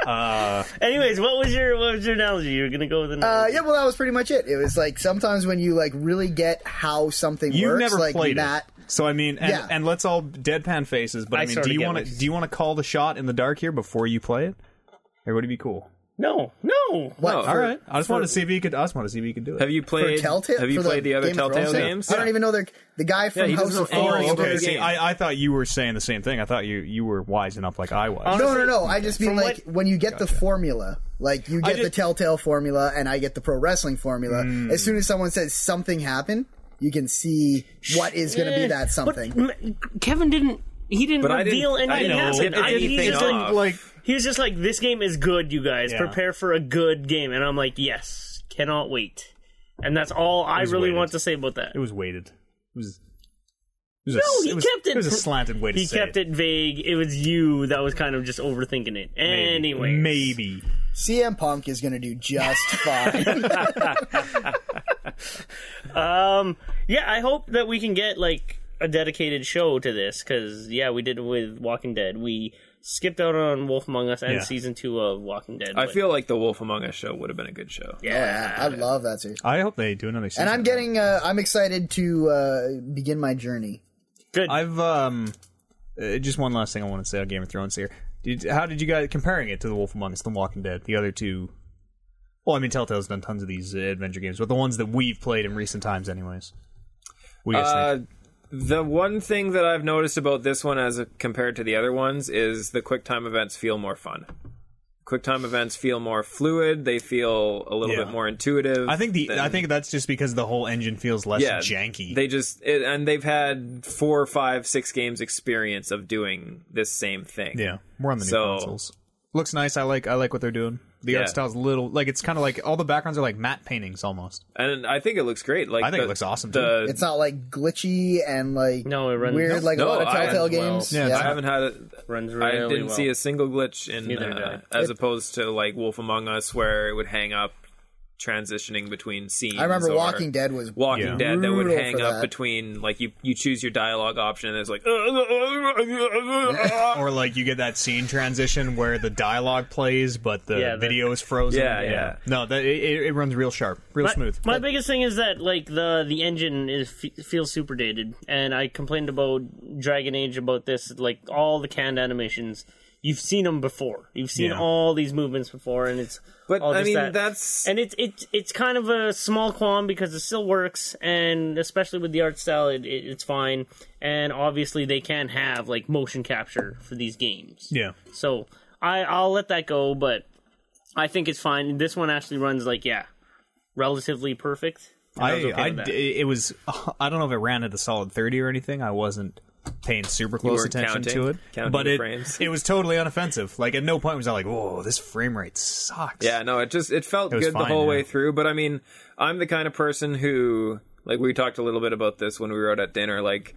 Speaker 3: anyways, what was your what was your analogy? You were gonna go with an.
Speaker 6: Uh, yeah, well, that was pretty much it. It was like sometimes when you like really get how something
Speaker 4: You've
Speaker 6: works,
Speaker 4: never
Speaker 6: like
Speaker 4: played
Speaker 6: Matt.
Speaker 4: it. So I mean, and,
Speaker 6: Yeah.
Speaker 4: and let's all deadpan faces. But I,
Speaker 3: I
Speaker 4: mean,
Speaker 3: sorta
Speaker 4: do you
Speaker 3: get
Speaker 4: want
Speaker 3: what
Speaker 4: to
Speaker 3: you-
Speaker 4: do you want to call the shot in the dark here before you play it, or would it be cool?
Speaker 3: no, no.
Speaker 6: What,
Speaker 5: No.
Speaker 6: for-
Speaker 4: all right, I just wanted to see if you could. I just wanted to see if you could do it.
Speaker 5: Have you
Speaker 6: For
Speaker 5: played?
Speaker 6: Telltale,
Speaker 5: have you
Speaker 6: for
Speaker 5: played the, other
Speaker 6: Game of
Speaker 5: Telltale
Speaker 6: Thrones?
Speaker 5: games?
Speaker 6: I don't even know the the guy from
Speaker 5: he doesn't
Speaker 6: House
Speaker 5: know
Speaker 6: of
Speaker 5: anything
Speaker 6: Cards.
Speaker 5: about
Speaker 4: Oh,
Speaker 5: the
Speaker 4: okay.
Speaker 5: game.
Speaker 4: See, I, I thought you were saying the same thing. I thought you you were wising up like I was.
Speaker 3: Honest-
Speaker 6: No, no, no. I just mean
Speaker 3: From
Speaker 6: like when you get the formula, like you get
Speaker 4: did-
Speaker 6: the Telltale formula, and I get the pro wrestling formula.
Speaker 4: Hmm.
Speaker 6: As soon as someone says something happened, you can see what is going to be
Speaker 3: Eh,
Speaker 6: that
Speaker 3: but
Speaker 6: something.
Speaker 3: M- Kevin didn't. He didn't
Speaker 5: But I didn't-
Speaker 3: reveal
Speaker 5: I
Speaker 3: anything
Speaker 5: know.
Speaker 3: happened.
Speaker 5: It
Speaker 3: I- he
Speaker 5: didn't
Speaker 3: just
Speaker 5: think
Speaker 3: like-
Speaker 5: off.
Speaker 4: like
Speaker 3: He was just like, "This game is good, you guys.
Speaker 4: Yeah.
Speaker 3: Prepare for a good game." And I'm like, "Yes, cannot wait." And that's all I
Speaker 4: was
Speaker 3: really
Speaker 4: weighted.
Speaker 3: want to say about that.
Speaker 4: It was weighted. It was. It was a,
Speaker 3: No, he
Speaker 4: it was,
Speaker 3: kept it.
Speaker 4: was a
Speaker 3: pr-
Speaker 4: slanted way to
Speaker 3: He
Speaker 4: say
Speaker 3: kept it vague. It was you that was kind of just overthinking it. Anyway,
Speaker 4: maybe.
Speaker 6: CM Punk is going to do just fine.
Speaker 3: yeah. I hope that we can get like a dedicated show to this because yeah, we did it with Walking Dead. We skipped out on Wolf Among Us and
Speaker 4: Yeah.
Speaker 3: season two of Walking Dead.
Speaker 5: I
Speaker 3: but-
Speaker 5: feel like the Wolf Among Us show would have been a good show.
Speaker 6: yeah, I love that series.
Speaker 4: I hope they do another season.
Speaker 6: And I'm getting, uh, I'm excited to uh, begin my journey.
Speaker 3: good.
Speaker 4: I've um, uh, just one last thing I want to say on Game of Thrones here. Did, how did you guys comparing it to The Wolf Among Us, The Walking Dead, the other two? Well, I mean, Telltale's done tons of these uh, adventure games, but the ones that we've played in recent times, anyways. We guys
Speaker 5: Uh,
Speaker 4: think?
Speaker 5: the one thing that I've noticed about this one as a, compared to the other ones is the QuickTime events feel more fun. QuickTime events feel more fluid. They feel a little
Speaker 4: Yeah.
Speaker 5: bit more intuitive.
Speaker 4: I think the
Speaker 5: than-
Speaker 4: I think that's just because the whole engine feels less
Speaker 5: yeah,
Speaker 4: janky.
Speaker 5: They just it, and they've had four, five, six games experience of doing this same thing.
Speaker 4: yeah, we're on the new
Speaker 5: So-
Speaker 4: consoles. Looks nice. I like I like what they're doing. The
Speaker 5: Yeah.
Speaker 4: art style's a little like it's kind of like all the backgrounds are like matte paintings almost.
Speaker 5: and I think it looks great. Like
Speaker 4: I think it
Speaker 5: the-
Speaker 4: looks awesome, too.
Speaker 5: The,
Speaker 6: It's not like glitchy and like
Speaker 3: No, it runs-
Speaker 6: weird like
Speaker 5: No,
Speaker 6: a lot of
Speaker 5: I-
Speaker 6: Telltale
Speaker 5: well,
Speaker 6: games.
Speaker 4: yeah,
Speaker 5: I haven't had it.
Speaker 3: Runs
Speaker 5: I
Speaker 3: really
Speaker 5: didn't
Speaker 3: well.
Speaker 5: see a single glitch in
Speaker 3: Neither did
Speaker 5: uh, as opposed to like Wolf Among Us where it would hang up transitioning between scenes.
Speaker 6: I remember
Speaker 5: or-
Speaker 6: Walking Dead was
Speaker 5: Walking
Speaker 4: Yeah.
Speaker 5: Dead that would
Speaker 6: Brutal
Speaker 5: hang
Speaker 6: for
Speaker 5: up
Speaker 6: that.
Speaker 5: between like you you choose your dialogue option and it's like
Speaker 4: or like you get that scene transition where the dialogue plays but the
Speaker 3: Yeah, that-
Speaker 4: video is frozen.
Speaker 5: Yeah, yeah.
Speaker 4: No, that it, it- it runs real sharp, real
Speaker 3: My-
Speaker 4: smooth.
Speaker 3: My biggest thing is that like the the engine is f- feels super dated, and I complained about Dragon Age about this. Like all the canned animations, you've seen them before. You've seen
Speaker 4: Yeah.
Speaker 3: all these movements before, and it's
Speaker 5: But,
Speaker 3: all
Speaker 5: I
Speaker 3: just
Speaker 5: mean,
Speaker 3: that.
Speaker 5: that's-
Speaker 3: and it's it's it's kind of a small qualm because it still works, and especially with the art style, it, it, it's fine. And obviously, they can have like motion capture for these games.
Speaker 4: yeah.
Speaker 3: So I I'll let that go, but I think it's fine. This one actually runs like yeah, relatively perfect. And
Speaker 4: I,
Speaker 3: was okay
Speaker 4: I
Speaker 3: with that.
Speaker 4: d- it was I don't know if it ran at a solid 30 or anything. I wasn't paying super close
Speaker 5: weren't
Speaker 4: attention
Speaker 5: counting-
Speaker 4: to it,
Speaker 5: counting
Speaker 4: but
Speaker 5: the
Speaker 4: it
Speaker 5: frames.
Speaker 4: it was totally unoffensive. Like at no point was I like, "Whoa, this frame rate sucks."
Speaker 5: Yeah, no, it just it felt
Speaker 4: was
Speaker 5: good the
Speaker 4: fine,
Speaker 5: whole
Speaker 4: yeah.
Speaker 5: way through. But I mean, I'm the kind of person who, like, we talked a little bit about this when we were out at dinner. Like,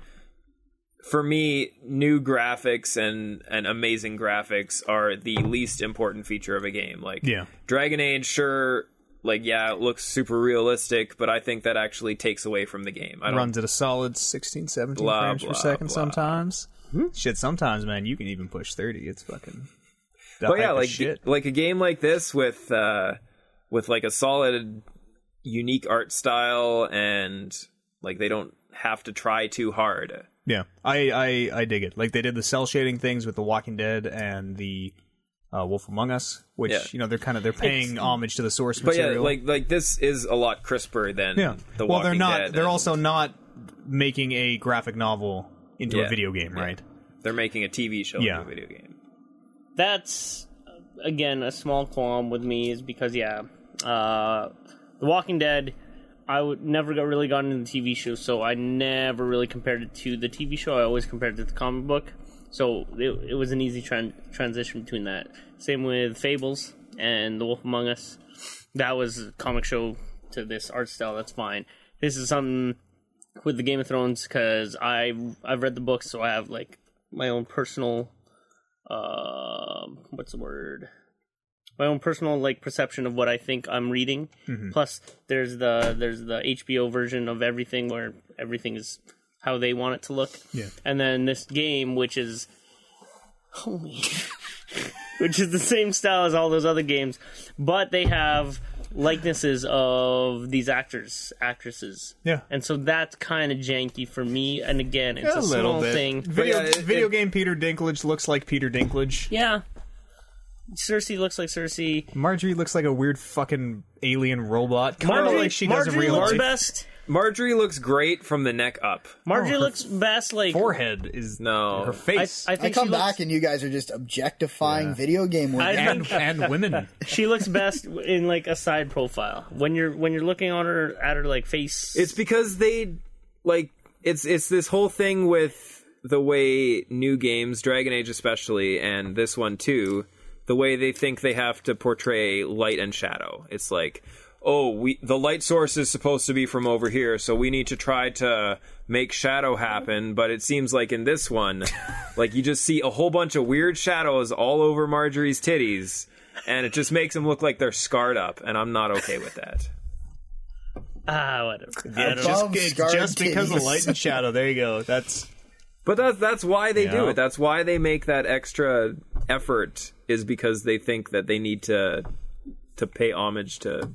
Speaker 5: for me, new graphics and and amazing graphics are the least important feature of a game. Like,
Speaker 4: Yeah.
Speaker 5: Dragon Age, sure, like, yeah, it looks super realistic, but I think that actually takes away from the game. I don't
Speaker 4: runs at a solid 16, 17
Speaker 5: Blah,
Speaker 4: frames per
Speaker 5: blah,
Speaker 4: second
Speaker 5: blah.
Speaker 4: sometimes. Shit, sometimes man, you can even push 30. It's fucking
Speaker 5: but yeah, like
Speaker 4: shit.
Speaker 5: like a game like this with uh with like a solid unique art style and like they don't have to try too hard.
Speaker 4: Yeah, I, I I dig it. Like they did the cell shading things with The Walking Dead and the uh, Wolf Among Us, which
Speaker 5: Yeah.
Speaker 4: you know they're kind of they're paying homage to the source
Speaker 5: But
Speaker 4: material.
Speaker 5: yeah, like like this is a lot crisper than
Speaker 4: yeah.
Speaker 5: the
Speaker 4: well,
Speaker 5: Walking
Speaker 4: they're not.
Speaker 5: Dead,
Speaker 4: they're
Speaker 5: and
Speaker 4: also not making a graphic novel into
Speaker 5: Yeah.
Speaker 4: a video game, right?
Speaker 5: they're making a TV show
Speaker 4: Yeah.
Speaker 5: yeah. a video game.
Speaker 3: that's uh, again a small qualm with me is because yeah, uh, The Walking Dead. I would never got really gotten into the TV show, so I never really compared it to the TV show. I always compared it to the comic book, so it, it was an easy tran- transition between that. Same with Fables and The Wolf Among Us. That was a comic show to this art style. That's fine. This is something with the Game of Thrones because I I've read the books, so I have like my own personal um what's the word my own personal like perception of what i think i'm reading
Speaker 4: Mm-hmm.
Speaker 3: plus there's the there's the hbo version of everything where everything is how they want it to look
Speaker 4: Yeah.
Speaker 3: and then this game which is holy which is the same style as all those other games but they have likenesses of these actors actresses
Speaker 4: Yeah.
Speaker 3: and so that's kind of janky for me and again it's a,
Speaker 4: a little
Speaker 3: small
Speaker 4: bit.
Speaker 3: thing
Speaker 4: Video,
Speaker 5: yeah, it-
Speaker 4: video
Speaker 5: it-
Speaker 4: game Peter Dinklage looks like Peter Dinklage.
Speaker 3: yeah. Cersei looks like Cersei.
Speaker 4: Marjorie looks like a weird fucking alien robot. Kind of
Speaker 3: Marjorie,
Speaker 4: like she does in
Speaker 3: Marjorie
Speaker 4: real
Speaker 3: looks
Speaker 4: life.
Speaker 3: best.
Speaker 5: Marjorie looks great from the neck up.
Speaker 3: Marjorie
Speaker 4: her
Speaker 3: looks best. Like
Speaker 4: Forehead is
Speaker 5: No.
Speaker 4: her
Speaker 3: I, I
Speaker 4: face
Speaker 3: think
Speaker 6: I come
Speaker 3: she
Speaker 6: back
Speaker 3: Looks,
Speaker 6: and you guys are just objectifying video game women.
Speaker 3: I think
Speaker 4: and and women.
Speaker 3: she looks best in like a side profile. When you're when you're looking on her at her like face,
Speaker 5: It's because they like it's it's this whole thing with the way new games, Dragon Age especially, and this one too, the way they think they have to portray light and shadow. It's like, oh, we the light source is supposed to be from over here, so we need to try to make shadow happen. But it seems like in this one, like you just see a whole bunch of weird shadows all over Marjorie's titties, and it just makes them look like they're scarred up, and I'm not okay with that.
Speaker 3: Ah, whatever. Yeah, I don't
Speaker 6: Above
Speaker 3: know.
Speaker 4: Just, it's
Speaker 6: scarred
Speaker 4: just because of
Speaker 6: titties.
Speaker 4: light and shadow. There you go. That's
Speaker 5: But that's that's why they do
Speaker 4: Yeah.
Speaker 5: it. That's why they make that extra effort is because they think that they need to to pay homage to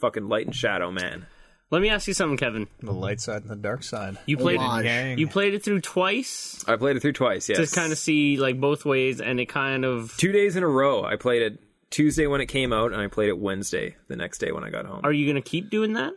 Speaker 5: fucking light and shadow man.
Speaker 3: Let me ask you something, Kevin.
Speaker 4: the light side and the dark side.
Speaker 3: You played
Speaker 6: lot.
Speaker 3: it.
Speaker 4: Gang.
Speaker 3: You played it through twice
Speaker 5: I played it through twice. Yes,
Speaker 3: to kind of see like both ways, and it kind of.
Speaker 5: two days in a row. I played it Tuesday when it came out, and I played it Wednesday the next day when I got home.
Speaker 3: Are you gonna keep doing that?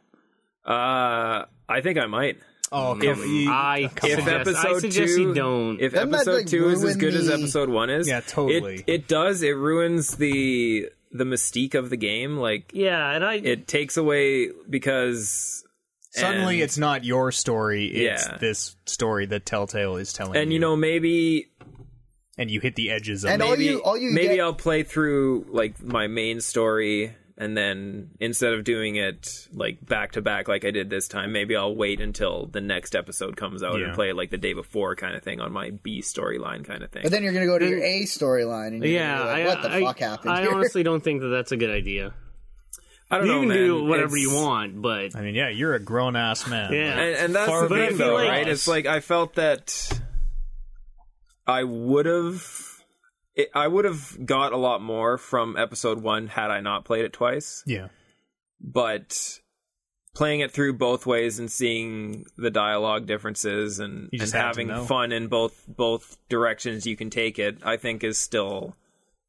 Speaker 5: Uh, I think I might.
Speaker 4: oh, come
Speaker 5: If-
Speaker 4: on. You-
Speaker 3: I
Speaker 5: If
Speaker 3: suggest,
Speaker 5: episode
Speaker 3: I suggest
Speaker 5: two,
Speaker 3: you don't.
Speaker 5: If
Speaker 6: Doesn't that,
Speaker 5: episode
Speaker 6: like,
Speaker 5: two is as
Speaker 6: ruin
Speaker 5: good as
Speaker 6: the-
Speaker 5: episode one is,
Speaker 4: Yeah, totally.
Speaker 5: It, it does. It ruins the the mystique of the game. Like
Speaker 3: yeah, and I.
Speaker 5: it takes away because
Speaker 4: Suddenly,
Speaker 5: and-
Speaker 4: it's not your story. It's
Speaker 5: Yeah.
Speaker 4: this story that Telltale is telling.
Speaker 5: and you know maybe
Speaker 4: and you hit the edges of
Speaker 6: And
Speaker 4: it.
Speaker 6: all
Speaker 5: maybe
Speaker 6: you all you
Speaker 5: maybe
Speaker 6: get,
Speaker 5: I'll play through like my main story and then instead of doing it like back to back like I did this time, maybe I'll wait until the next episode comes out
Speaker 4: Yeah.
Speaker 5: and play it like the day before kind of thing on my B storyline kind of thing.
Speaker 6: but then you're gonna go to your A storyline and you're
Speaker 3: yeah,
Speaker 6: gonna be
Speaker 3: I,
Speaker 6: like, what the
Speaker 3: I-
Speaker 6: fuck happened
Speaker 3: I
Speaker 6: here?
Speaker 3: honestly don't think that that's a good idea.
Speaker 5: I don't
Speaker 3: You
Speaker 5: know,
Speaker 3: can
Speaker 5: man.
Speaker 3: do whatever
Speaker 5: It's-
Speaker 3: you want, but
Speaker 4: I mean, yeah, you're a grown ass man.
Speaker 3: Yeah.
Speaker 5: And, and that's
Speaker 4: Far
Speaker 5: the
Speaker 4: be
Speaker 5: thing,
Speaker 3: it
Speaker 5: though,
Speaker 3: from
Speaker 5: right?
Speaker 3: us.
Speaker 5: It's like I felt that I would have, it- I would have got a lot more from episode one had I not played it twice.
Speaker 4: yeah.
Speaker 5: But playing it through both ways and seeing the dialogue differences and,
Speaker 4: You
Speaker 5: and
Speaker 4: just had to
Speaker 5: having
Speaker 4: know.
Speaker 5: fun in both both directions you can take it, I think is still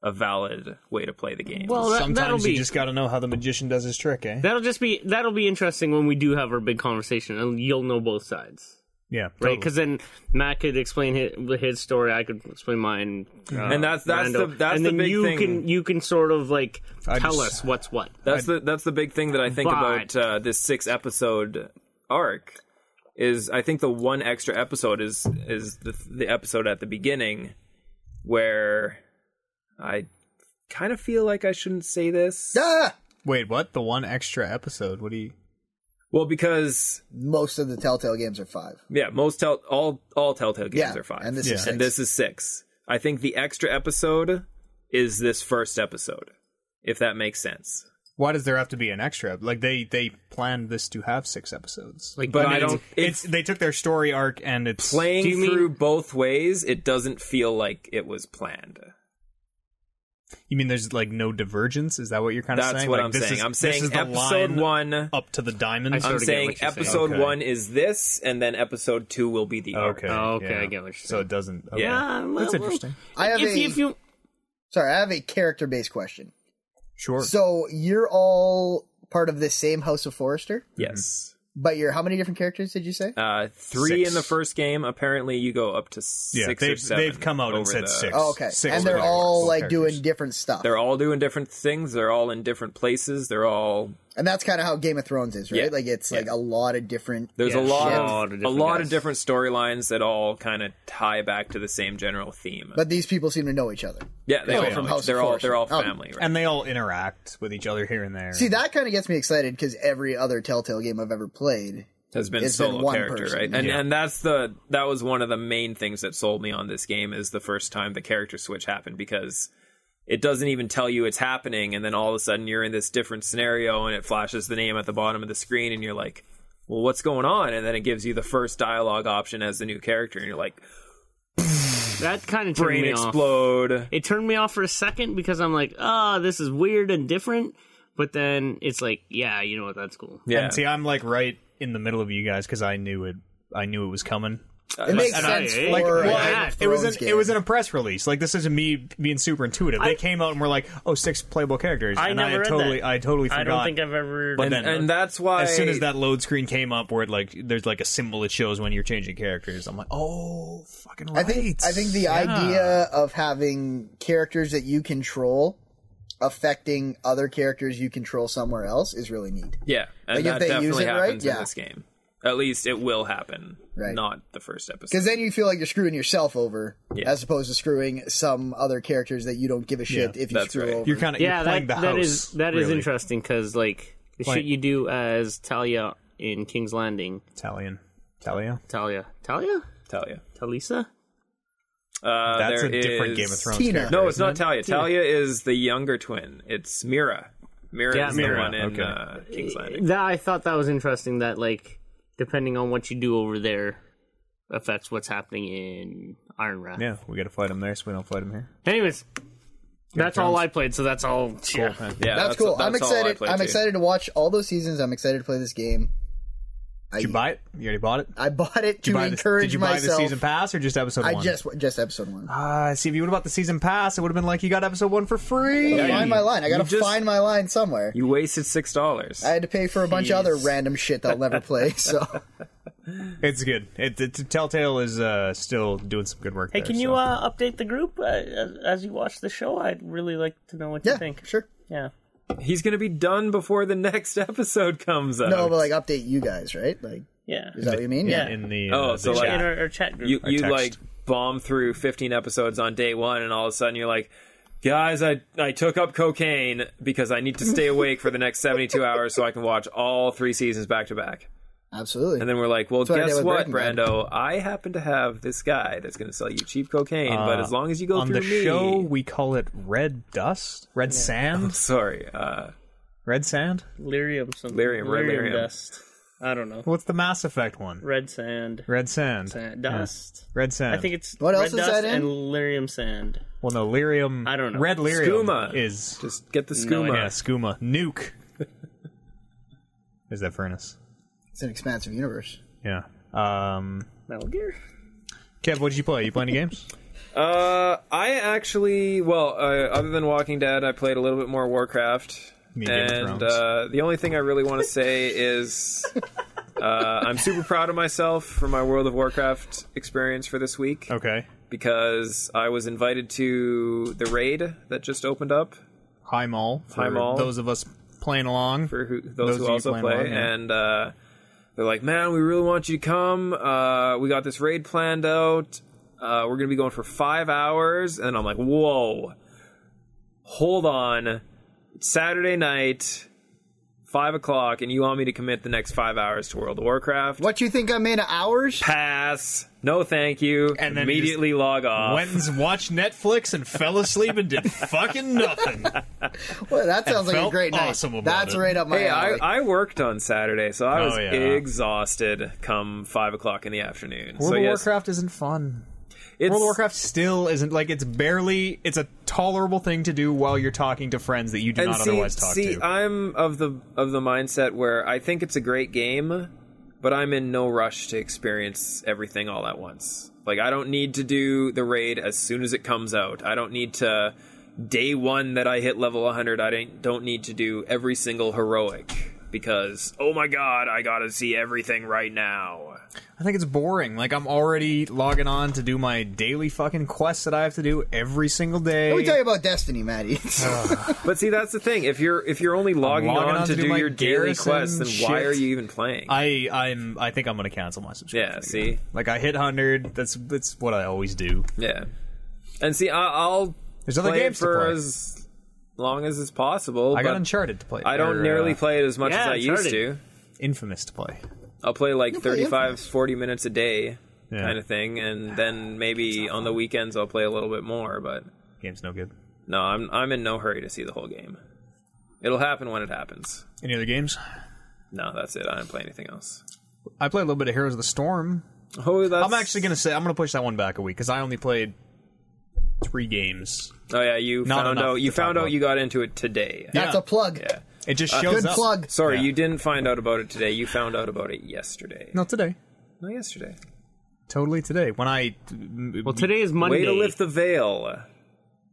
Speaker 5: a valid way to play the game.
Speaker 3: well, that, that'll
Speaker 4: Sometimes you
Speaker 3: be
Speaker 4: just got to know how the magician does his trick, eh?
Speaker 3: that'll just be that'll be interesting when we do have our big conversation, and you'll know both sides.
Speaker 4: yeah,
Speaker 3: Right, because then Matt could explain his, his story. I could explain mine, uh,
Speaker 5: And that's- that's the-
Speaker 3: Rando.
Speaker 5: that's
Speaker 3: and
Speaker 5: the
Speaker 3: then
Speaker 5: big
Speaker 3: you
Speaker 5: thing.
Speaker 3: can you can sort of like
Speaker 4: I
Speaker 3: tell
Speaker 4: just-
Speaker 3: us what's what.
Speaker 5: That's the that's the big thing that I think
Speaker 3: But-
Speaker 5: about uh, this six episode arc is I think the one extra episode is is the the episode at the beginning where I kind of feel like I shouldn't say this.
Speaker 6: Ah!
Speaker 4: Wait, what? The one extra episode? What do you?
Speaker 5: Well, because
Speaker 6: Most of the Telltale games are five.
Speaker 5: yeah, most tell all all Telltale games
Speaker 6: yeah,
Speaker 5: are five,
Speaker 6: and this
Speaker 4: Yeah.
Speaker 6: is six.
Speaker 5: and this is six. I think the extra episode is this first episode, if that makes sense.
Speaker 4: Why does there have to be an extra? ep- Like they they planned this to have six episodes.
Speaker 3: Like,
Speaker 5: But
Speaker 3: I
Speaker 5: I
Speaker 3: mean,
Speaker 5: don't.
Speaker 4: it's, they took their story arc and it's
Speaker 5: playing
Speaker 3: Do you
Speaker 5: through
Speaker 3: mean-
Speaker 5: both ways, it doesn't feel like it was planned.
Speaker 4: You mean there's like no divergence? Is that what you're kind of
Speaker 5: That's
Speaker 4: saying?
Speaker 5: what
Speaker 4: Like,
Speaker 5: I'm
Speaker 4: this
Speaker 5: saying.
Speaker 4: is-
Speaker 5: I'm
Speaker 4: this
Speaker 5: saying
Speaker 4: is the
Speaker 5: episode
Speaker 4: line
Speaker 5: one.
Speaker 4: up to the diamonds.
Speaker 3: I
Speaker 5: I'm
Speaker 3: sort of get
Speaker 5: saying
Speaker 3: what you're saying.
Speaker 5: episode
Speaker 4: Okay.
Speaker 5: one is this, and then episode two will be the arc.
Speaker 4: Okay.
Speaker 3: Oh, okay, I get what you're
Speaker 4: So
Speaker 3: saying.
Speaker 4: it doesn't. Okay.
Speaker 5: Yeah.
Speaker 3: well,
Speaker 4: That's
Speaker 3: well,
Speaker 4: interesting.
Speaker 6: I have
Speaker 3: if,
Speaker 6: a
Speaker 3: if you
Speaker 6: sorry. I have a character based question.
Speaker 4: Sure.
Speaker 6: So you're all part of this same House of Forester,
Speaker 4: Mm-hmm.
Speaker 5: Yes.
Speaker 6: but you're how many different characters did you say?
Speaker 5: Uh, three
Speaker 4: Six.
Speaker 5: in the first game. Apparently, you go up to
Speaker 4: Yeah,
Speaker 5: six or
Speaker 4: they've-
Speaker 5: seven.
Speaker 4: they've come out and
Speaker 5: over
Speaker 4: said
Speaker 5: the-
Speaker 4: six.
Speaker 6: Oh, okay,
Speaker 4: six
Speaker 6: and they're
Speaker 4: characters.
Speaker 6: all like
Speaker 4: Characters.
Speaker 6: doing different stuff.
Speaker 5: They're all doing different things. They're all in different places. They're all
Speaker 6: and that's kind of how Game of Thrones is, right?
Speaker 5: Yeah.
Speaker 6: Like it's like a lot of different.
Speaker 5: there's
Speaker 3: Yeah,
Speaker 5: a lot
Speaker 3: shit.
Speaker 5: of
Speaker 3: Lot of
Speaker 5: a
Speaker 3: different
Speaker 5: lot
Speaker 3: guys.
Speaker 5: of different storylines that all kind of tie back to the same general theme.
Speaker 6: But these people seem to know each other.
Speaker 5: yeah, they
Speaker 6: Oh,
Speaker 5: all
Speaker 6: yeah. from House of
Speaker 5: they're all they're all
Speaker 6: Fortune. Oh.
Speaker 5: family. Right?
Speaker 4: and they all interact with each other here and there.
Speaker 6: See, that kind of gets me excited because every other Telltale game I've ever played
Speaker 5: has been
Speaker 6: It's been
Speaker 5: solo
Speaker 6: one
Speaker 5: character,
Speaker 6: person.
Speaker 5: right? And
Speaker 4: Yeah.
Speaker 5: and that's the that was one of the main things that sold me on this game is the first time the character switch happened because it doesn't even tell you it's happening, and then all of a sudden you're in this different scenario, and it flashes the name at the bottom of the screen, and you're like, "Well, what's going on?" And then it gives you the first dialogue option as the new character, and you're like,
Speaker 3: that kind of turned
Speaker 5: "Brain
Speaker 3: me off.
Speaker 5: explode."
Speaker 3: It turned me off for a second because I'm like, ah, this is weird and different. But then it's like, yeah, you know what? That's cool.
Speaker 5: Yeah,
Speaker 4: And see, I'm like right in the middle of you guys because I knew it. I knew it was coming.
Speaker 6: It makes
Speaker 4: and
Speaker 6: sense
Speaker 3: I-
Speaker 6: for
Speaker 4: Like,
Speaker 3: Or
Speaker 6: a
Speaker 4: well,
Speaker 3: yeah,
Speaker 6: Game
Speaker 4: I-
Speaker 6: of
Speaker 4: it was
Speaker 6: Thrones
Speaker 4: in,
Speaker 6: game.
Speaker 4: it was in a press release. Like this isn't me being super intuitive.
Speaker 3: I-
Speaker 4: they came out and were like, "Oh, six playable characters."
Speaker 3: I
Speaker 4: and
Speaker 3: never
Speaker 4: I
Speaker 3: read
Speaker 4: totally,
Speaker 3: that.
Speaker 4: I totally forgot.
Speaker 3: I don't think I've ever.
Speaker 4: But then-
Speaker 5: and, and that's why
Speaker 4: as soon as that load screen came up, where it like there's like a symbol it shows when you're changing characters, I'm like, oh, fucking
Speaker 6: I
Speaker 4: right.
Speaker 6: think I think the
Speaker 4: Yeah.
Speaker 6: idea of having characters that you control affecting other characters you control somewhere else is really neat.
Speaker 5: Yeah, and
Speaker 6: Like, if
Speaker 5: that
Speaker 6: they use
Speaker 5: definitely
Speaker 6: it right,
Speaker 5: happens
Speaker 6: yeah.
Speaker 5: in this game. At least it will happen.
Speaker 6: Right.
Speaker 5: Not the first episode.
Speaker 6: Because then you feel like you're screwing yourself over
Speaker 5: Yeah.
Speaker 6: as opposed to screwing some other characters that you don't give a shit
Speaker 4: Yeah,
Speaker 6: if you
Speaker 5: that's
Speaker 6: screw
Speaker 5: right.
Speaker 6: over.
Speaker 4: you're kind of
Speaker 3: yeah,
Speaker 4: you're playing
Speaker 3: that,
Speaker 4: the
Speaker 3: that
Speaker 4: house.
Speaker 3: is that is
Speaker 4: really.
Speaker 3: interesting because like The
Speaker 4: Like-
Speaker 3: shit you do as Talia in King's Landing.
Speaker 4: Italian. Talia.
Speaker 3: Talia. Talia?
Speaker 5: Tell you.
Speaker 3: Talisa?
Speaker 5: Uh,
Speaker 4: That's
Speaker 5: there
Speaker 4: a different
Speaker 5: is-
Speaker 4: Game of Thrones.
Speaker 6: Tina.
Speaker 4: character.
Speaker 5: No, it's not Talia. Talia is the younger twin. It's Mira. Mira
Speaker 3: Yeah,
Speaker 5: is
Speaker 3: Mira.
Speaker 5: the one in
Speaker 4: Okay.
Speaker 5: uh, King's Landing.
Speaker 3: That I thought that was interesting that like depending on what you do over there affects what's happening in Iron Wrath.
Speaker 4: Yeah, we got to fight him there, so we don't fight him here.
Speaker 3: Anyways, that's all I played, so that's all yeah.
Speaker 5: Yeah,
Speaker 6: That's, cool. I'm
Speaker 5: that's all I
Speaker 6: excited.
Speaker 5: play,
Speaker 6: I'm
Speaker 5: too.
Speaker 6: excited to watch all those seasons. I'm excited to play this game.
Speaker 4: Did you buy it? You already bought it.
Speaker 6: I bought it
Speaker 4: Did you
Speaker 6: to
Speaker 4: buy the-
Speaker 6: encourage
Speaker 4: did you buy
Speaker 6: myself.
Speaker 4: the season pass or just episode
Speaker 6: I
Speaker 4: one?
Speaker 6: just just episode one.
Speaker 4: Ah, see if you would have bought the season pass, it would have been like you got episode one for free.
Speaker 6: find my line. I gotta
Speaker 5: you just-
Speaker 6: find my line somewhere.
Speaker 5: You wasted six dollars.
Speaker 6: I had to pay for a bunch of other random shit that I'll never play. So
Speaker 4: It's good. It, it, Telltale is uh, still doing some good work.
Speaker 3: Hey,
Speaker 4: there,
Speaker 3: can you
Speaker 4: so.
Speaker 3: uh, update the group uh, as- as you watch the show? I'd really like to know what
Speaker 6: yeah,
Speaker 3: you think.
Speaker 6: sure.
Speaker 3: Yeah.
Speaker 5: He's gonna be done before the next episode comes out.
Speaker 6: No, but like update you guys, right? Like,
Speaker 3: Yeah.
Speaker 6: is that what you mean?
Speaker 3: Yeah.
Speaker 4: in the?
Speaker 5: Oh,
Speaker 4: uh,
Speaker 5: so,
Speaker 4: the
Speaker 5: like-
Speaker 4: chat.
Speaker 3: In our, our chat group.
Speaker 5: you
Speaker 4: Or
Speaker 5: you
Speaker 4: text.
Speaker 5: like bomb through 15 episodes on day one and all of a sudden you're like guys i i took up cocaine because i need to stay awake for the next 72 hours so i can watch all three seasons back to back
Speaker 6: absolutely.
Speaker 5: and then we're like well
Speaker 6: what I did
Speaker 5: guess
Speaker 6: with
Speaker 5: what
Speaker 6: Breaking Bad.
Speaker 5: brando i happen to have this guy that's going to sell you cheap cocaine but as long as you go
Speaker 4: Uh, on
Speaker 5: through
Speaker 4: the
Speaker 5: me
Speaker 4: show, we call it red dust, red sand,
Speaker 5: sorry uh
Speaker 4: red sand.
Speaker 3: Lyrium something.
Speaker 5: Lyrium, red lyrium.
Speaker 3: dust. I don't know.
Speaker 4: What's the Mass Effect one?
Speaker 3: Red sand.
Speaker 4: Red sand.
Speaker 3: Sand.
Speaker 4: Yeah.
Speaker 3: Dust.
Speaker 4: Red sand.
Speaker 3: I think it's
Speaker 6: What
Speaker 3: red
Speaker 6: else is
Speaker 3: dust
Speaker 6: that in?
Speaker 3: and lyrium sand.
Speaker 4: Well, no, lyrium.
Speaker 3: I don't know.
Speaker 4: Red lyrium
Speaker 5: Skooma.
Speaker 4: is
Speaker 5: just get the skooma
Speaker 4: yeah, skooma nuke. is that furnace?
Speaker 6: It's an expansive universe.
Speaker 4: Yeah. Um,
Speaker 3: Metal Gear.
Speaker 4: Kev, what did you play? You play any games?
Speaker 5: Uh, I actually, well, uh, other than Walking Dead, I played a little bit more Warcraft.
Speaker 4: Me, Game of
Speaker 5: and
Speaker 4: Thrones.
Speaker 5: uh, the only thing I really want to say is uh, I'm super proud of myself for my World of Warcraft experience for this week
Speaker 4: Okay.
Speaker 5: because I was invited to the raid that just opened up
Speaker 4: High Mall. For
Speaker 5: High Mall.
Speaker 4: Those of us playing along.
Speaker 5: for who, those,
Speaker 4: Those of
Speaker 5: who
Speaker 4: you
Speaker 5: also
Speaker 4: playing
Speaker 5: play,
Speaker 4: along, yeah.
Speaker 5: and uh, they're like, "Man, we really want you to come. Uh, we got this raid planned out. Uh, we're gonna be going for five hours." And I'm like, "Whoa, hold on, It's Saturday night." Five o'clock, and you want me to commit the next five hours to World of Warcraft?
Speaker 6: What you think I'm in hours?
Speaker 5: Pass. No, thank you. And
Speaker 4: And then
Speaker 5: then
Speaker 4: you
Speaker 5: immediately log off.
Speaker 4: Went and watched Netflix and fell asleep and did fucking nothing.
Speaker 6: Well, that sounds like a
Speaker 4: felt
Speaker 6: great night.
Speaker 4: awesome about
Speaker 6: That's
Speaker 4: it.
Speaker 6: right up my
Speaker 5: Hey, I,
Speaker 6: alley.
Speaker 5: I worked on Saturday, so I
Speaker 4: Oh,
Speaker 5: was
Speaker 4: yeah.
Speaker 5: exhausted come five o'clock in the afternoon.
Speaker 4: World
Speaker 5: so
Speaker 4: of
Speaker 5: yes,
Speaker 4: Warcraft isn't fun.
Speaker 5: it's,
Speaker 4: World of Warcraft still isn't like it's barely it's a tolerable thing to do while you're talking to friends that you do
Speaker 5: and
Speaker 4: not
Speaker 5: see,
Speaker 4: otherwise talk
Speaker 5: see, uh,
Speaker 4: to.
Speaker 5: I'm of the of the mindset where I think it's a great game, but I'm in no rush to experience everything all at once. Like I don't need to do the raid as soon as it comes out. I don't need to day one that I hit level 100. I don't don't need to do every single heroic because oh my god, I gotta see everything right now.
Speaker 4: I think it's boring. Like I'm already logging on to do my daily fucking quests that I have to do every single day.
Speaker 6: Let me tell you about Destiny, Maddie.
Speaker 4: Oh,
Speaker 5: But see, that's the thing. If you're if you're only logging,
Speaker 4: logging
Speaker 5: on, to do,
Speaker 4: my
Speaker 5: your daily
Speaker 4: garrison
Speaker 5: quests, then why
Speaker 4: shit.
Speaker 5: are you even playing?
Speaker 4: I I'm I think I'm gonna cancel my subscription.
Speaker 5: Yeah,
Speaker 4: again.
Speaker 5: see?
Speaker 4: like I hit hundred. That's that's what I always do.
Speaker 5: Yeah, and see, I, I'll
Speaker 4: There's other
Speaker 5: play it
Speaker 4: games to
Speaker 5: for
Speaker 4: play.
Speaker 5: as long as is possible.
Speaker 4: I got
Speaker 5: but
Speaker 4: Uncharted to play.
Speaker 5: I don't
Speaker 4: or,
Speaker 5: nearly
Speaker 4: uh,
Speaker 5: play it as much
Speaker 3: Yeah,
Speaker 5: as I used to.
Speaker 3: Uncharted.
Speaker 4: Infamous to play.
Speaker 5: I'll play like
Speaker 6: play
Speaker 5: 35,
Speaker 6: Infamous.
Speaker 5: 40 minutes a day,
Speaker 4: Yeah.
Speaker 5: kind of thing, and then maybe on the weekends I'll play a little bit more. But
Speaker 4: Game's no good.
Speaker 5: no, I'm I'm in no hurry to see the whole game. It'll happen when it happens.
Speaker 4: Any other games?
Speaker 5: No, that's it. I didn't play anything else.
Speaker 4: I played a little bit of Heroes of the Storm.
Speaker 5: Oh, that's
Speaker 4: I'm actually gonna say I'm gonna push that one back a week because I only played three games.
Speaker 5: Oh yeah, you
Speaker 4: Not
Speaker 5: found
Speaker 4: enough
Speaker 5: out. You
Speaker 4: to talk
Speaker 5: found out
Speaker 4: about.
Speaker 5: you got into it today.
Speaker 6: That's a plug.
Speaker 5: Yeah.
Speaker 4: It just shows
Speaker 6: Uh, Good
Speaker 4: up.
Speaker 6: plug.
Speaker 5: Sorry,
Speaker 4: Yeah.
Speaker 5: you didn't find out about it today. You found out about it yesterday.
Speaker 4: Not today.
Speaker 5: No, yesterday.
Speaker 4: Totally today. When I
Speaker 3: Well, today is Monday.
Speaker 5: Way to lift the veil.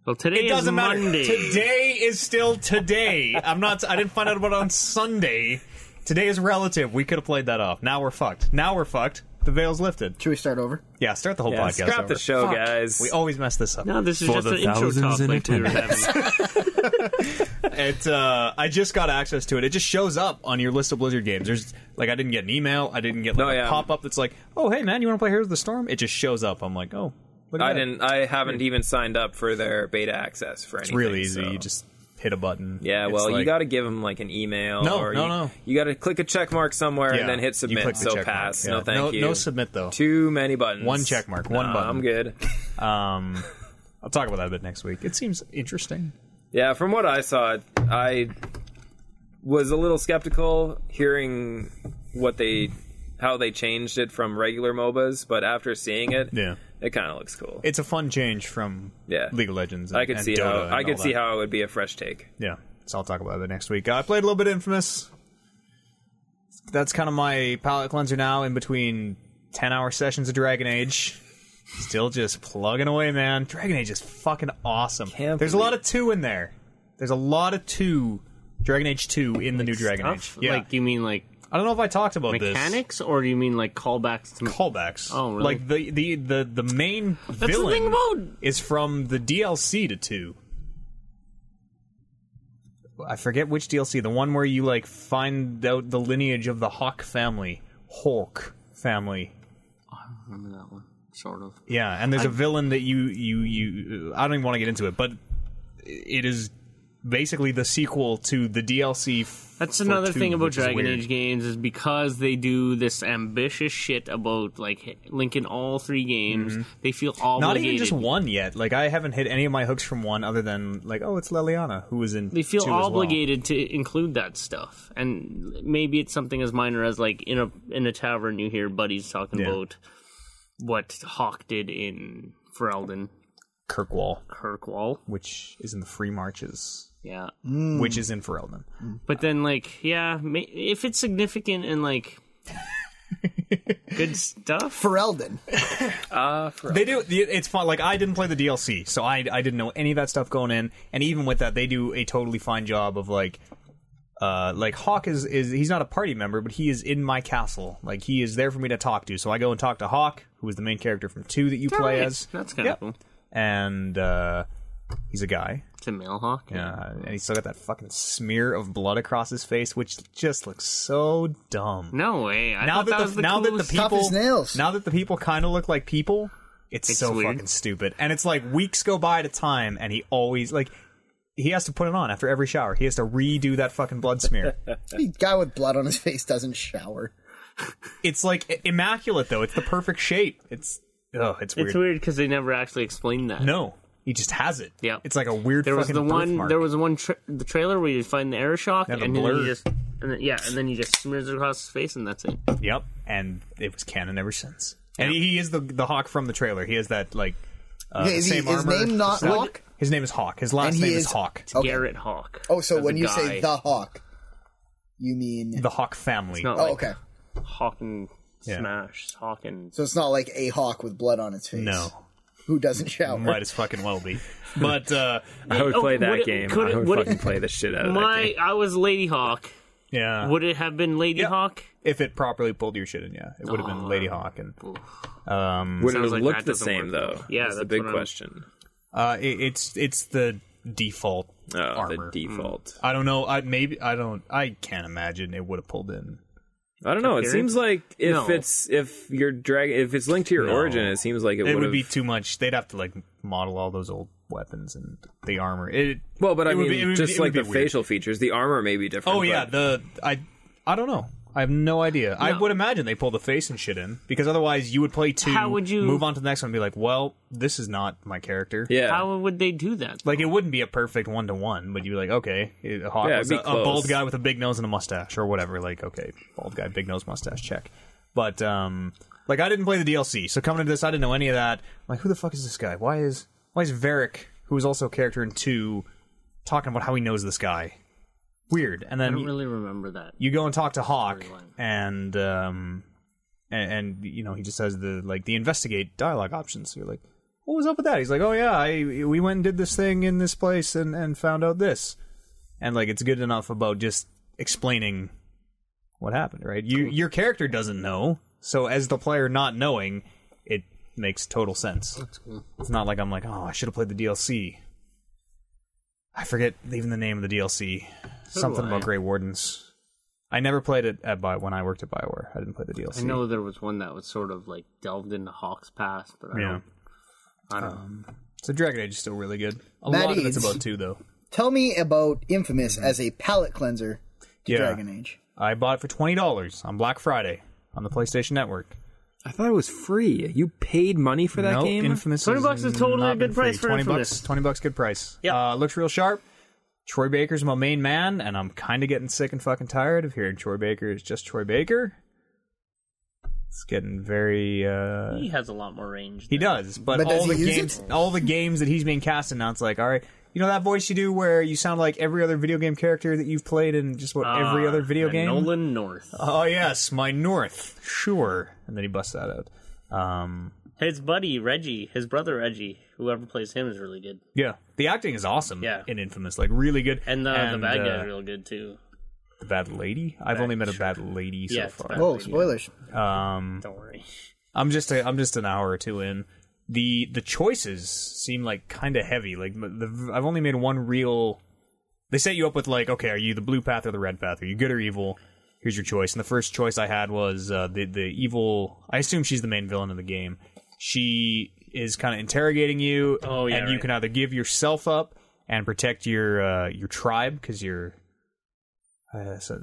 Speaker 3: well, today
Speaker 4: it
Speaker 3: is
Speaker 4: doesn't matter.
Speaker 3: Monday.
Speaker 4: Today is still today. I'm not. I didn't find out about it on Sunday. Today is relative. We could have played that off. Now we're fucked. Now we're fucked. The veil's lifted.
Speaker 6: Should we start over?
Speaker 4: Yeah, start the whole
Speaker 5: Yeah,
Speaker 4: podcast.
Speaker 5: scrap
Speaker 4: over.
Speaker 5: the show,
Speaker 4: Fuck.
Speaker 5: guys.
Speaker 4: We always mess this up.
Speaker 3: No, this is
Speaker 1: For
Speaker 3: just
Speaker 1: the
Speaker 3: an intro
Speaker 1: thousands
Speaker 3: talk
Speaker 1: in
Speaker 3: like we were having.
Speaker 4: It, uh, I just got access to it. It just shows up on your list of Blizzard games. There's like I didn't get an email. I didn't get like
Speaker 5: No,
Speaker 4: a
Speaker 5: yeah.
Speaker 4: pop up that's like, oh hey man, you want to play Heroes of the Storm? It just shows up. I'm like, oh, look at
Speaker 5: I
Speaker 4: that.
Speaker 5: didn't. I haven't even signed up for their beta access for anything.
Speaker 4: It's really easy.
Speaker 5: so-
Speaker 4: You just hit a button.
Speaker 5: Yeah,
Speaker 4: It's
Speaker 5: well, you
Speaker 4: like-
Speaker 5: got to give them like an email.
Speaker 4: No,
Speaker 5: or
Speaker 4: no,
Speaker 5: you,
Speaker 4: no.
Speaker 5: You got to click a check mark somewhere
Speaker 4: Yeah,
Speaker 5: and then hit
Speaker 4: you
Speaker 5: submit.
Speaker 4: click the
Speaker 5: So
Speaker 4: check mark,
Speaker 5: pass.
Speaker 4: yeah.
Speaker 5: No, thank
Speaker 4: No-
Speaker 5: you.
Speaker 4: no submit, though.
Speaker 5: Too many buttons.
Speaker 4: One check mark, one
Speaker 5: Nah,
Speaker 4: button.
Speaker 5: I'm good.
Speaker 4: Um, I'll talk about that a bit next week. It seems interesting.
Speaker 5: Yeah, from what I saw, I was a little skeptical hearing what they how they changed it from regular MOBAs, but after seeing it,
Speaker 4: Yeah.
Speaker 5: it kind of looks cool.
Speaker 4: It's a fun change from
Speaker 5: Yeah.
Speaker 4: League of Legends. And,
Speaker 5: I could
Speaker 4: and
Speaker 5: see
Speaker 4: Dota
Speaker 5: how
Speaker 4: and
Speaker 5: I could
Speaker 4: all
Speaker 5: see
Speaker 4: that.
Speaker 5: how it would be a fresh take.
Speaker 4: Yeah, so I'll talk about that next week. Uh, I played a little bit of Infamous. That's kind of my palate cleanser now. In between ten-hour sessions of Dragon Age, still just plugging away, man. Dragon Age is fucking awesome.
Speaker 5: Can't
Speaker 4: There's a lot of two in there. There's a lot of two. Dragon Age two in the new Dragon
Speaker 3: Stuff?
Speaker 4: Age. Yeah,
Speaker 3: Like you mean like
Speaker 4: I don't know if I talked about this.
Speaker 3: mechanics, or do you mean like callbacks to
Speaker 4: callbacks.
Speaker 3: Oh, really?
Speaker 4: Like the the the the main
Speaker 3: the
Speaker 4: villain
Speaker 3: thing about-
Speaker 4: is from the DLC to two. I forget which DLC. The one where you like find out the lineage of the Hawk family, Hulk family.
Speaker 3: remember that one? Sort of.
Speaker 4: Yeah, and there's a villain that you you you. I don't even want to get into it, but it is basically the sequel to the DLC. f-
Speaker 3: That's
Speaker 4: for
Speaker 3: another
Speaker 4: two,
Speaker 3: thing about
Speaker 4: which is
Speaker 3: Dragon
Speaker 4: weird.
Speaker 3: Age games is because they do this ambitious shit about like h- linking all three games. They feel obligated.
Speaker 4: Mm-hmm. Not even just one yet. Like I haven't hit any of my hooks from one other than like, oh, it's Leliana who was in.
Speaker 3: They feel
Speaker 4: two as well.
Speaker 3: obligated to include that stuff, and maybe it's something as minor as like in a in a tavern you hear buddies talking
Speaker 4: Yeah.
Speaker 3: about what Hawk did in Ferelden
Speaker 4: Kirkwall,
Speaker 3: Kirkwall.
Speaker 4: which is in the Free Marches,
Speaker 3: Yeah,
Speaker 4: which is in Ferelden.
Speaker 3: but then like yeah, ma- if it's significant and like good stuff,
Speaker 6: Ferelden.
Speaker 5: Uh, for
Speaker 4: They do. It's fun. Like I didn't play the DLC, so I I didn't know any of that stuff going in. And even with that, they do a totally fine job of like. Uh, like Hawk is is he's not a party member, but he is in my castle. Like he is there for me to talk to. So I go and talk to Hawk, who is the main character from two that you play
Speaker 3: Alright,
Speaker 4: as,
Speaker 3: that's kind of
Speaker 4: Yep.
Speaker 3: cool.
Speaker 4: and uh, he's a guy.
Speaker 3: It's a male Hawk.
Speaker 4: Uh, and he's still got that fucking smear of blood across his face, which just looks so dumb.
Speaker 3: No way. I
Speaker 4: now
Speaker 3: thought
Speaker 4: that,
Speaker 3: that,
Speaker 4: the,
Speaker 3: was the
Speaker 4: now that the
Speaker 3: coolest-
Speaker 6: Tough
Speaker 4: people
Speaker 6: as nails.
Speaker 4: now that the people kind of look like people, it's,
Speaker 3: It's
Speaker 4: so
Speaker 3: weird.
Speaker 4: fucking stupid. And it's like weeks go by at a time, and he always like he has to put it on after every shower. He has to redo that fucking blood smear.
Speaker 6: The guy with blood on his face doesn't shower.
Speaker 4: it's like i- immaculate though. It's the perfect shape. It's oh, it's weird.
Speaker 3: It's weird because they never actually explained that.
Speaker 4: No, he just has it.
Speaker 3: Yeah.
Speaker 4: it's like a weird.
Speaker 3: There was
Speaker 4: fucking
Speaker 3: the one.
Speaker 4: birthmark.
Speaker 3: There was the one. Tra- the trailer where you find the air shock,
Speaker 4: Yeah, the
Speaker 3: and then
Speaker 4: blur.
Speaker 3: you just, and then, yeah, and then you just smears it across his face, and that's it.
Speaker 4: Yep, and it was canon ever since. And he, he is the the hawk from the trailer. He has that like uh,
Speaker 6: Yeah, is he-
Speaker 4: same
Speaker 6: his
Speaker 4: armor.
Speaker 6: name not
Speaker 4: stuff.
Speaker 6: Hawk?
Speaker 4: His name is Hawk. His last
Speaker 6: And he
Speaker 4: name is,
Speaker 6: is-
Speaker 4: Hawk.
Speaker 6: Okay.
Speaker 3: Garrett Hawk.
Speaker 6: Oh, so
Speaker 3: That's
Speaker 6: when
Speaker 3: a
Speaker 6: you
Speaker 3: guy.
Speaker 6: say the hawk, you mean
Speaker 4: The Hawk family.
Speaker 3: not
Speaker 6: Oh,
Speaker 3: like
Speaker 6: okay.
Speaker 3: Hawk and
Speaker 4: Yeah.
Speaker 3: Smash, Hawk and
Speaker 6: So it's not like a hawk with blood on its face.
Speaker 4: no,
Speaker 6: Who doesn't shower?
Speaker 4: might as fucking well be. But uh,
Speaker 5: I would
Speaker 3: Oh,
Speaker 5: play that
Speaker 3: would it-
Speaker 5: game.
Speaker 3: could it-
Speaker 5: I would,
Speaker 3: would it-
Speaker 5: fucking play the shit out of that
Speaker 3: my.
Speaker 5: game.
Speaker 3: I was Lady Hawk.
Speaker 4: yeah,
Speaker 3: Would it have been Lady
Speaker 4: Yeah.
Speaker 3: Hawk?
Speaker 4: if it properly pulled your shit in, yeah, it would have been
Speaker 3: Oh,
Speaker 4: Lady Hawk, and
Speaker 5: Would it
Speaker 3: Sounds
Speaker 5: have
Speaker 3: like
Speaker 5: looked
Speaker 3: that
Speaker 5: the
Speaker 3: doesn't
Speaker 5: same
Speaker 3: work,
Speaker 5: though?
Speaker 3: though. Yeah,
Speaker 5: that's the
Speaker 3: that's
Speaker 5: big
Speaker 3: what I'm-
Speaker 5: question.
Speaker 4: uh, it, it's it's the default
Speaker 5: Oh,
Speaker 4: armor.
Speaker 5: the default.
Speaker 4: I don't know. I maybe I don't. I can't imagine it would have pulled in.
Speaker 5: I don't know. It
Speaker 3: Appearance?
Speaker 5: seems like if
Speaker 3: Hmm. No.
Speaker 5: it's if your drag if it's linked to your
Speaker 4: No.
Speaker 5: origin, it seems like it,
Speaker 4: It would
Speaker 5: would've-
Speaker 4: be too much. They'd have to like model all those old weapons and the armor. It
Speaker 5: Well, but I
Speaker 4: it would
Speaker 5: mean,
Speaker 4: be- it would be-
Speaker 5: just
Speaker 4: it would
Speaker 5: like
Speaker 4: be
Speaker 5: the
Speaker 4: weird.
Speaker 5: facial features, the armor may be different.
Speaker 4: Oh yeah,
Speaker 5: but-
Speaker 4: the I I don't know. I have no idea. I
Speaker 3: No.
Speaker 4: would imagine they pull the face and shit in because otherwise you would play two.
Speaker 3: How would you-
Speaker 4: move on to the next one? and Be like, well, this is not my character.
Speaker 5: yeah.
Speaker 3: How would they do that?
Speaker 4: Like it wouldn't be a perfect one to one, but you'd be like, okay, it- Hawk
Speaker 5: Yeah,
Speaker 4: was a,
Speaker 5: it'd be
Speaker 4: a bald
Speaker 5: close.
Speaker 4: guy with a big nose and a mustache or whatever. Like, okay, bald guy, big nose, mustache, check. But um, like I didn't play the DLC, so coming into this, I didn't know any of that. like, who the fuck is this guy? Why is why is Varric, who is also a character in two, talking about how he knows this guy? Weird. And
Speaker 3: I
Speaker 4: then
Speaker 3: don't really remember that.
Speaker 4: you go and talk to Hawk, and um, and, and you know he just has the like the investigate dialogue options. So you're like, what was up with that? He's like, oh yeah, I we went and did this thing in this place and and found out this, and like it's good enough about just explaining what happened, right? You your character doesn't know, so as the player not knowing, it makes total sense. It's not like I'm like, oh, I should have played the DLC. I forget even the name of the DLC. Something
Speaker 3: I.
Speaker 4: about Grey Wardens. I never played it at Bi- when I worked at Bioware. I didn't play the DLC.
Speaker 3: I know there was one that was sort of like delved into Hawk's past, but I
Speaker 4: Yeah. Um,
Speaker 3: don't. I don't.
Speaker 4: So Dragon Age is still really good. A
Speaker 6: That
Speaker 4: lot of it's
Speaker 6: is-
Speaker 4: about two though.
Speaker 6: Tell me about Infamous as a palate cleanser to
Speaker 4: Mm-hmm. Yeah.
Speaker 6: Dragon Age.
Speaker 4: I bought it for twenty dollars on Black Friday on the PlayStation Network.
Speaker 5: I thought it was free. You paid money for that
Speaker 4: Nope,
Speaker 5: game.
Speaker 4: Infamous
Speaker 3: 20 bucks
Speaker 4: has
Speaker 3: is totally
Speaker 4: not
Speaker 3: a
Speaker 4: been
Speaker 3: good
Speaker 4: free.
Speaker 3: price for
Speaker 4: twenty
Speaker 3: Infamous.
Speaker 4: bucks. Twenty bucks, good price.
Speaker 3: Yeah.
Speaker 4: uh, looks real sharp. Troy Baker's my main man, and I'm kind of getting sick and fucking tired of hearing Troy Baker is just Troy Baker. It's getting very. uh
Speaker 3: He has a lot more range.
Speaker 4: He
Speaker 3: than-
Speaker 4: does, but,
Speaker 6: But does
Speaker 4: all
Speaker 6: he
Speaker 4: the
Speaker 6: use
Speaker 4: games, all the games that he's being cast in now, it's like, all right, you know that voice you do where you sound like every other video game character that you've played in just what every
Speaker 3: Ah,
Speaker 4: other video
Speaker 3: the
Speaker 4: game.
Speaker 3: Nolan North.
Speaker 4: Oh yes, my North, sure. And then he busts that out. Um,
Speaker 3: His buddy Reggie, his brother Reggie, whoever plays him is really good,
Speaker 4: yeah, the acting is awesome.
Speaker 3: Yeah.
Speaker 4: in Infamous, like really good.
Speaker 3: and the, the bad guy's
Speaker 4: uh,
Speaker 3: real good too.
Speaker 4: the bad lady. I've only met a bad lady so
Speaker 3: Yeah, it's
Speaker 4: far.
Speaker 3: bad.
Speaker 6: Oh, spoilers.
Speaker 4: Um,
Speaker 3: Don't worry.
Speaker 4: I'm just a, I'm just an hour or two in. The the choices seem like kind of heavy. Like m- the, I've only made one real. They set you up with like, okay, are you the blue path or the red path? Are you good or evil? Here's your choice. And the first choice I had was uh, the the evil. I assume she's the main villain of the game. She is kind of interrogating you.
Speaker 3: Oh, yeah,
Speaker 4: and you
Speaker 3: right.
Speaker 4: can either give yourself up and protect your uh, your tribe because you're uh, so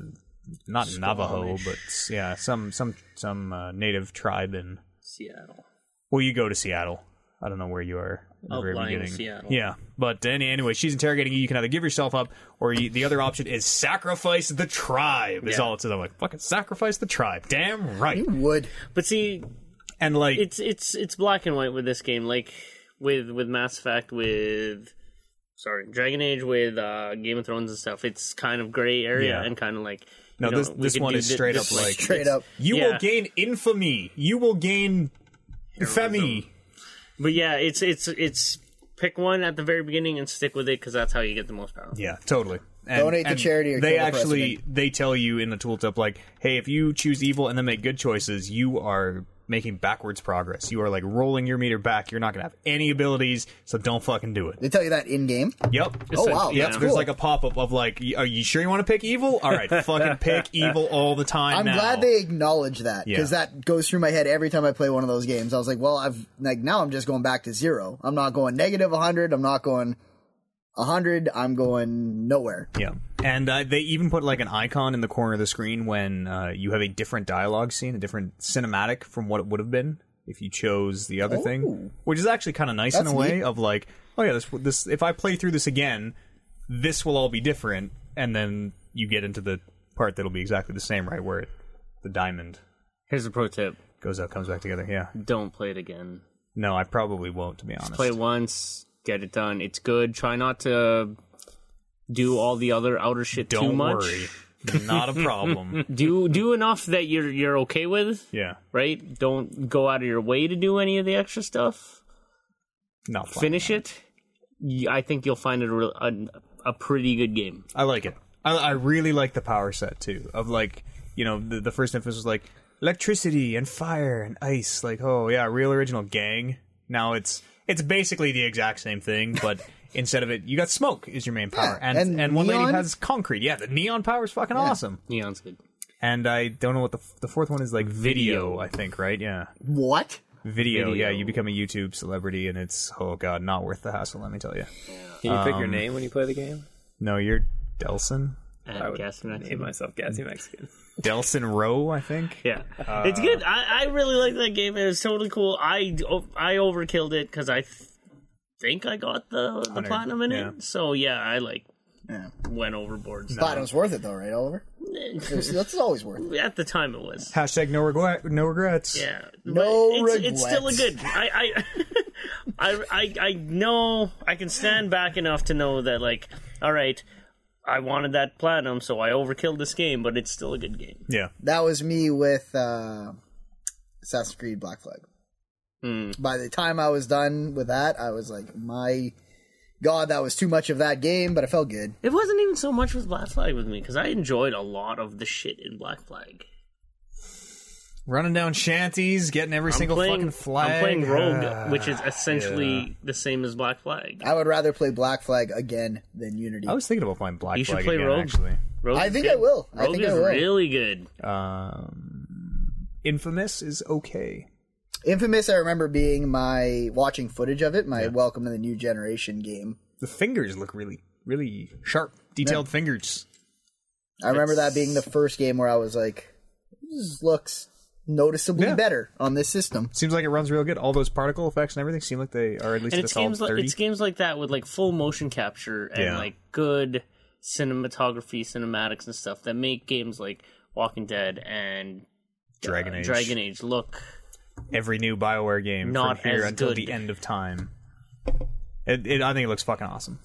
Speaker 4: not Navajo, but yeah, some some some uh, native tribe in.
Speaker 3: Seattle.
Speaker 4: Well, you go to Seattle. I don't know where you are. at the
Speaker 3: Oh,
Speaker 4: very
Speaker 3: Lying,
Speaker 4: beginning.
Speaker 3: Seattle.
Speaker 4: Yeah, but any, anyway, she's interrogating you. You can either give yourself up, or you, the other option is sacrifice the tribe. Is
Speaker 3: Yeah.
Speaker 4: all it says. I'm like, fucking sacrifice the tribe. Damn right.
Speaker 6: You would.
Speaker 3: But see,
Speaker 4: And like,
Speaker 3: it's it's it's black and white with this game, like with with Mass Effect, with sorry, Dragon Age, with uh, Game of Thrones and stuff. It's kind of gray area
Speaker 4: Yeah.
Speaker 3: and kind of like
Speaker 4: No,
Speaker 3: you know,
Speaker 4: this-
Speaker 3: we
Speaker 4: this
Speaker 3: could
Speaker 4: one
Speaker 3: do
Speaker 4: is
Speaker 3: thi-
Speaker 4: straight
Speaker 3: this
Speaker 4: up,
Speaker 3: way.
Speaker 4: like,
Speaker 6: Straight up.
Speaker 4: you
Speaker 3: yeah.
Speaker 4: will gain infamy. You will gain femi.
Speaker 3: But yeah, it's it's it's pick one at the very beginning and stick with it because that's how you get the most power.
Speaker 4: Yeah, totally. And,
Speaker 6: Donate to
Speaker 4: and
Speaker 6: charity or
Speaker 4: they
Speaker 6: kill the
Speaker 4: actually they tell you in the tooltip like, hey, if you choose evil and then make good choices, you are making backwards progress. You are like rolling your meter back. You're not gonna have any abilities, so don't fucking do it.
Speaker 6: They tell you that in game.
Speaker 4: Yep.
Speaker 6: Oh wow,
Speaker 4: yeah,
Speaker 6: that's
Speaker 4: there's
Speaker 6: cool.
Speaker 4: like a pop up of like, y- are you sure you want to pick evil? All right, fucking pick evil all the time.
Speaker 6: I'm
Speaker 4: now.
Speaker 6: glad they acknowledge that because
Speaker 4: Yeah.
Speaker 6: that goes through my head every time I play one of those games. I was like, well, I've like now I'm just going back to zero. I'm not going negative 100. I'm not going 100. I'm going nowhere.
Speaker 4: Yeah, and uh, they even put like an icon in the corner of the screen when uh, you have a different dialogue scene, a different cinematic from what it would have been if you chose the other thing, which is actually kind of nice in
Speaker 6: Oh. That's
Speaker 4: a way
Speaker 6: neat.
Speaker 4: of like, oh yeah, this this if I play through this again, this will all be different, and then you get into the part that'll be exactly the same, right? Where it, the diamond
Speaker 3: Here's a pro tip:
Speaker 4: goes out, comes back together. Yeah,
Speaker 3: don't play it again.
Speaker 4: no, I probably won't to be honest.
Speaker 3: Play it once, get it done. It's good. Try not to do all the other outer shit
Speaker 4: Don't
Speaker 3: too much.
Speaker 4: worry, not a problem.
Speaker 3: Do do enough that you're you're okay with,
Speaker 4: yeah,
Speaker 3: right? Don't go out of your way to do any of the extra stuff.
Speaker 4: not fun.
Speaker 3: Finish it. Y- I think you'll find it a, real- a, a pretty good game.
Speaker 4: I like it. I, I really like the power set too. Of like, you know, the, the first infamous was like electricity and fire and ice. Like, oh yeah, real original gang. Now it's it's basically the exact same thing, but instead of it, you got smoke is your main power,
Speaker 6: Yeah,
Speaker 4: and and,
Speaker 6: and
Speaker 4: one lady
Speaker 6: neon.
Speaker 4: has concrete. Yeah, the neon power is fucking awesome.
Speaker 3: Neon's good.
Speaker 4: And I don't know what the f- the fourth one is like. Video,
Speaker 3: Video.
Speaker 4: I think, right? Yeah,
Speaker 6: What?
Speaker 4: video, Yeah,
Speaker 3: Video.
Speaker 4: you become a YouTube celebrity, and it's oh god, not worth the hassle. Let me tell you.
Speaker 5: Can you
Speaker 4: um,
Speaker 5: pick your name when you play the game?
Speaker 4: No, you're Delson.
Speaker 5: I
Speaker 3: And
Speaker 5: would
Speaker 3: Gas Mexican.
Speaker 5: name myself Gassy Mexican.
Speaker 4: Delson Rowe, I think.
Speaker 3: Yeah, it's good. I, I really like that game. It was totally cool. I I overkilled it because I th- think I got the the platinum in
Speaker 4: yeah.
Speaker 3: it. So yeah, I like
Speaker 6: Yeah.
Speaker 3: went overboard.
Speaker 6: Platinum's worth it though, right, Oliver? That's that's always worth it.
Speaker 3: At the time, it was
Speaker 4: Hashtag no regret, no regrets.
Speaker 3: yeah.
Speaker 6: No
Speaker 3: But it's, it's still a
Speaker 6: regrets.
Speaker 3: good. I I, I I I know I can stand back enough to know that like all right. I wanted that platinum, so I overkilled this game, but it's still a good game.
Speaker 4: Yeah.
Speaker 6: That was me with uh, Assassin's Creed Black Flag.
Speaker 4: Hmm.
Speaker 6: By the time I was done with that, I was like, my god, that was too much of that game, but it felt good.
Speaker 3: It wasn't even so much with Black Flag with me because I enjoyed a lot of the shit in Black Flag.
Speaker 4: Running down shanties, getting every single fucking flag.
Speaker 3: I'm playing Rogue,
Speaker 4: Ah.
Speaker 3: which is essentially the same as Black Flag.
Speaker 6: uh, I would rather play Black Flag again than Unity.
Speaker 4: I was thinking about playing Black
Speaker 3: You should
Speaker 4: Flag
Speaker 3: play
Speaker 4: again,
Speaker 3: Rogue.
Speaker 4: actually.
Speaker 3: Rogue
Speaker 6: I
Speaker 3: is
Speaker 6: think
Speaker 3: good.
Speaker 6: I will. I
Speaker 3: Rogue
Speaker 6: think
Speaker 3: is
Speaker 6: I will.
Speaker 3: really good.
Speaker 4: Um, Infamous is okay.
Speaker 6: Infamous, I remember being my watching footage of it, my Welcome to the New Generation game.
Speaker 4: The fingers look really really sharp, detailed fingers.
Speaker 6: I remember that being the first game where I was like, this looks noticeably
Speaker 4: Yeah.
Speaker 6: better on this system.
Speaker 4: Seems like it runs real good. All those particle effects and everything seem like they are at least
Speaker 3: and
Speaker 4: a
Speaker 3: it's
Speaker 4: solid
Speaker 3: games like
Speaker 4: thirty.
Speaker 3: it's games like that with like full motion capture and
Speaker 4: Yeah.
Speaker 3: like good cinematography, cinematics and stuff that make games like Walking Dead and uh,
Speaker 4: Dragon Age.
Speaker 3: Dragon Age look
Speaker 4: Every new Bioware game
Speaker 3: Not
Speaker 4: from here
Speaker 3: as
Speaker 4: until
Speaker 3: good.
Speaker 4: the end of time. It, it, I think it looks fucking awesome.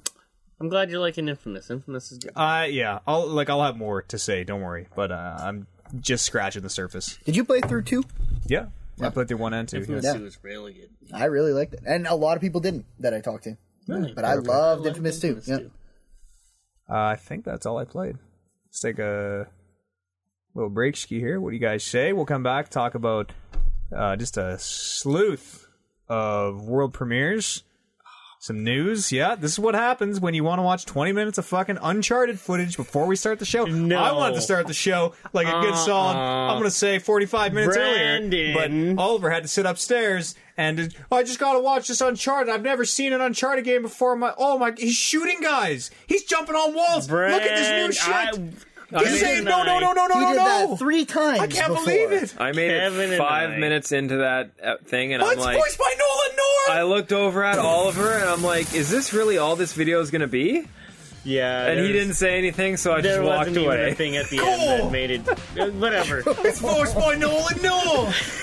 Speaker 3: I'm glad you're liking Infamous. Infamous is good.
Speaker 4: Uh, yeah, I'll like I'll have more to say. Don't worry, but uh, I'm just scratching the surface.
Speaker 6: Did you play through two?
Speaker 4: Yeah, I played through one and two.
Speaker 3: Infamous
Speaker 4: yes.
Speaker 3: Two is really good.
Speaker 6: I really liked it, and a lot of people didn't that I talked to. But I loved Infamous Two.
Speaker 3: Infamous
Speaker 6: Yeah.
Speaker 3: too.
Speaker 4: Uh, I think that's all I played. Let's take a little break ski here. What do you guys say? We'll come back talk about uh, just a sleuth of world premieres. Some news, yeah. This is what happens when you want to watch 20 minutes of fucking Uncharted footage before we start the show.
Speaker 3: No.
Speaker 4: I wanted to start the show like a good solid. I'm gonna say 45 minutes earlier,
Speaker 3: Brandon.
Speaker 4: but Oliver had to sit upstairs and just, "Oh, I just gotta watch this Uncharted. I've never seen an Uncharted game before. My oh my, he's shooting guys. He's jumping on walls. Look at this new shit.
Speaker 3: Brand, I-
Speaker 4: he's
Speaker 3: Kevin
Speaker 4: saying
Speaker 3: and
Speaker 4: no, no,
Speaker 3: I-
Speaker 4: no, no,
Speaker 6: He
Speaker 4: no,
Speaker 6: did
Speaker 4: no.
Speaker 6: that three times.
Speaker 4: I can't
Speaker 6: before.
Speaker 4: believe it.
Speaker 5: I made
Speaker 3: Kevin
Speaker 5: it
Speaker 3: and
Speaker 5: five
Speaker 3: I.
Speaker 5: minutes into that uh, thing, and
Speaker 4: Oh,
Speaker 5: I'm
Speaker 4: it's
Speaker 5: like,
Speaker 4: voiced by Nolan North.
Speaker 5: I looked over at Oliver, and I'm like, is this really all this video is gonna be?
Speaker 3: Yeah,
Speaker 5: And he
Speaker 3: there's-
Speaker 5: didn't say anything, so I just
Speaker 3: There
Speaker 5: walked
Speaker 3: wasn't even
Speaker 5: away.
Speaker 3: a thing at the
Speaker 4: Cool.
Speaker 3: end that made it. uh, Whatever.
Speaker 4: it's voiced by Nolan North.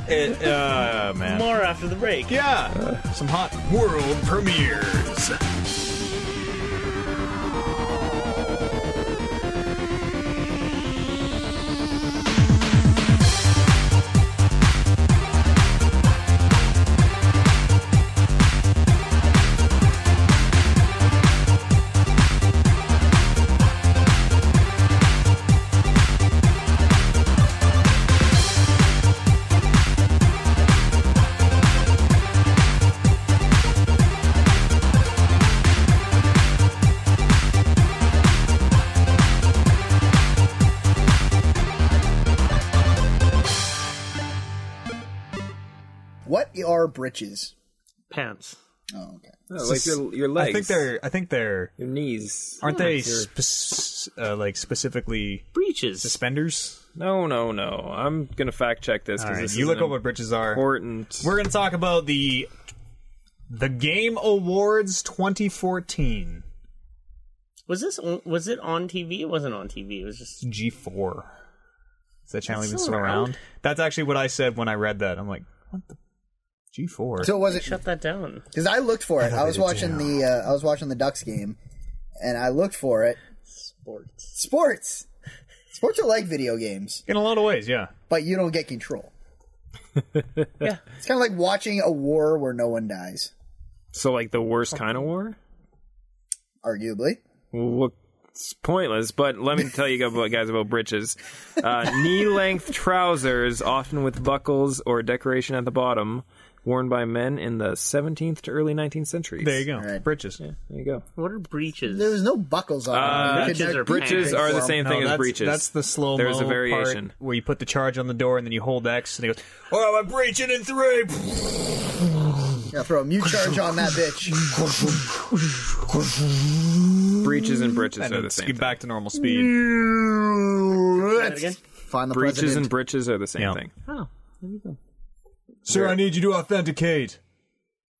Speaker 4: it, uh, man.
Speaker 3: More after the break.
Speaker 4: Yeah, some hot world premieres.
Speaker 6: What are britches?
Speaker 3: Pants.
Speaker 6: Oh, okay.
Speaker 5: No, like your your legs,
Speaker 4: I think they're. I think they're.
Speaker 5: your knees.
Speaker 4: Aren't they spe- uh, like specifically
Speaker 3: Breeches.
Speaker 4: spenders?
Speaker 5: No, no, no. I'm gonna fact check this because this
Speaker 4: you
Speaker 5: is
Speaker 4: look
Speaker 5: an
Speaker 4: up what britches are.
Speaker 5: important.
Speaker 4: We're going to talk about the the Game Awards 2014
Speaker 3: Was this on, was it on TV? It wasn't on TV. It was just
Speaker 4: G4. Is that channel
Speaker 3: It's
Speaker 4: even
Speaker 3: still
Speaker 4: still around?
Speaker 3: around?
Speaker 4: That's actually what I said when I read that. I'm like, what the G4?
Speaker 6: So was it
Speaker 3: shut that down.
Speaker 6: because I looked for it. I was watching the uh, I was watching the Ducks game, and I looked for it.
Speaker 3: Sports.
Speaker 6: Sports, sports are like video games,
Speaker 4: in a lot of ways, yeah.
Speaker 6: but you don't get control.
Speaker 3: Yeah.
Speaker 6: It's kind of like watching a war where no one dies,
Speaker 5: so like the
Speaker 4: Oh.
Speaker 5: worst kind of war.
Speaker 6: arguably.
Speaker 5: Well, it's pointless, but let me tell you about guys about breeches. Uh, knee-length trousers, often with buckles or decoration at the bottom, worn by men in the 17th to early 19th centuries.
Speaker 4: There you go.
Speaker 6: Alright.
Speaker 4: Britches.
Speaker 5: There you go.
Speaker 3: What are breeches?
Speaker 6: There was no buckles on.
Speaker 5: Uh,
Speaker 6: it. You
Speaker 3: breeches are-
Speaker 6: could never- you could
Speaker 5: Breeches
Speaker 6: pay
Speaker 5: are
Speaker 6: for
Speaker 5: the
Speaker 6: 'em.
Speaker 5: same thing
Speaker 4: that's,
Speaker 5: as breeches.
Speaker 4: That's the slow
Speaker 5: There's a variation.
Speaker 4: part where you put the charge on the door and then you hold X and it goes, "Oh, I'm breaching in three.
Speaker 6: Yeah, throw a mute charge on that bitch.
Speaker 5: breeches and britches
Speaker 4: Mm-hmm. And
Speaker 5: are the
Speaker 4: it's
Speaker 5: same. Thing.
Speaker 4: back to normal speed.
Speaker 3: that again?
Speaker 6: Find the
Speaker 5: breeches
Speaker 6: president.
Speaker 5: and britches are the same
Speaker 4: Yeah.
Speaker 5: thing.
Speaker 3: Oh.
Speaker 4: Sir, I need you to authenticate.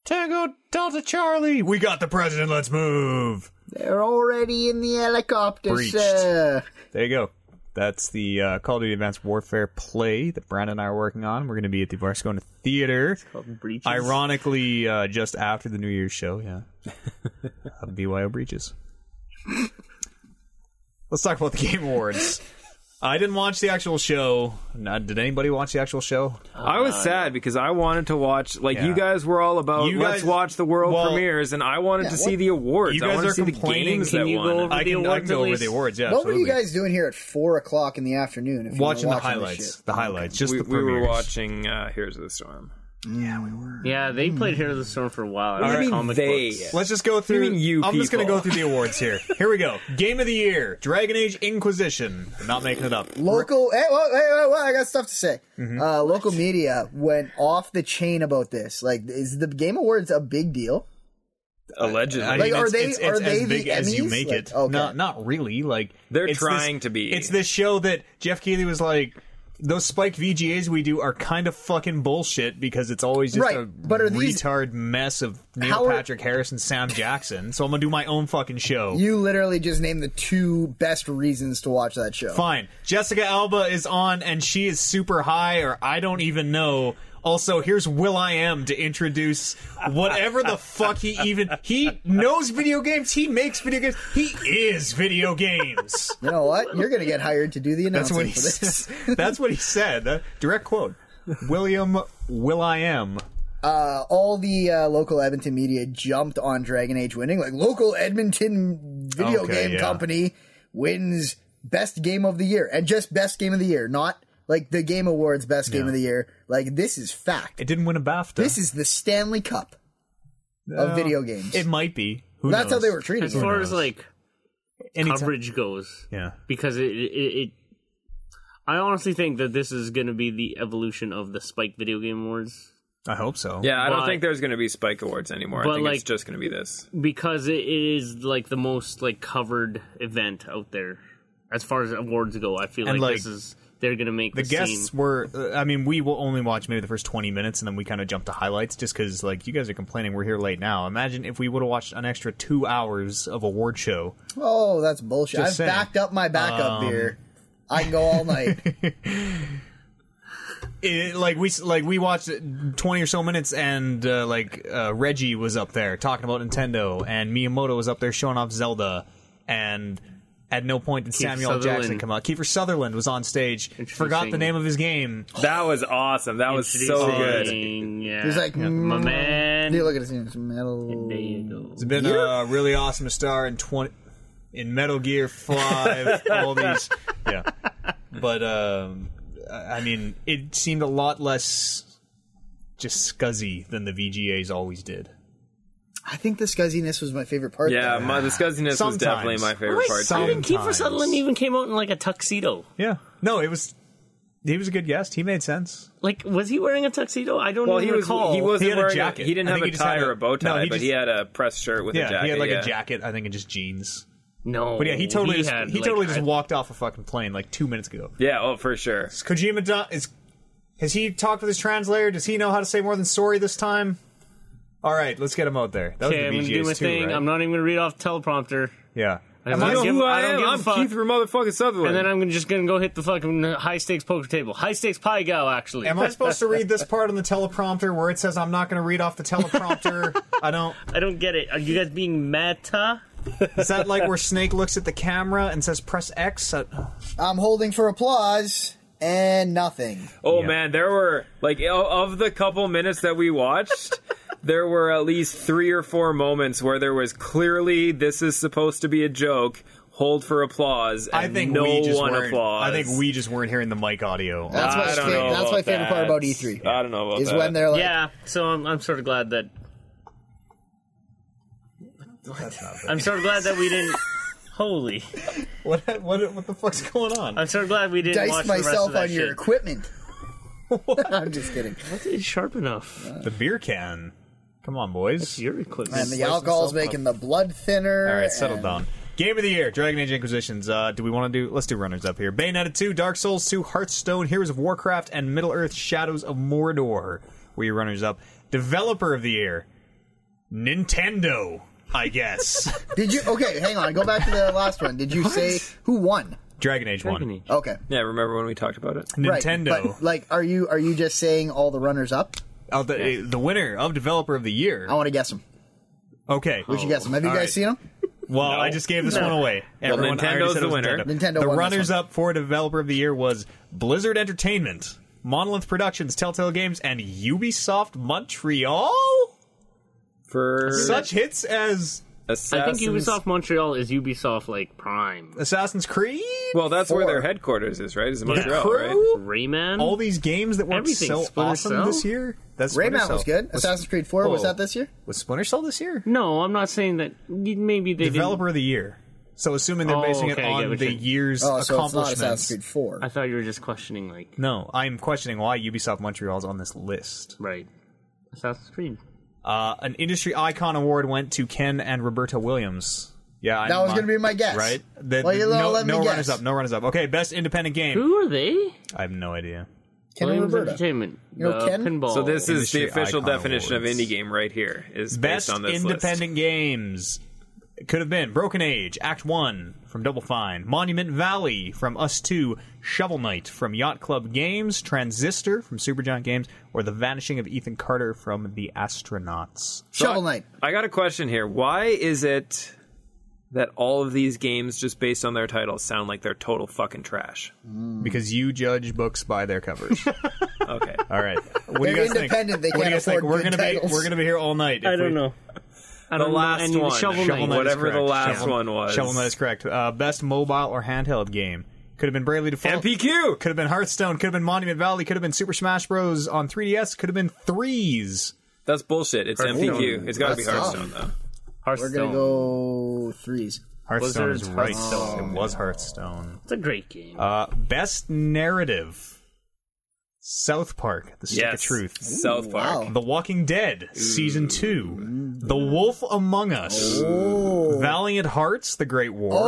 Speaker 4: Tango Delta Charlie, we got the president. Let's move.
Speaker 6: They're already in the helicopter,
Speaker 4: Breached.
Speaker 6: sir.
Speaker 4: There you go. That's the uh, Call of Duty Advanced Warfare play that Brandon and I are working on. We're going to be at the Varscona Theater.
Speaker 3: Called breeches.
Speaker 4: Ironically, uh, just after the New Year's show, yeah. uh, BYO breaches. Let's talk about the Game Awards. I didn't watch the actual show. Now, did anybody watch the actual show?
Speaker 5: I was sad because I wanted to watch. Like
Speaker 4: Yeah.
Speaker 5: you guys were all about.
Speaker 4: You
Speaker 5: let's
Speaker 4: guys-
Speaker 5: watch the world
Speaker 4: well-
Speaker 5: premieres, and I wanted to see
Speaker 6: what-
Speaker 5: the awards.
Speaker 4: You
Speaker 5: I
Speaker 4: guys
Speaker 5: wanted
Speaker 4: are
Speaker 5: to see the
Speaker 4: complaining.
Speaker 5: games
Speaker 4: Can
Speaker 5: that
Speaker 3: you go
Speaker 5: won.
Speaker 3: over-
Speaker 4: I
Speaker 3: the
Speaker 4: can, I
Speaker 3: awards
Speaker 4: can go
Speaker 3: at
Speaker 4: over
Speaker 3: least?
Speaker 4: the awards. Yeah,
Speaker 6: What were you
Speaker 4: absolutely.
Speaker 6: guys doing here at four o'clock in the afternoon? If you were
Speaker 4: watching, the
Speaker 6: watching this
Speaker 4: highlights?
Speaker 6: shit?
Speaker 4: The highlights, just
Speaker 5: we,
Speaker 4: the
Speaker 5: we were
Speaker 4: premieres.
Speaker 5: watching uh, Here's the Storm.
Speaker 3: Yeah,
Speaker 4: Hmm.
Speaker 3: they played Hero of the Storm for a while. I
Speaker 5: What do
Speaker 3: read
Speaker 5: you mean
Speaker 3: comic
Speaker 5: they?
Speaker 3: books.
Speaker 4: Let's just go through.
Speaker 5: mean you
Speaker 4: I'm just going to
Speaker 5: people?
Speaker 4: go through the awards here. Here we go. Game of the year: Dragon Age Inquisition. I'm not making it up.
Speaker 6: Local, hey, whoa, hey, whoa, whoa, I got stuff to say.
Speaker 4: Mm-hmm.
Speaker 6: Uh, local media went off the chain about this. Like, is the Game Awards a big deal?
Speaker 5: Allegedly,
Speaker 4: I
Speaker 6: Like,
Speaker 4: mean,
Speaker 6: are
Speaker 4: it's-
Speaker 6: they-
Speaker 4: it's- it's
Speaker 6: are
Speaker 4: as
Speaker 6: they
Speaker 4: big
Speaker 6: the
Speaker 4: as you
Speaker 6: Emmys?
Speaker 4: make
Speaker 6: Like,
Speaker 4: it?
Speaker 6: okay.
Speaker 4: Not not really. Like
Speaker 5: They're
Speaker 4: it's
Speaker 5: trying
Speaker 4: this-
Speaker 5: to be.
Speaker 4: It's this show that Jeff Keighley was like. Those spike VGAs we do are kind of fucking bullshit because it's always just
Speaker 6: Right,
Speaker 4: a
Speaker 6: but are these-
Speaker 4: retard mess of Neil
Speaker 6: How are-
Speaker 4: Patrick Harris and Sam Jackson. So I'm gonna do my own fucking show.
Speaker 6: You literally just named the two best reasons to watch that show.
Speaker 4: Fine. Jessica Alba is on and she is super high, or I don't even know. Also, here's Will I Am to introduce whatever the fuck he even he knows video games. He makes video games. He is video games.
Speaker 6: You know what? You're gonna get hired to do the
Speaker 4: That's
Speaker 6: announcing
Speaker 4: what he
Speaker 6: for this.
Speaker 4: says. That's what he said. That- direct quote. William Will I Am.
Speaker 6: Uh, all the uh, local Edmonton media jumped on Dragon Age winning. Like local Edmonton video
Speaker 4: Okay,
Speaker 6: game
Speaker 4: yeah.
Speaker 6: company wins best game of the year, and just best game of the year, not like the Game Awards best game of the year. Like this is fact.
Speaker 4: It didn't win a BAFTA. Uh,
Speaker 6: This is the Stanley Cup of video games.
Speaker 4: it might be. Who
Speaker 6: That's
Speaker 4: knows?
Speaker 6: how they were treated.
Speaker 3: As far
Speaker 4: knows?
Speaker 3: as like
Speaker 4: Anytime-
Speaker 3: coverage goes,
Speaker 4: Yeah.
Speaker 3: because it, it, it I honestly think that this is going to be the evolution of the Spike Video Game Awards
Speaker 4: I hope so.
Speaker 5: yeah, I don't
Speaker 3: but-
Speaker 5: think there's going to be Spike Awards anymore.
Speaker 3: But,
Speaker 5: I think
Speaker 3: like-
Speaker 5: it's just going to be this.
Speaker 3: because it is like the most like covered event out there as far as awards go. I feel
Speaker 4: And,
Speaker 3: like,
Speaker 4: like,
Speaker 3: this is they're going to make
Speaker 4: the
Speaker 3: the,
Speaker 4: guests
Speaker 3: scene.
Speaker 4: were uh, i mean we will only watch maybe the first 20 minutes and then we kind of jump to highlights just because like you guys are complaining we're here late now imagine if we would have watched an extra two hours of award show
Speaker 6: Oh, that's bullshit.
Speaker 4: Just
Speaker 6: I've
Speaker 4: saying. Um,
Speaker 6: backed up my backup beer. I can go all night.
Speaker 4: it, like we s- like we watched it 20 or so minutes and uh, like uh, reggie was up there talking about nintendo and miyamoto was up there showing off zelda and at no point did Samuel Jackson
Speaker 3: Sutherland.
Speaker 4: come out. Kiefer Sutherland was on stage, forgot the
Speaker 3: Introducing-
Speaker 4: name of his game.
Speaker 5: That was awesome. That was so good.
Speaker 3: Introducing, Yeah.
Speaker 6: He's like,
Speaker 3: my
Speaker 6: mm,
Speaker 3: man.
Speaker 6: Do you look at his name? It's metal.
Speaker 3: There you go.
Speaker 4: It's been a really awesome star in twenty in Metal Gear Five. all these, yeah. But um, I I mean, it seemed a lot less just scuzzy than the VGAs always did.
Speaker 6: I think the scuzziness was my favorite part.
Speaker 5: Yeah,
Speaker 6: though.
Speaker 5: my, the scuzziness was
Speaker 4: Sometimes.
Speaker 5: definitely my favorite part. too.
Speaker 4: some-
Speaker 3: I think Kiefer
Speaker 4: Sometimes.
Speaker 3: Sutherland even came out in like a tuxedo.
Speaker 4: Yeah. No, it was. He was a good guest. He made sense.
Speaker 3: Like, was he wearing a tuxedo? I don't
Speaker 5: Well,
Speaker 3: even
Speaker 5: he was
Speaker 3: recall.
Speaker 5: he wasn't
Speaker 4: He had a
Speaker 5: wearing
Speaker 4: jacket.
Speaker 5: he didn't
Speaker 4: I
Speaker 5: have
Speaker 4: think
Speaker 5: a
Speaker 4: he just had
Speaker 5: tie or
Speaker 4: a-
Speaker 5: a bow tie,
Speaker 4: no, he
Speaker 5: but
Speaker 4: just-
Speaker 5: he had a press shirt with
Speaker 4: Yeah,
Speaker 5: a jacket.
Speaker 4: he had like
Speaker 5: yeah.
Speaker 4: a jacket, I think, and just jeans.
Speaker 3: No,
Speaker 4: But yeah, he totally just,
Speaker 3: Oh, had,
Speaker 4: he
Speaker 3: like,
Speaker 4: totally just
Speaker 3: I-
Speaker 4: walked off a fucking plane like two minutes ago.
Speaker 5: Yeah, oh for sure.
Speaker 4: Is Kojima done, is has he talked with his translator? Does he know how to say more than sorry this time? All right, let's get him out there. That
Speaker 3: Okay, I'm gonna
Speaker 4: was the
Speaker 3: do my
Speaker 4: VGAs too,
Speaker 3: thing.
Speaker 4: right?
Speaker 3: I'm not even gonna read off teleprompter,
Speaker 4: yeah.
Speaker 3: Am I-
Speaker 5: You know
Speaker 3: give-
Speaker 5: who
Speaker 3: I
Speaker 5: I,
Speaker 3: don't
Speaker 5: am?
Speaker 3: give a
Speaker 5: I'm
Speaker 3: fuck.
Speaker 5: Keith from motherfucking Sutherland.
Speaker 3: and then I'm gonna- just gonna go hit the fucking high stakes poker table, high stakes pie gal. Actually,
Speaker 4: Am I supposed to read this part on the teleprompter where it says I'm not going to read off the teleprompter? I don't.
Speaker 3: I don't get it. Are you guys being meta?
Speaker 4: Is that like where Snake looks at the camera and says press X? Uh,
Speaker 6: I'm holding for applause and nothing.
Speaker 5: oh
Speaker 4: Yeah.
Speaker 5: man, there were like o- of the couple minutes that we watched, there were at least three or four moments where there was clearly this is supposed to be a joke. Hold for applause. And
Speaker 4: I think
Speaker 5: no
Speaker 4: we just
Speaker 5: one
Speaker 4: weren't.
Speaker 5: applause.
Speaker 4: I think we just weren't hearing the mic audio.
Speaker 6: That's my,
Speaker 5: I don't
Speaker 6: fa-
Speaker 5: know
Speaker 6: that's
Speaker 5: about
Speaker 6: my favorite part
Speaker 5: that.
Speaker 6: about E3.
Speaker 5: I don't know about
Speaker 6: is
Speaker 5: that.
Speaker 6: when they're like,
Speaker 3: yeah, so I'm, I'm sort of glad that. I'm sort of glad that we didn't. Holy!
Speaker 4: what, what what the fuck's going on?
Speaker 3: I'm sort of glad we didn't watch
Speaker 6: dice
Speaker 3: the rest of
Speaker 6: myself
Speaker 3: that
Speaker 6: on your
Speaker 3: shit.
Speaker 6: equipment. I'm just kidding.
Speaker 3: It's sharp enough.
Speaker 4: The beer can. Come on, boys.
Speaker 3: Your equipment.
Speaker 6: And the alcohol's making the blood thinner.
Speaker 4: All right, settle
Speaker 6: and-
Speaker 4: down. Game of the year, Dragon Age Inquisitions. Uh, do we want to do? Let's do runners up here. Bayonetta two, Dark Souls two, Hearthstone, Heroes of Warcraft, and Middle Earth: Shadows of Mordor were your runners up. Developer of the year, Nintendo, I guess.
Speaker 6: Did you? Okay, hang on. Go back to the last one. Did you say who won?
Speaker 4: Dragon Age one,
Speaker 3: Agony.
Speaker 6: Okay.
Speaker 5: Yeah, remember when we talked about it?
Speaker 6: Right,
Speaker 4: Nintendo.
Speaker 6: but, like, are you are you just saying all the runners up?
Speaker 4: Oh, the, the winner of Developer of the year.
Speaker 6: I want to guess them.
Speaker 4: Okay,
Speaker 6: Would Oh. you guess them? Have you
Speaker 4: Oh, All
Speaker 6: guys
Speaker 4: right.
Speaker 6: seen them?
Speaker 4: Well, I just gave this one away. Everyone I already
Speaker 5: Nintendo's
Speaker 4: said it
Speaker 5: the
Speaker 4: was
Speaker 5: winner.
Speaker 6: Nintendo
Speaker 4: the
Speaker 6: won this
Speaker 4: runners
Speaker 6: one.
Speaker 4: up for Developer of the Year was Blizzard Entertainment, Monolith Productions, Telltale Games, and Ubisoft Montreal.
Speaker 5: For
Speaker 4: Such hits as
Speaker 3: I think
Speaker 5: Assassin's-
Speaker 3: Ubisoft Montreal is Ubisoft like Prime.
Speaker 4: Assassin's Creed,
Speaker 5: Well, that's where
Speaker 6: Four.
Speaker 5: their headquarters is, right? Is in
Speaker 4: The
Speaker 5: Montreal, right?
Speaker 4: Crew,
Speaker 3: Rayman.
Speaker 4: all these games that were
Speaker 3: Everything.
Speaker 4: so
Speaker 3: Splinter
Speaker 4: awesome
Speaker 3: Cell?
Speaker 4: this year. That's Splinter
Speaker 6: Rayman was
Speaker 4: Cell.
Speaker 6: good. Assassin's Creed Four was
Speaker 4: Whoa.
Speaker 6: that this year?
Speaker 4: Was Splinter Cell this year?
Speaker 3: no, I'm not saying that. Maybe they
Speaker 4: Developer of the Year. So assuming they're
Speaker 3: Oh,
Speaker 4: basing
Speaker 3: okay, I
Speaker 4: it
Speaker 3: get
Speaker 4: on
Speaker 3: what
Speaker 4: the
Speaker 3: you-
Speaker 4: year's
Speaker 6: Oh, so it's not
Speaker 4: accomplishments.
Speaker 6: Assassin's Creed Four.
Speaker 3: didn't. I thought you were just questioning like
Speaker 4: no, I'm questioning why Ubisoft Montreal is on this list.
Speaker 3: right. Assassin's Creed.
Speaker 4: Uh, an industry icon award went to Ken and Roberta Williams. Yeah,
Speaker 6: That was gonna be my guess.
Speaker 4: Right? The-
Speaker 6: Well,
Speaker 4: the-
Speaker 6: you
Speaker 4: no
Speaker 6: let me
Speaker 4: no
Speaker 6: guess.
Speaker 4: runners up. No runners up. Okay, best independent game.
Speaker 3: Who are they?
Speaker 4: I have no idea.
Speaker 6: Ken and
Speaker 3: Williams
Speaker 6: Roberta.
Speaker 3: Entertainment.
Speaker 6: You know
Speaker 3: the
Speaker 6: Ken?
Speaker 3: Pinball.
Speaker 5: So this is the
Speaker 4: Industry
Speaker 5: official
Speaker 4: Icon
Speaker 5: definition
Speaker 4: Awards.
Speaker 5: of indie game right here. Is
Speaker 4: Best
Speaker 5: based on this list.
Speaker 4: independent games could have been Broken Age, Act One from Double Fine, Monument Valley from Us Two, Shovel Knight from Yacht Club Games, Transistor from Supergiant Games, or The Vanishing of Ethan Carter from The Astronauts.
Speaker 6: Shovel Knight.
Speaker 5: I got a question here. Why is it that all of these games, just based on their titles, sound like they're total fucking trash?
Speaker 4: Because you judge books by their covers.
Speaker 5: Okay.
Speaker 4: All right. What do you
Speaker 6: They're
Speaker 4: guys think?
Speaker 6: independent, they
Speaker 4: what do you
Speaker 6: can't
Speaker 4: guys think?
Speaker 6: afford
Speaker 4: We're gonna
Speaker 6: good
Speaker 4: be
Speaker 6: titles.
Speaker 4: we're gonna be here all night.
Speaker 3: I
Speaker 4: if
Speaker 3: don't
Speaker 4: we-
Speaker 3: know.
Speaker 5: the
Speaker 3: I don't know
Speaker 5: last
Speaker 3: any-
Speaker 5: one,
Speaker 3: Shovel Knight.
Speaker 4: Knight is
Speaker 5: whatever the
Speaker 4: correct.
Speaker 5: last
Speaker 4: Shovel-
Speaker 5: one was.
Speaker 4: Shovel Knight is correct. Uh, best mobile or handheld game could have been Bravely Default.
Speaker 5: MPQ.
Speaker 4: Could have been Hearthstone. Could have been Monument Valley. Could have been Super Smash Bros. on 3DS. Could have been Threes.
Speaker 5: That's bullshit. It's MPQ. It's got to be
Speaker 6: That's tough.
Speaker 5: Hearthstone though.
Speaker 6: We're gonna go threes.
Speaker 4: Hearthstone
Speaker 3: Blizzard's
Speaker 4: is right.
Speaker 3: Hearthstone.
Speaker 4: It was Hearthstone.
Speaker 3: It's a great game.
Speaker 4: Uh, best narrative. South Park: The Stick of
Speaker 5: Yes.
Speaker 4: Truth.
Speaker 5: South Park.
Speaker 6: Wow.
Speaker 4: The Walking Dead Season Two. The Wolf Among Us. Valiant Hearts: The Great War.
Speaker 5: You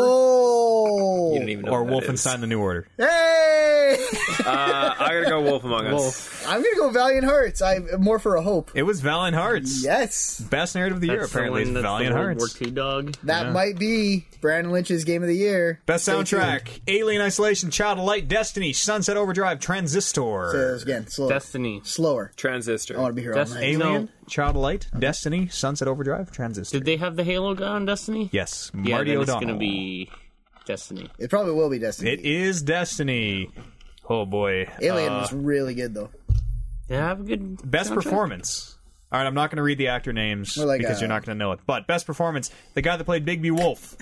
Speaker 6: Oh,
Speaker 5: don't even know
Speaker 4: Or
Speaker 5: what that is.
Speaker 4: Wolfenstein: The New Order.
Speaker 6: hey!
Speaker 5: Uh, I gotta go Wolf Among Us.
Speaker 6: I'm gonna go Valiant Hearts. I more for a hope.
Speaker 4: It was Valiant Hearts.
Speaker 6: Yes,
Speaker 4: Best narrative of the year
Speaker 3: That's the
Speaker 4: apparently is
Speaker 3: one that's the
Speaker 4: Valiant
Speaker 3: World
Speaker 4: Hearts.
Speaker 3: War II dog.
Speaker 6: that might be Brandon Lynch's game of the year.
Speaker 4: Best
Speaker 6: Stay
Speaker 4: soundtrack: Alien Isolation, Child of Light, Destiny, Sunset Overdrive,
Speaker 6: tuned. Say
Speaker 4: Transistor.
Speaker 6: this again, slow,
Speaker 3: Destiny.
Speaker 6: slower.
Speaker 5: Transistor.
Speaker 6: I want to be here
Speaker 3: That's
Speaker 6: all night.
Speaker 3: eight.
Speaker 4: Alien,
Speaker 3: No.
Speaker 4: Child of Light, Destiny, Sunset Overdrive, Transistor.
Speaker 3: Did they have the Halo guy on Destiny?
Speaker 4: yes,
Speaker 3: Yeah,
Speaker 4: Marty
Speaker 3: then it's
Speaker 4: O'Donnell.
Speaker 3: gonna be Destiny.
Speaker 6: It probably will be Destiny.
Speaker 4: It is Destiny. Oh boy.
Speaker 6: Alien
Speaker 4: Uh,
Speaker 6: was really good though.
Speaker 3: Yeah, have a good
Speaker 4: best
Speaker 3: soundtrack.
Speaker 4: performance. All right, I'm not going to read the actor names
Speaker 6: We're like,
Speaker 4: because
Speaker 6: uh,
Speaker 4: you're not going to know it. But best performance: the guy that played Bigby Wolf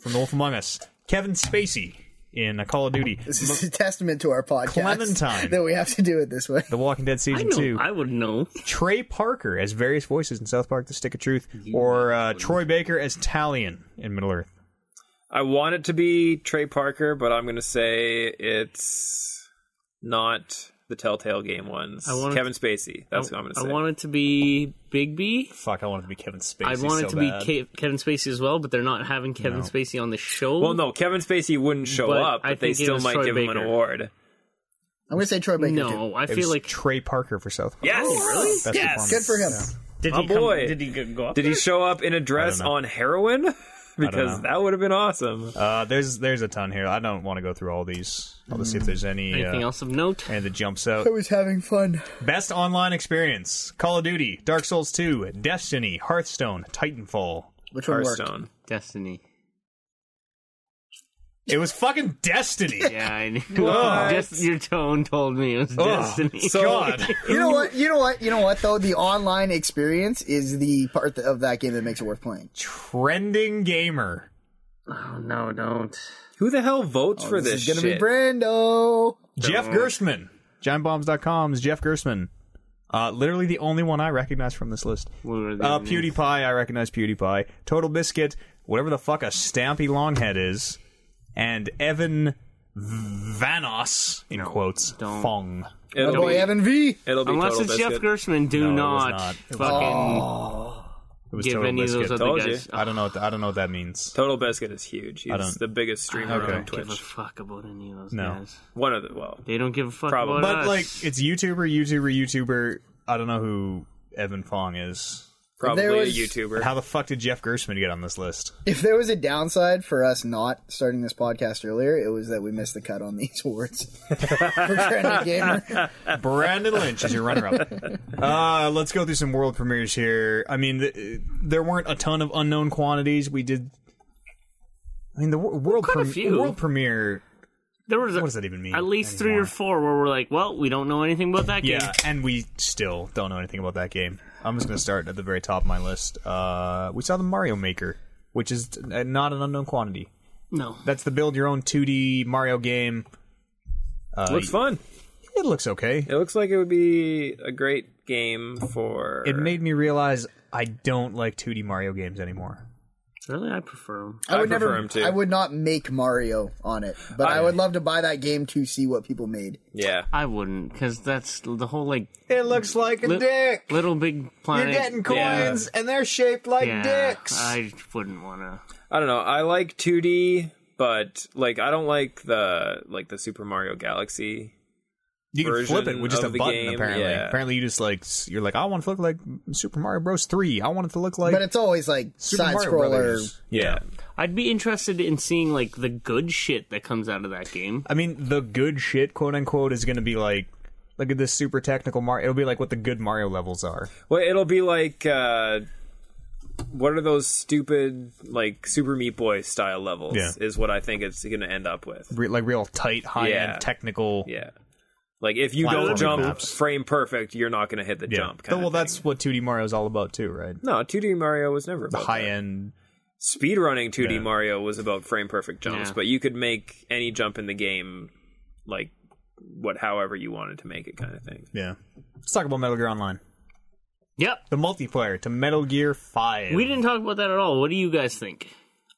Speaker 4: from The Wolf Among Us, Kevin Spacey in Call of Duty,
Speaker 6: This is a testament to our podcast
Speaker 4: Clementine.
Speaker 6: that we have to do it this way.
Speaker 4: The Walking Dead
Speaker 3: I
Speaker 4: season
Speaker 3: know.
Speaker 4: two.
Speaker 3: I would know.
Speaker 4: Trey Parker as various voices in South Park: The Stick of Truth, or uh, Troy Baker as Talion in Middle Earth.
Speaker 5: I want it to be Trey Parker, but I'm gonna say it's not the Telltale game ones.
Speaker 3: I want it-
Speaker 5: Kevin Spacey. That's what I'm gonna
Speaker 3: I
Speaker 5: say.
Speaker 3: want it to be Big B.
Speaker 4: Fuck, I want it to be Kevin Spacey.
Speaker 3: I want
Speaker 4: so
Speaker 3: it to be
Speaker 4: bad.
Speaker 3: Ke- Kevin Spacey as well, but they're not having Kevin Spacey on the show.
Speaker 5: well, no, Kevin Spacey wouldn't show
Speaker 3: But
Speaker 5: up,
Speaker 3: I
Speaker 5: but they
Speaker 3: think it
Speaker 5: still
Speaker 3: was
Speaker 5: might
Speaker 3: Troy
Speaker 5: give him an
Speaker 3: Baker.
Speaker 5: award.
Speaker 6: I'm gonna say Troy Baker. too.
Speaker 3: no. I
Speaker 4: It
Speaker 3: feel
Speaker 4: was
Speaker 3: like
Speaker 4: Trey Parker for South Park.
Speaker 5: Yes.
Speaker 4: Best
Speaker 5: Yes.
Speaker 6: good for him.
Speaker 3: did
Speaker 5: Oh,
Speaker 3: he come-
Speaker 5: boy.
Speaker 3: did he go- go up?
Speaker 5: Did he show up in a dress
Speaker 4: know.
Speaker 5: on heroin?
Speaker 4: know.
Speaker 5: because that would have been awesome.
Speaker 4: Uh, there's there's a ton here. I don't want to go through all these. I'll just see if there's any
Speaker 3: anything
Speaker 4: uh,
Speaker 3: else of note?
Speaker 4: And that jumps out.
Speaker 6: I was having fun.
Speaker 4: Best online experience: Call of Duty, Dark Souls 2, Destiny, Hearthstone, Titanfall.
Speaker 6: Which one worked?
Speaker 5: Hearthstone.
Speaker 3: Destiny.
Speaker 4: It was fucking Destiny.
Speaker 3: Yeah, I knew. Just your tone told me it was Destiny.
Speaker 5: So
Speaker 4: God.
Speaker 6: You know what? You know what? You know what? Though the online experience is the part th- of that game that makes it worth playing.
Speaker 4: Trending gamer.
Speaker 3: oh, no, don't.
Speaker 5: who the hell votes for
Speaker 6: This
Speaker 5: this,
Speaker 6: is gonna
Speaker 5: shit?
Speaker 6: be Brando.
Speaker 3: Oh.
Speaker 4: Jeff Gerstmann. Giantbombs.com's Jeff Gerstmann. Uh, literally the only one I recognize from this list.
Speaker 3: What were the
Speaker 4: Uh,
Speaker 3: names?
Speaker 4: PewDiePie, I recognize PewDiePie. Total Biscuit, whatever the fuck a stampy longhead is, and Evan Vanos in quotes
Speaker 3: don't.
Speaker 4: Fong.
Speaker 5: it'll,
Speaker 6: Boy,
Speaker 5: be,
Speaker 6: Evan V.
Speaker 5: it'll be
Speaker 3: Unless
Speaker 5: Total
Speaker 3: it's
Speaker 5: Biscuit.
Speaker 3: Jeff Gershman,
Speaker 4: No, it
Speaker 3: do
Speaker 4: was
Speaker 3: not,
Speaker 4: not. It was-
Speaker 3: fucking
Speaker 4: It was
Speaker 3: give
Speaker 4: Total
Speaker 3: any of
Speaker 4: Biscuit.
Speaker 3: those other
Speaker 5: Told
Speaker 3: guys.
Speaker 5: you.
Speaker 4: I don't know. What th- I don't know what that means.
Speaker 5: Total Biscuit is huge. He's
Speaker 4: don't-
Speaker 5: the biggest streamer
Speaker 4: Okay.
Speaker 5: on
Speaker 3: give a
Speaker 5: Twitch.
Speaker 3: fuck about any of those
Speaker 4: No.
Speaker 3: guys.
Speaker 5: One of the well,
Speaker 3: They don't give a fuck
Speaker 5: Probably.
Speaker 3: about
Speaker 4: But
Speaker 3: us.
Speaker 4: like, it's YouTuber, YouTuber, YouTuber. I don't know who Evan Fong is.
Speaker 5: probably
Speaker 6: was-
Speaker 5: a YouTuber.
Speaker 4: How the fuck did Jeff Gerstmann get on this list?
Speaker 6: If there was a downside for us not starting this podcast earlier, it was that we missed the cut on these awards. for Brandon Gamer.
Speaker 4: Brandon Lynch is your runner-up. Uh, let's go through some world premieres here. I mean, th- there weren't a ton of unknown quantities. We did. I mean, the wor- world
Speaker 3: Quite a
Speaker 4: prem-
Speaker 3: few.
Speaker 4: world premiere.
Speaker 3: there was
Speaker 4: What does that even mean?
Speaker 3: at least three or
Speaker 4: anymore?
Speaker 3: four where we're like, well, we don't know anything about that game.
Speaker 4: Yeah, and we still don't know anything about that game. I'm just going to start at the very top of my list. Uh, we saw the Mario Maker, which is uh, not an unknown quantity.
Speaker 3: No,
Speaker 4: That's the build your own 2D Mario game. Uh,
Speaker 5: looks fun.
Speaker 4: It looks okay.
Speaker 5: It looks like it would be a great game for.
Speaker 4: It made me realize I don't like 2D Mario games anymore.
Speaker 3: Really, I prefer them.
Speaker 6: I would
Speaker 5: prefer
Speaker 6: never.
Speaker 5: him too.
Speaker 6: I would not make Mario on it, but I,
Speaker 5: I-
Speaker 6: would love to buy that game to see what people made.
Speaker 5: Yeah.
Speaker 3: I wouldn't, because that's the whole like
Speaker 4: It looks like a
Speaker 3: li-
Speaker 4: dick.
Speaker 3: little big
Speaker 4: You're
Speaker 3: planet.
Speaker 4: getting
Speaker 5: yeah.
Speaker 4: coins, and they're shaped like
Speaker 3: yeah,
Speaker 4: dicks.
Speaker 3: I wouldn't want to.
Speaker 5: I don't know. I like 2D, but like I don't like the like the Super Mario Galaxy.
Speaker 4: You can flip it
Speaker 5: version
Speaker 4: with just a
Speaker 5: of the
Speaker 4: button.
Speaker 5: game,
Speaker 4: apparently,
Speaker 5: yeah.
Speaker 4: apparently you just like s- you're like, I want it to look like Super Mario Bros. Three. I want it to look like
Speaker 6: But it's always like
Speaker 4: Super
Speaker 6: side
Speaker 4: Mario
Speaker 6: scroller.
Speaker 4: Brothers.
Speaker 5: Yeah.
Speaker 3: I'd be interested in seeing like the good shit that comes out of that game.
Speaker 4: I mean, the good shit, quote unquote, is going to be like, look at this super technical Mario. It'll be like what the good Mario levels are.
Speaker 5: Well, it'll be like uh what are those stupid like Super Meat Boy style levels
Speaker 4: Yeah.
Speaker 5: is what I think it's going to end up with.
Speaker 4: Re- like real tight, high
Speaker 5: Yeah.
Speaker 4: end technical.
Speaker 5: Yeah. Like if you
Speaker 4: Platforming
Speaker 5: don't jump
Speaker 4: maps.
Speaker 5: frame perfect, you're not going to hit the
Speaker 4: Yeah.
Speaker 5: jump.
Speaker 4: Though,
Speaker 5: kinda
Speaker 4: well,
Speaker 5: thing.
Speaker 4: that's what 2D Mario is all about too, right?
Speaker 5: No, 2D Mario was never
Speaker 4: The
Speaker 5: about
Speaker 4: high
Speaker 5: that.
Speaker 4: end.
Speaker 5: Speedrunning 2D
Speaker 4: Yeah.
Speaker 5: Mario was about frame perfect jumps,
Speaker 3: Yeah.
Speaker 5: but you could make any jump in the game like what however you wanted to make it kind of thing.
Speaker 4: Yeah. Let's talk about Metal Gear Online,
Speaker 3: Yep.
Speaker 4: the multiplayer to Metal Gear Five.
Speaker 3: We didn't talk about that at all. What do you guys think?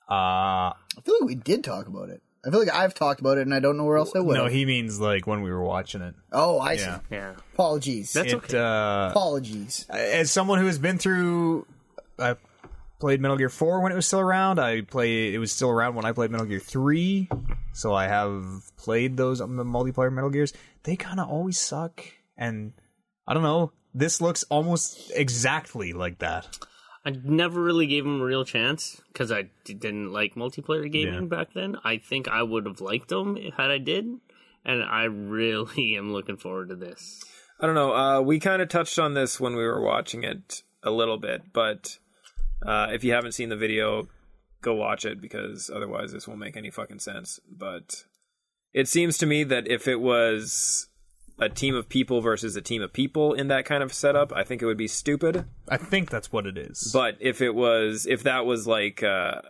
Speaker 4: Uh,
Speaker 6: I feel like we did talk about it. I feel like I've talked about it, and I don't know where else I would.
Speaker 4: no,
Speaker 6: have.
Speaker 4: he means like when we were watching it.
Speaker 6: oh, I
Speaker 4: Yeah.
Speaker 6: see.
Speaker 3: Yeah.
Speaker 6: Apologies.
Speaker 3: That's
Speaker 4: it,
Speaker 3: okay.
Speaker 4: uh,
Speaker 6: Apologies.
Speaker 4: as someone who has been through I played Metal Gear 4 when it was still around. I play it was still around when I played Metal Gear 3. So I have played those um, the multiplayer Metal Gears. They kind of always suck and I don't know. This looks almost exactly like that.
Speaker 3: I never really gave him a real chance because I d- didn't like multiplayer gaming back then. I think I would have liked them had I did, and I really am looking forward to this.
Speaker 5: I don't know. Uh, we kind of touched on this when we were watching it a little bit, but uh, if you haven't seen the video, go watch it because otherwise this won't make any fucking sense. But it seems to me that if it was a team of people versus a team of people in that kind of setup, I think it would be stupid.
Speaker 4: I think that's what it is.
Speaker 5: But if it was, if that was like uh,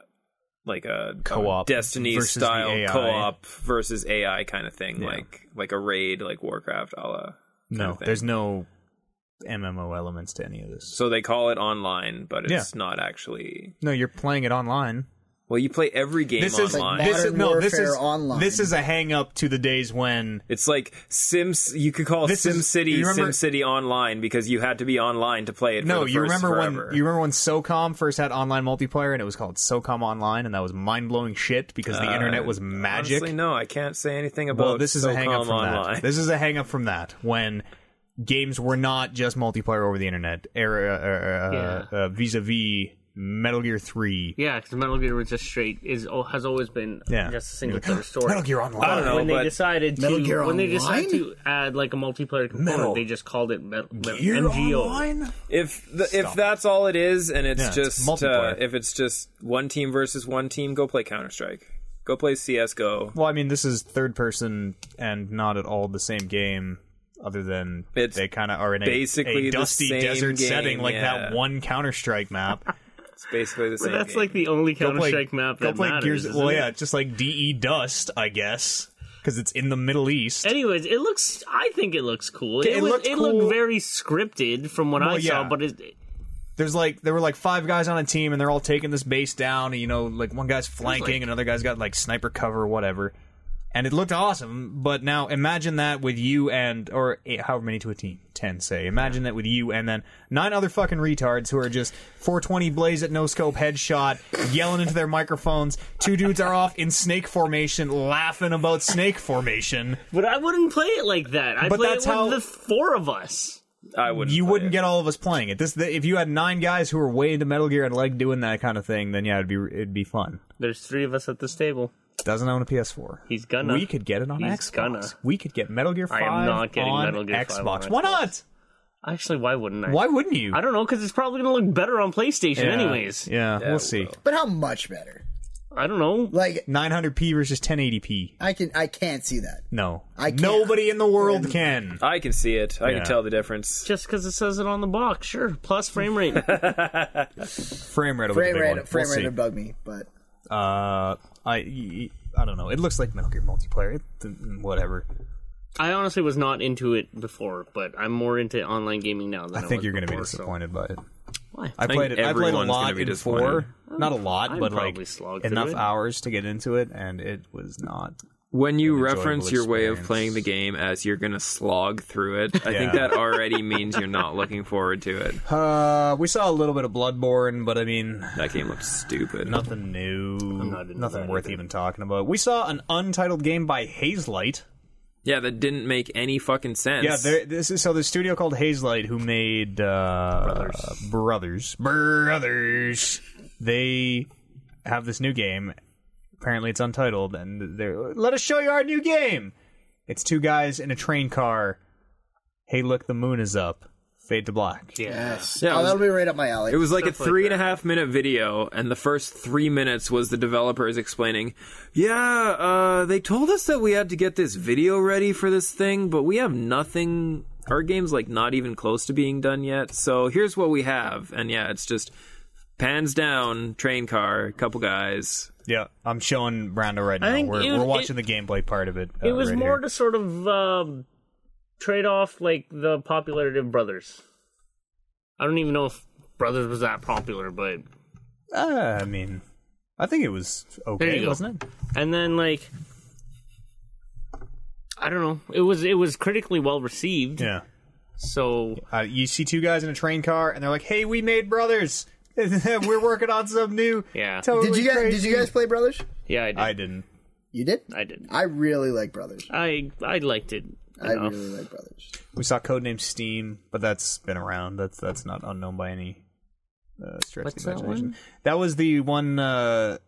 Speaker 5: like a
Speaker 4: Co-op
Speaker 5: Destiny
Speaker 4: versus the
Speaker 5: style
Speaker 4: AI.
Speaker 5: co-op versus AI kind of thing, like like a raid, like Warcraft, a la.
Speaker 4: no,
Speaker 5: thing.
Speaker 4: there's no MMO elements to any of this.
Speaker 5: So they call it online, but it's
Speaker 4: Yeah.
Speaker 5: not actually.
Speaker 4: No, you're playing it online.
Speaker 5: Well, you play every game
Speaker 4: This is,
Speaker 5: online.
Speaker 4: this is
Speaker 6: Modern
Speaker 4: no, this
Speaker 6: Warfare
Speaker 4: is
Speaker 6: Online.
Speaker 4: This is a hang up to the days when
Speaker 5: it's like Sims. You could call
Speaker 4: This
Speaker 5: Sim
Speaker 4: is-
Speaker 5: City
Speaker 4: you
Speaker 5: Sim
Speaker 4: remember-
Speaker 5: City Online because you had to be online to play it.
Speaker 4: No,
Speaker 5: for the
Speaker 4: you
Speaker 5: first
Speaker 4: remember
Speaker 5: forever.
Speaker 4: when you remember when SOCOM first had online multiplayer and it was called SOCOM Online and that was mind blowing shit because the internet was magic.
Speaker 5: Uh, Honestly, no, I can't say anything about.
Speaker 4: well, this is a hang up
Speaker 5: SOCOM
Speaker 4: from
Speaker 5: online.
Speaker 4: that. This is a hang up from that when games were not just multiplayer over the internet. Era uh, uh, uh, vis-a-vis Metal Gear Three.
Speaker 3: Yeah, because Metal Gear was just straight is oh, has always been
Speaker 4: Yeah.
Speaker 3: just a single player story.
Speaker 4: Metal Gear Online.
Speaker 5: I don't know,
Speaker 3: when they
Speaker 5: but-
Speaker 3: decided to
Speaker 6: Metal Gear
Speaker 3: when they decided
Speaker 6: Online?
Speaker 3: to add like a multiplayer component,
Speaker 4: Metal
Speaker 3: they just called it Metal
Speaker 4: Gear
Speaker 3: MGO.
Speaker 4: Online?
Speaker 5: if the,
Speaker 4: Stop.
Speaker 5: if that's all it is, and it's
Speaker 4: Yeah, it's
Speaker 5: just uh,
Speaker 4: multiplayer.
Speaker 5: if it's just one team versus one team, go play Counter Strike. Go play CS:GO.
Speaker 4: Well, I mean, this is third person and not at all the same game. Other than
Speaker 5: It's
Speaker 4: they kind of are in a,
Speaker 5: basically the
Speaker 4: a dusty
Speaker 5: same
Speaker 4: desert
Speaker 5: game,
Speaker 4: setting, like
Speaker 5: yeah.
Speaker 4: that one Counter Strike map.
Speaker 5: It's basically the same.
Speaker 3: That's
Speaker 5: game.
Speaker 3: like the only
Speaker 4: Go
Speaker 3: Counter
Speaker 4: play-
Speaker 3: Strike map
Speaker 4: go
Speaker 3: that
Speaker 4: play
Speaker 3: matters.
Speaker 4: Gears.
Speaker 3: isn't
Speaker 4: Well,
Speaker 3: it?
Speaker 4: yeah, just like DE Dust, I guess, because it's in the Middle East.
Speaker 3: Anyways, it looks. I think it looks cool. It,
Speaker 4: it
Speaker 3: was,
Speaker 4: looked
Speaker 3: it
Speaker 4: cool.
Speaker 3: looked very scripted from what I
Speaker 4: Well,
Speaker 3: saw,
Speaker 4: yeah.
Speaker 3: but it,
Speaker 4: There's like there were like five guys on a team, and they're all taking this base down. And, you know, like one guy's flanking, another guy's got like sniper cover, whatever. And it looked awesome, but now imagine that with you and or eight, however many to a team, ten say. Imagine that with you and then nine other fucking retards who are just 420 blaze at no scope headshot, yelling into their microphones. Two dudes are off in snake formation, laughing about snake formation.
Speaker 3: but I wouldn't play it like that. I
Speaker 4: But
Speaker 3: play it
Speaker 4: that's
Speaker 3: with
Speaker 4: how-
Speaker 3: the four of us.
Speaker 5: I wouldn't.
Speaker 4: you
Speaker 5: play
Speaker 4: wouldn't
Speaker 5: it.
Speaker 4: get all of us playing it. This, the, if you had nine guys who were way into Metal Gear and like doing that kind of thing, then yeah, it'd be it'd be fun.
Speaker 3: There's three of us at this table.
Speaker 4: Doesn't own a PS4.
Speaker 3: He's gonna.
Speaker 4: We could get it on
Speaker 3: He's
Speaker 4: Xbox.
Speaker 3: gonna.
Speaker 4: We could get Metal Gear Five.
Speaker 3: I am not getting
Speaker 4: on
Speaker 3: Metal Gear 5 on
Speaker 4: Xbox. Why not?
Speaker 3: Actually, why wouldn't I?
Speaker 4: Why wouldn't you?
Speaker 3: I don't know because it's probably gonna look better on PlayStation,
Speaker 4: Yeah.
Speaker 3: anyways.
Speaker 4: yeah,
Speaker 5: it
Speaker 4: we'll see.
Speaker 5: will.
Speaker 6: But how much better?
Speaker 3: I don't know.
Speaker 6: Like
Speaker 4: 900p versus 1080p.
Speaker 6: I can I can't see that.
Speaker 4: No,
Speaker 6: I can't.
Speaker 4: nobody in the world can.
Speaker 5: I can see it. I
Speaker 4: Yeah.
Speaker 5: can tell the difference.
Speaker 3: Just because it says it on the box, sure. Plus frame rate.
Speaker 4: Frame rate, will be the big
Speaker 6: Frame rate
Speaker 4: one.
Speaker 6: frame
Speaker 4: we'll
Speaker 6: rate
Speaker 4: see.
Speaker 6: would bug me, but
Speaker 4: Uh, I y- I don't know. It looks like Metal Gear multiplayer. It- whatever.
Speaker 3: I honestly was not into it before, but I'm more into online gaming now. Than
Speaker 4: I
Speaker 3: I
Speaker 4: think
Speaker 3: was
Speaker 4: you're going to be
Speaker 3: before, so-
Speaker 4: disappointed by it.
Speaker 3: Why?
Speaker 4: I
Speaker 5: think
Speaker 4: played it. I played a
Speaker 5: everyone's gonna
Speaker 4: lot
Speaker 5: be
Speaker 4: in
Speaker 5: disappointed.
Speaker 4: four. Not a lot,
Speaker 3: I'm
Speaker 4: but
Speaker 3: probably
Speaker 4: like
Speaker 3: slogged through
Speaker 4: enough
Speaker 3: it.
Speaker 4: hours to get into it, and it was not.
Speaker 5: When you
Speaker 4: enjoyable
Speaker 5: reference your way of
Speaker 4: experience.
Speaker 5: playing the game as you're going to slog through it, I think
Speaker 4: Yeah.
Speaker 5: that already means you're not looking forward to it.
Speaker 4: Uh, we saw a little bit of Bloodborne, but I mean,
Speaker 5: That game looked stupid.
Speaker 4: nothing new,
Speaker 3: not into
Speaker 4: nothing
Speaker 3: that
Speaker 4: worth
Speaker 3: either.
Speaker 4: even talking about. We saw an untitled game by Hazelight.
Speaker 5: Yeah, that didn't make any fucking sense.
Speaker 4: Yeah, there- this is so the studio called Hazelight, who made uh,
Speaker 3: Brothers.
Speaker 4: Brothers, Brothers. They have this new game. Apparently, it's untitled, and they're let us show you our new game. It's two guys in a train car. Hey, look, the moon is up. Fade to black.
Speaker 6: Yes.
Speaker 5: Yeah, it
Speaker 6: oh,
Speaker 5: was-
Speaker 6: that'll be right up my alley.
Speaker 5: It was like a three and a half minute video, and the first three minutes was the developers explaining, Yeah, uh, they told us that we had to get this video ready for this thing, but we have nothing. Our game's like not even close to being done yet. So here's what we have. And yeah, it's just pans down, train car, couple guys.
Speaker 4: Yeah, I'm showing Brando right now.
Speaker 3: think
Speaker 4: We're,
Speaker 3: it was-
Speaker 4: we're watching the gameplay part of it. uh,
Speaker 3: it was
Speaker 4: right
Speaker 3: more
Speaker 4: here.
Speaker 3: to sort of um, trade off like the popularity of Brothers. I don't even know if Brothers was that popular, but
Speaker 4: Uh, I mean, I think it was
Speaker 3: There you
Speaker 4: okay,
Speaker 3: go.
Speaker 4: wasn't it?
Speaker 3: and then like I don't know. It was it was critically well received.
Speaker 4: Yeah.
Speaker 3: So
Speaker 4: Uh, you see two guys in a train car, and they're like, "Hey, we made brothers. We're working on some new."
Speaker 3: Yeah.
Speaker 4: totally
Speaker 6: did you guys? Did
Speaker 4: crazy-"
Speaker 6: you guys play Brothers?
Speaker 3: yeah, I did.
Speaker 4: I
Speaker 3: I,
Speaker 4: didn't.
Speaker 6: You did.
Speaker 3: did.
Speaker 6: I really like Brothers.
Speaker 3: I I liked it.
Speaker 6: I
Speaker 3: enough.
Speaker 6: really like Brothers.
Speaker 4: We saw Codename Steam, but that's been around. That's that's not unknown by any uh, stretch
Speaker 3: What's
Speaker 4: of
Speaker 3: that
Speaker 4: the imagination. That, was the one. Uh,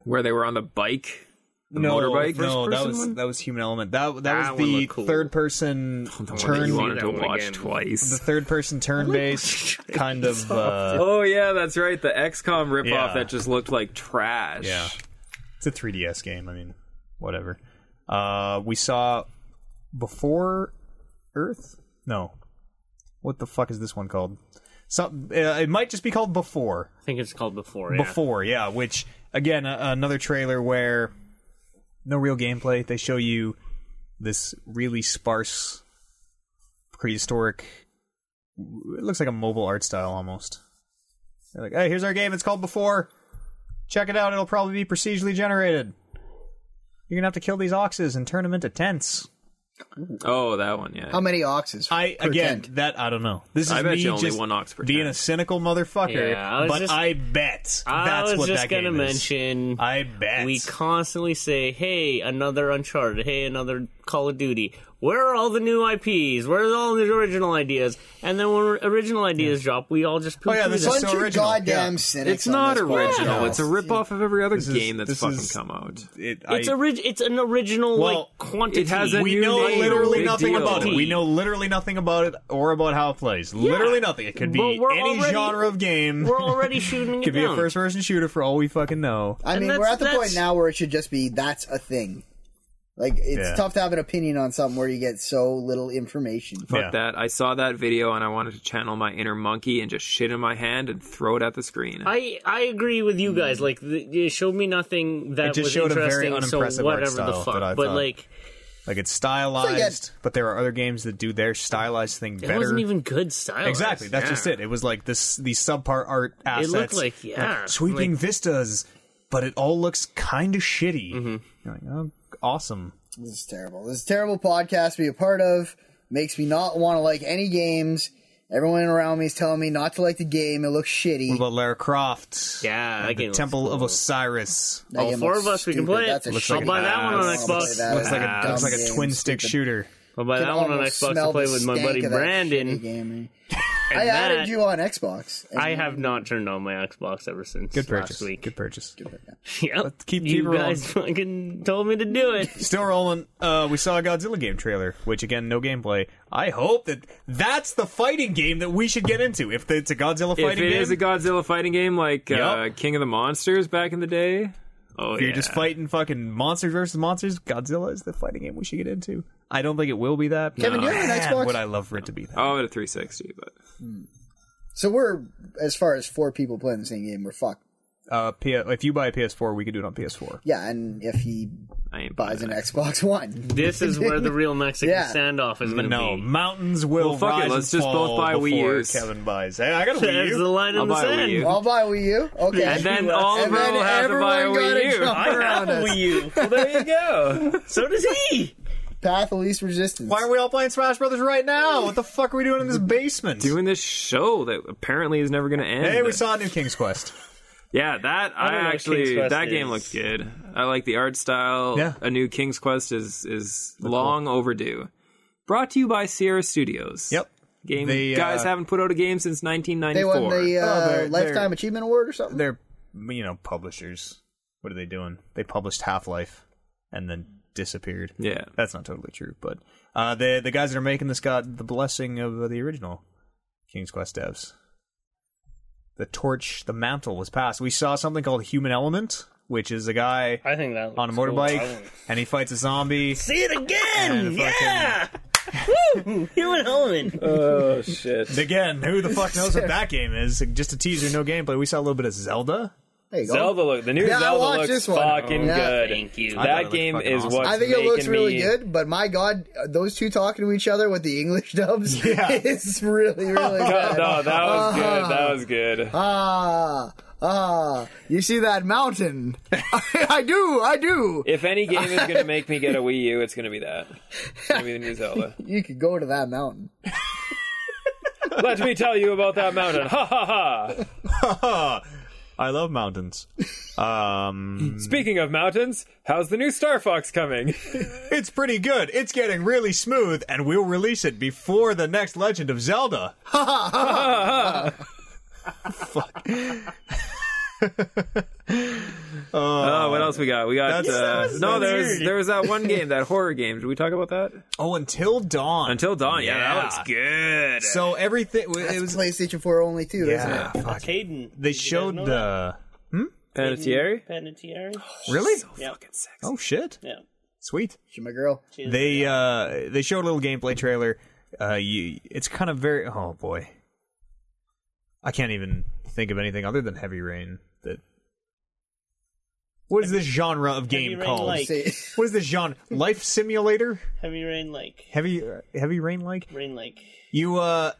Speaker 5: Where they were on the bike, the
Speaker 4: no,
Speaker 5: motorbike.
Speaker 4: no, that
Speaker 5: first-person
Speaker 4: was
Speaker 5: one?
Speaker 4: that was Human Element. That that,
Speaker 3: That
Speaker 4: was
Speaker 3: one
Speaker 4: the
Speaker 3: looked cool.
Speaker 4: third person
Speaker 5: the one Oh, that you
Speaker 4: turn
Speaker 5: wanted
Speaker 3: that
Speaker 5: to
Speaker 3: one
Speaker 5: watch
Speaker 3: again.
Speaker 4: the
Speaker 5: twice.
Speaker 4: third person turn based kind of. Uh,
Speaker 5: Oh yeah, that's right. The XCOM ripoff
Speaker 4: Yeah.
Speaker 5: that just looked like trash.
Speaker 4: Yeah. It's a 3DS game. I mean, whatever. Uh, we saw Before Earth? No. What the fuck is this one called? Some, uh, it might just be called Before.
Speaker 3: I think it's called Before. Yeah.
Speaker 4: Before, yeah, which, again, a- another trailer where no real gameplay. They show you this really sparse, prehistoric. It looks like a mobile art style almost. They're like, hey, here's our game. It's called Before. Check it out. It'll probably be procedurally generated. You're gonna have to kill these oxes and turn them into tents.
Speaker 5: Oh, that one. Yeah.
Speaker 6: How many oxes?
Speaker 4: I
Speaker 6: per
Speaker 4: again,
Speaker 6: tent?
Speaker 4: that I don't know. This is
Speaker 5: I bet
Speaker 4: me
Speaker 5: you only
Speaker 4: just
Speaker 5: one ox per
Speaker 4: being
Speaker 5: tent.
Speaker 4: a cynical motherfucker.
Speaker 3: Yeah, I was
Speaker 4: but
Speaker 3: just-
Speaker 4: I bet
Speaker 3: I
Speaker 4: that's
Speaker 3: was
Speaker 4: what
Speaker 3: just
Speaker 4: that
Speaker 3: gonna
Speaker 4: game is.
Speaker 3: mention.
Speaker 4: I bet
Speaker 3: we constantly say, "Hey, another Uncharted. Hey, another Call of Duty. Where are all the new IPs? Where are all the original ideas?" And then when original ideas drop, we all just
Speaker 4: Oh, yeah,
Speaker 3: poo-poo
Speaker 4: this is
Speaker 3: them.
Speaker 6: bunch
Speaker 4: so
Speaker 6: of
Speaker 4: original.
Speaker 6: goddamn
Speaker 4: Yeah.
Speaker 6: cynics.
Speaker 5: It's
Speaker 6: on
Speaker 5: not
Speaker 6: this
Speaker 5: original.
Speaker 6: podcast.
Speaker 5: It's a ripoff of every other
Speaker 4: is-
Speaker 5: game that's
Speaker 4: this
Speaker 5: fucking
Speaker 4: is-
Speaker 5: come out.
Speaker 4: It-
Speaker 3: It's
Speaker 4: I-
Speaker 3: a ri- it's an original
Speaker 4: Well,
Speaker 3: like quantity.
Speaker 5: it has a
Speaker 4: we
Speaker 5: new
Speaker 4: know
Speaker 5: name,
Speaker 4: literally
Speaker 5: big
Speaker 4: nothing
Speaker 5: deal.
Speaker 4: about it. We know literally nothing about it or about how it plays. Literally nothing. It could be
Speaker 3: But we're
Speaker 4: any
Speaker 3: already-
Speaker 4: genre of game.
Speaker 3: We're already shooting. it
Speaker 4: could be a
Speaker 3: down.
Speaker 4: first person shooter for all we fucking know.
Speaker 6: I
Speaker 3: And
Speaker 6: mean, we're
Speaker 3: that's-
Speaker 6: at the
Speaker 3: that's-
Speaker 6: point now where it should just be that's a thing. Like it's
Speaker 4: Yeah.
Speaker 6: tough to have an opinion on something where you get so little information.
Speaker 5: Fuck
Speaker 4: Yeah.
Speaker 5: that. I saw that video and I wanted to channel my inner monkey and just shit in my hand and throw it at the screen.
Speaker 3: I I agree with you guys. Like, the, it showed me nothing that
Speaker 4: It just
Speaker 3: was
Speaker 4: showed a very
Speaker 3: interesting.
Speaker 4: unimpressive
Speaker 3: so
Speaker 4: art
Speaker 3: whatever the
Speaker 4: style
Speaker 3: fuck.
Speaker 4: that I
Speaker 3: but
Speaker 4: thought
Speaker 3: like,
Speaker 4: Like it's
Speaker 6: It's
Speaker 4: stylized, but there are other games that do their stylized thing
Speaker 3: it
Speaker 4: better.
Speaker 3: wasn't even good style.
Speaker 4: Exactly. That's just it. It was like this these subpar art assets.
Speaker 3: looked like- yeah,
Speaker 4: sweeping
Speaker 3: like-
Speaker 4: vistas, but it all looks kind of shitty.
Speaker 3: Mm-hmm.
Speaker 4: You're like, oh, awesome.
Speaker 6: This is terrible. This is a terrible podcast to be a part of. Makes me not want to like any games. Everyone around me is telling me not to like the game. It looks
Speaker 4: What
Speaker 6: shitty.
Speaker 4: about Lara Croft?
Speaker 3: Yeah,
Speaker 4: And
Speaker 3: that game
Speaker 4: the
Speaker 3: looks
Speaker 4: Temple of
Speaker 3: cool.
Speaker 4: Osiris.
Speaker 6: That
Speaker 3: all
Speaker 6: game
Speaker 3: four
Speaker 6: looks
Speaker 3: of us, we can
Speaker 6: stupid.
Speaker 3: play it.
Speaker 6: That's a
Speaker 4: Looks
Speaker 6: shit
Speaker 4: like
Speaker 3: I'll buy
Speaker 4: an
Speaker 3: that one
Speaker 6: ass.
Speaker 3: on
Speaker 6: I don't wanna play
Speaker 3: Xbox.
Speaker 6: that.
Speaker 4: Looks like
Speaker 6: Ah,
Speaker 4: a looks like a
Speaker 6: dumb
Speaker 4: twin
Speaker 6: game,
Speaker 4: stick
Speaker 6: stupid.
Speaker 4: shooter.
Speaker 3: I'll buy
Speaker 6: Can
Speaker 3: that one on
Speaker 6: almost
Speaker 3: Xbox
Speaker 6: smell
Speaker 3: to play
Speaker 6: the
Speaker 3: with my
Speaker 6: stank
Speaker 3: buddy
Speaker 6: of that
Speaker 3: Brandon.
Speaker 6: shitty game.
Speaker 3: and
Speaker 6: I added
Speaker 3: that-
Speaker 6: you on Xbox.
Speaker 3: I have not turned on my Xbox ever since
Speaker 4: Good
Speaker 3: last
Speaker 4: purchase.
Speaker 3: week.
Speaker 4: Good purchase.
Speaker 3: Yep.
Speaker 4: keep- keep
Speaker 3: you
Speaker 4: rolling.
Speaker 3: guys fucking told me to do it.
Speaker 4: Still rolling. Uh, we saw a Godzilla game trailer, which again, no gameplay. I hope that that's the fighting game that we should get into. If it's a Godzilla
Speaker 5: if
Speaker 4: fighting
Speaker 5: it
Speaker 4: game,
Speaker 5: is a Godzilla fighting game like uh,
Speaker 4: Yup.
Speaker 5: King of the Monsters back in the day, oh
Speaker 4: If you're
Speaker 5: yeah.
Speaker 4: just fighting fucking monsters versus monsters, Godzilla is the fighting game we should get into. I don't think it will be that.
Speaker 6: Kevin, do you have an
Speaker 4: Man,
Speaker 6: Xbox?
Speaker 4: Would I love for it to be that?
Speaker 5: Oh, at a 360, but
Speaker 6: So we're as far as four people playing the same game. We're fucked.
Speaker 4: uh, P- if you buy a PS4, we could do it on PS4.
Speaker 6: Yeah, and if he
Speaker 5: I ain't buying
Speaker 6: buys an Xbox One,
Speaker 3: This is where the real Mexican
Speaker 6: Yeah.
Speaker 3: standoff is going to
Speaker 4: No,
Speaker 3: be.
Speaker 4: mountains will
Speaker 5: Well, fuck it,
Speaker 4: rise
Speaker 5: let's
Speaker 4: and
Speaker 5: just both
Speaker 4: fall
Speaker 5: buy Wii
Speaker 4: before
Speaker 5: Us.
Speaker 4: Kevin buys. Hey, I got a Wii
Speaker 3: There's
Speaker 4: U.
Speaker 3: the line
Speaker 5: I'll
Speaker 3: in the
Speaker 5: buy a Wii
Speaker 3: sand.
Speaker 5: U.
Speaker 6: I'll buy Wii U. Okay,
Speaker 5: And then
Speaker 3: left.
Speaker 5: Oliver
Speaker 6: And then
Speaker 5: will have to buy a
Speaker 6: everyone
Speaker 5: Wii
Speaker 6: got
Speaker 5: U.
Speaker 6: a jump.
Speaker 3: I have
Speaker 6: around
Speaker 3: a
Speaker 6: us.
Speaker 3: Wii U.
Speaker 5: Well, there you go.
Speaker 3: So does he.
Speaker 6: path of least resistance.
Speaker 4: Why are we all playing Smash Brothers right now? What the fuck are we doing in this basement?
Speaker 5: Doing this show that apparently is never going to end.
Speaker 4: hey, we saw a new King's Quest.
Speaker 5: Yeah, that I,
Speaker 3: don't know what
Speaker 5: actually
Speaker 3: King's Quest
Speaker 5: that game
Speaker 3: is.
Speaker 5: looked good. I like the art style.
Speaker 4: Yeah.
Speaker 5: A new King's Quest is is long overdue. Brought to you by Sierra Studios.
Speaker 4: Yep.
Speaker 5: Game
Speaker 4: They, uh,
Speaker 5: guys haven't put out a game since
Speaker 6: they won
Speaker 5: 1994.
Speaker 6: the uh,
Speaker 4: Oh, they're-
Speaker 6: lifetime
Speaker 4: they're-
Speaker 6: achievement award or something?
Speaker 4: They're, you know, publishers. What are they doing? They published Half Life and then disappeared.
Speaker 5: Yeah.
Speaker 4: That's not totally true, but uh, the the guys that are making this got the blessing of uh, the original King's Quest devs. The torch, the mantle was passed. We saw something called Human Element, which is a guy
Speaker 3: I think that
Speaker 4: on a
Speaker 3: looks cool.
Speaker 4: motorbike
Speaker 3: I wanna
Speaker 4: and he fights a zombie.
Speaker 3: See it again.
Speaker 4: And fucking-
Speaker 3: Yeah. Woo! Human element.
Speaker 5: oh shit.
Speaker 4: And again, who the fuck knows what that game is? Just a teaser, no gameplay. We saw a little bit of Zelda.
Speaker 6: There you go.
Speaker 5: Zelda look the new
Speaker 6: Yeah, I watched
Speaker 5: Zelda looks
Speaker 6: this one.
Speaker 5: fucking
Speaker 6: Yeah.
Speaker 5: good.
Speaker 3: Thank you.
Speaker 4: I thought it
Speaker 5: That
Speaker 4: looked
Speaker 5: game
Speaker 4: fucking
Speaker 5: is
Speaker 4: awesome.
Speaker 5: what
Speaker 6: I think it looks really good, but my god, uh, those two talking to each other with the English dubs
Speaker 4: Yeah.
Speaker 6: is really, really bad.
Speaker 5: No, that was good. That was good.
Speaker 6: Ah, ah, you see that mountain? I do, I do.
Speaker 5: If any game is gonna make me get a Wii U, it's gonna be that. It's gonna be the new Zelda.
Speaker 6: You could go to that mountain.
Speaker 5: Let me tell you about that mountain. Ha ha ha.
Speaker 4: I love mountains. Um,
Speaker 5: Speaking of mountains, how's the new Star Fox coming?
Speaker 4: it's pretty good. It's getting really smooth, and we'll release it before the next Legend of Zelda. Fuck. Uh,
Speaker 5: Oh, what else we got? We got
Speaker 4: That's-
Speaker 5: uh,
Speaker 4: that's-
Speaker 5: no.
Speaker 4: that's
Speaker 5: There's
Speaker 4: weird.
Speaker 5: there's that one game, that horror game. Did we talk about that?
Speaker 4: Oh, until dawn.
Speaker 5: Until Dawn. Yeah,
Speaker 4: Yeah.
Speaker 5: that looks good.
Speaker 4: so everything it was.
Speaker 6: PlayStation 4 only too. Isn't it?
Speaker 4: Yeah, fuck.
Speaker 3: Caden.
Speaker 4: They showed the.
Speaker 5: Panettiere.
Speaker 3: Panettiere.
Speaker 4: Really?
Speaker 3: Yeah.
Speaker 4: Oh shit!
Speaker 3: Yeah.
Speaker 4: Sweet.
Speaker 6: She my girl.
Speaker 4: They uh they showed a little gameplay trailer. Uh, you, it's kind of very. Oh boy, I can't even think of anything other than Heavy Rain. That what is this genre of game
Speaker 3: Heavy Rain
Speaker 4: called?
Speaker 3: like.
Speaker 6: See,
Speaker 4: What is this genre? Life simulator?
Speaker 3: Heavy rain like.
Speaker 4: Heavy uh, Heavy Rain like
Speaker 3: Rain like.
Speaker 4: you uh.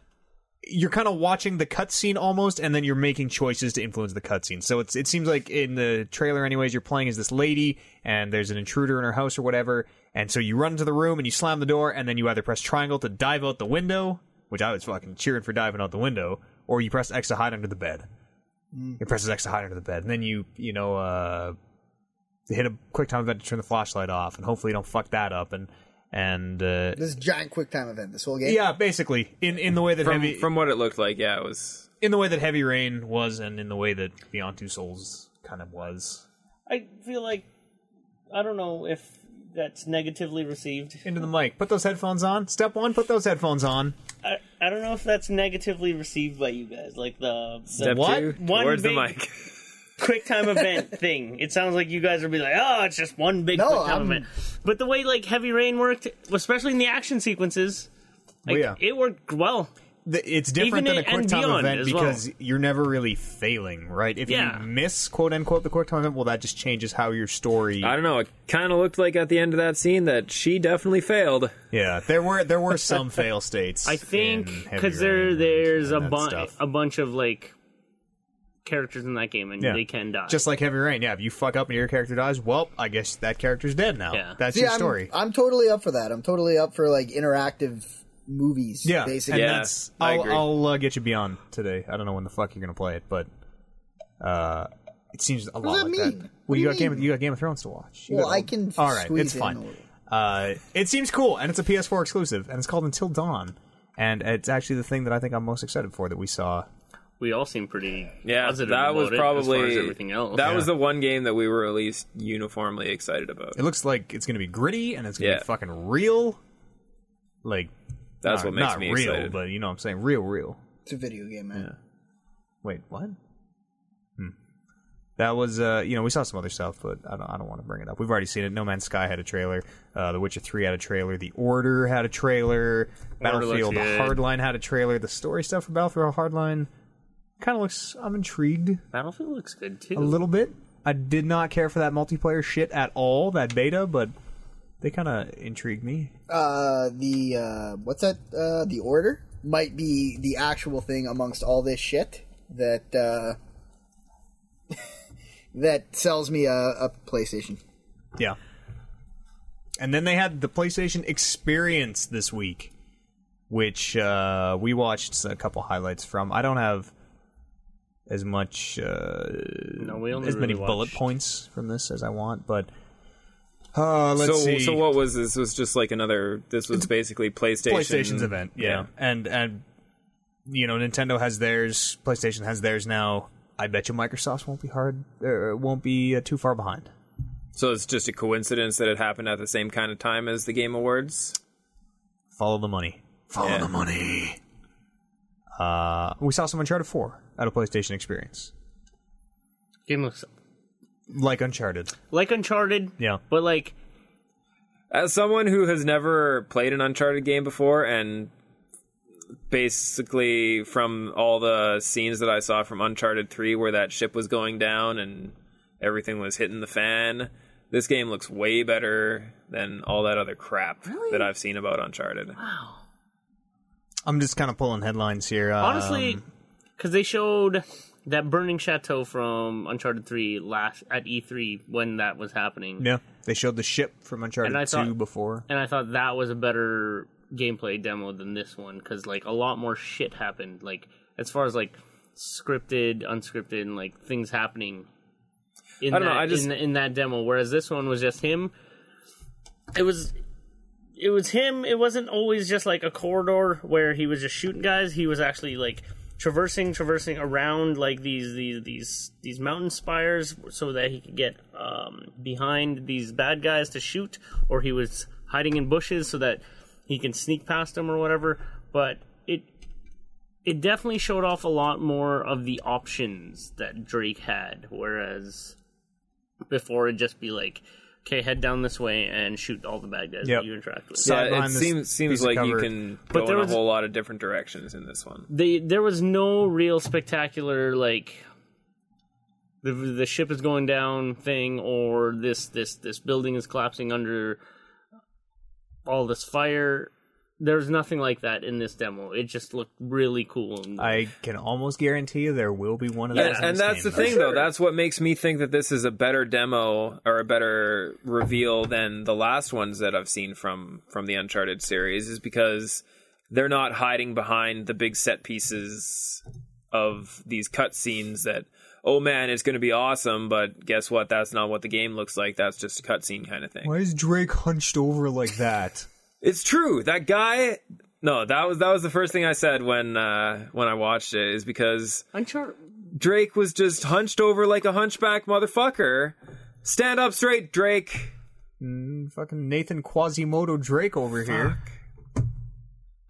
Speaker 4: You're kind of watching the cutscene almost, and then you're making choices to influence the cutscene. So it's it seems like in the trailer, anyways, you're playing as this lady, and there's an intruder in her house or whatever, and so you run into the room and you slam the door, and then you either press triangle to dive out the window, which I was fucking cheering for diving out the window, or you press X to hide under the bed. It presses X to hide under the bed, and then you you know uh, hit a quick time event to turn the flashlight off, and hopefully you don't fuck that up, and and uh,
Speaker 6: this giant quick time event. This whole game.
Speaker 4: yeah, basically in in the way that
Speaker 5: From
Speaker 4: heavy
Speaker 5: from what it looked like, yeah, it was.
Speaker 4: in the way that heavy rain was, and in the way that Beyond Two Souls kind of was
Speaker 3: I feel like I don't know if that's negatively received.
Speaker 4: into the mic. Put those headphones on. Step one, put those headphones on.
Speaker 3: I, I don't know if that's negatively received by you guys. Like the, the
Speaker 5: Step
Speaker 4: What?
Speaker 5: two
Speaker 3: One
Speaker 5: towards
Speaker 3: big-
Speaker 5: the mic.
Speaker 3: quick time event thing. It sounds like you guys would be like, oh, it's just one big
Speaker 6: No,
Speaker 3: quick time
Speaker 6: I'm-
Speaker 3: event. But the way like heavy rain worked, especially in the action sequences, like,
Speaker 4: Oh, yeah.
Speaker 3: it worked well.
Speaker 4: Th- It's different
Speaker 3: Even
Speaker 4: than a
Speaker 3: it- and
Speaker 4: quick time
Speaker 3: beyond
Speaker 4: event
Speaker 3: as well.
Speaker 4: because you're never really failing, right? If
Speaker 3: Yeah.
Speaker 4: you miss quote unquote the quick time event, well, that just changes how your story.
Speaker 5: I don't know. It kind of looked like at the end of that scene that she definitely failed.
Speaker 4: Yeah, there were there were some fail states.
Speaker 3: I think
Speaker 4: in Heavy
Speaker 3: because there
Speaker 4: Rain
Speaker 3: there's
Speaker 4: and
Speaker 3: a
Speaker 4: that
Speaker 3: bunch
Speaker 4: stuff.
Speaker 3: a bunch of like characters in that game, and
Speaker 4: Yeah.
Speaker 3: they can die.
Speaker 4: Just like Heavy Rain, yeah. If you fuck up and your character dies, well, I guess that character's dead now.
Speaker 3: Yeah.
Speaker 4: That's
Speaker 6: See,
Speaker 4: your
Speaker 6: I'm,
Speaker 4: story.
Speaker 6: I'm totally up for that. I'm totally up for like interactive movies.
Speaker 4: Yeah,
Speaker 6: basically.
Speaker 4: and
Speaker 5: Yeah,
Speaker 4: that's
Speaker 5: I
Speaker 4: I'll,
Speaker 5: agree.
Speaker 4: I'll uh, get you beyond today. I don't know when the fuck you're gonna play it, but uh, it seems a lot
Speaker 6: does that
Speaker 4: like
Speaker 6: mean?
Speaker 4: Well,
Speaker 6: What do
Speaker 4: you
Speaker 6: you
Speaker 4: got Game of,
Speaker 6: mean?
Speaker 4: you got Game of Thrones to watch. You
Speaker 6: Well,
Speaker 4: got
Speaker 6: I
Speaker 4: all-
Speaker 6: can
Speaker 4: All right,
Speaker 6: squeeze
Speaker 4: it's
Speaker 6: in
Speaker 4: fine.
Speaker 6: a-
Speaker 4: Uh, it seems cool, and it's a PS4 exclusive, and it's called Until Dawn, and it's actually the thing that I think I'm most excited for that we saw.
Speaker 3: we all seem pretty
Speaker 5: Yeah,
Speaker 3: positive
Speaker 5: that
Speaker 3: about
Speaker 5: was
Speaker 3: it as far
Speaker 5: probably
Speaker 3: as everything else.
Speaker 5: That was the one game that we were at least uniformly excited about.
Speaker 4: It looks like it's gonna be gritty, and it's gonna
Speaker 5: Yeah.
Speaker 4: be fucking real. Like
Speaker 5: That's
Speaker 4: not,
Speaker 5: what makes
Speaker 4: not
Speaker 5: me
Speaker 4: real,
Speaker 5: excited.
Speaker 4: but you know what I'm saying real, real.
Speaker 6: It's a video game, man.
Speaker 4: Wait, what? Hmm. That was, uh, you know, we saw some other stuff, but I don't, I don't want to bring it up. We've already seen it. No Man's Sky had a trailer. Uh, the Witcher 3 had a trailer. The Order had a trailer.
Speaker 3: Order looks
Speaker 4: Battlefield
Speaker 3: good.
Speaker 4: Hardline had a trailer. The story stuff for Battlefield Hardline Kind of looks. I'm intrigued
Speaker 3: Battlefield looks good
Speaker 4: a
Speaker 3: too.
Speaker 4: little bit. I did not care for that multiplayer shit at all, that beta, but they kind of intrigued me.
Speaker 6: uh, the uh, what's that? Uh, the order might be the actual thing amongst all this shit that uh, that sells me a, a PlayStation.
Speaker 4: Yeah. And then they had the PlayStation Experience this week, which uh, we watched a couple highlights from. I don't have as much uh,
Speaker 3: no, we only
Speaker 4: as many
Speaker 3: really
Speaker 4: bullet
Speaker 3: watched-
Speaker 4: points from this as I want, but uh, let's
Speaker 5: so,
Speaker 4: see.
Speaker 5: so what was this? Was just like another. This was basically PlayStation.
Speaker 4: PlayStation's event, yeah. and and you know Nintendo has theirs, PlayStation has theirs now. I bet you Microsoft won't be hard, or won't be uh, too far behind.
Speaker 5: So it's just a coincidence that it happened at the same kind of time as the Game Awards.
Speaker 4: Follow the money. Follow
Speaker 5: Yeah.
Speaker 4: the money. Uh, we saw some Uncharted 4 at a PlayStation experience.
Speaker 3: Game looks
Speaker 4: Like Uncharted.
Speaker 3: like Uncharted,
Speaker 4: Yeah.
Speaker 3: but like
Speaker 5: As someone who has never played an Uncharted game before, and basically from all the scenes that I saw from Uncharted 3 where that ship was going down and everything was hitting the fan, this game looks way better than all that other crap that I've seen about Uncharted.
Speaker 4: I'm just kind of pulling headlines here. Um,
Speaker 3: honestly, because they showed that burning chateau from Uncharted Three last at E3 when that was happening,
Speaker 4: yeah. They showed the ship from Uncharted
Speaker 3: And I
Speaker 4: 2
Speaker 3: thought-
Speaker 4: before.
Speaker 3: and I thought that was a better gameplay demo than this one because like a lot more shit happened, like as far as like scripted, unscripted, and like things happening. In
Speaker 5: I don't know,
Speaker 3: that,
Speaker 5: I just-
Speaker 3: in, in that demo, whereas this one was just him. It was it was him. It wasn't always just like a corridor where he was just shooting guys. He was actually like traversing, traversing around like these these these these mountain spires, so that he could get um, behind these bad guys to shoot, or he was hiding in bushes so that he can sneak past them or whatever. But it it definitely showed off a lot more of the options that Drake had, whereas before it'd just be like. Okay, head down this way and shoot all the bad guys
Speaker 4: Yep.
Speaker 3: that you interact with.
Speaker 4: Side
Speaker 5: Yeah, it
Speaker 4: behind this
Speaker 5: seems
Speaker 4: piece
Speaker 5: seems
Speaker 4: of
Speaker 5: like you
Speaker 4: cover.
Speaker 5: can
Speaker 3: But
Speaker 5: go
Speaker 3: there
Speaker 5: in a
Speaker 3: was-
Speaker 5: whole lot of different directions in this one.
Speaker 3: they there was no real spectacular like the the ship is going down thing or this this this building is collapsing under all this fire. There's nothing like that in this demo. It just looked really cool. And
Speaker 4: I can almost guarantee you there will be one of those.
Speaker 5: And,
Speaker 4: in
Speaker 5: and
Speaker 4: this
Speaker 5: that's the
Speaker 4: game.
Speaker 5: thing, though. That's what makes me think that this is a better demo or a better reveal than the last ones that I've seen from from the Uncharted series, is because they're not hiding behind the big set pieces of these cutscenes that. Oh man, it's going to be awesome, but guess what? That's not what the game looks like. That's just a cutscene kind of thing.
Speaker 4: Why is Drake hunched over like that?
Speaker 5: It's true. That guy. No, that was that was the first thing I said when uh, when I watched it is because
Speaker 3: Uncharted,
Speaker 5: Drake was just hunched over like a hunchback motherfucker. Stand up straight, Drake.
Speaker 4: Fucking Nathan Quasimodo Drake over here.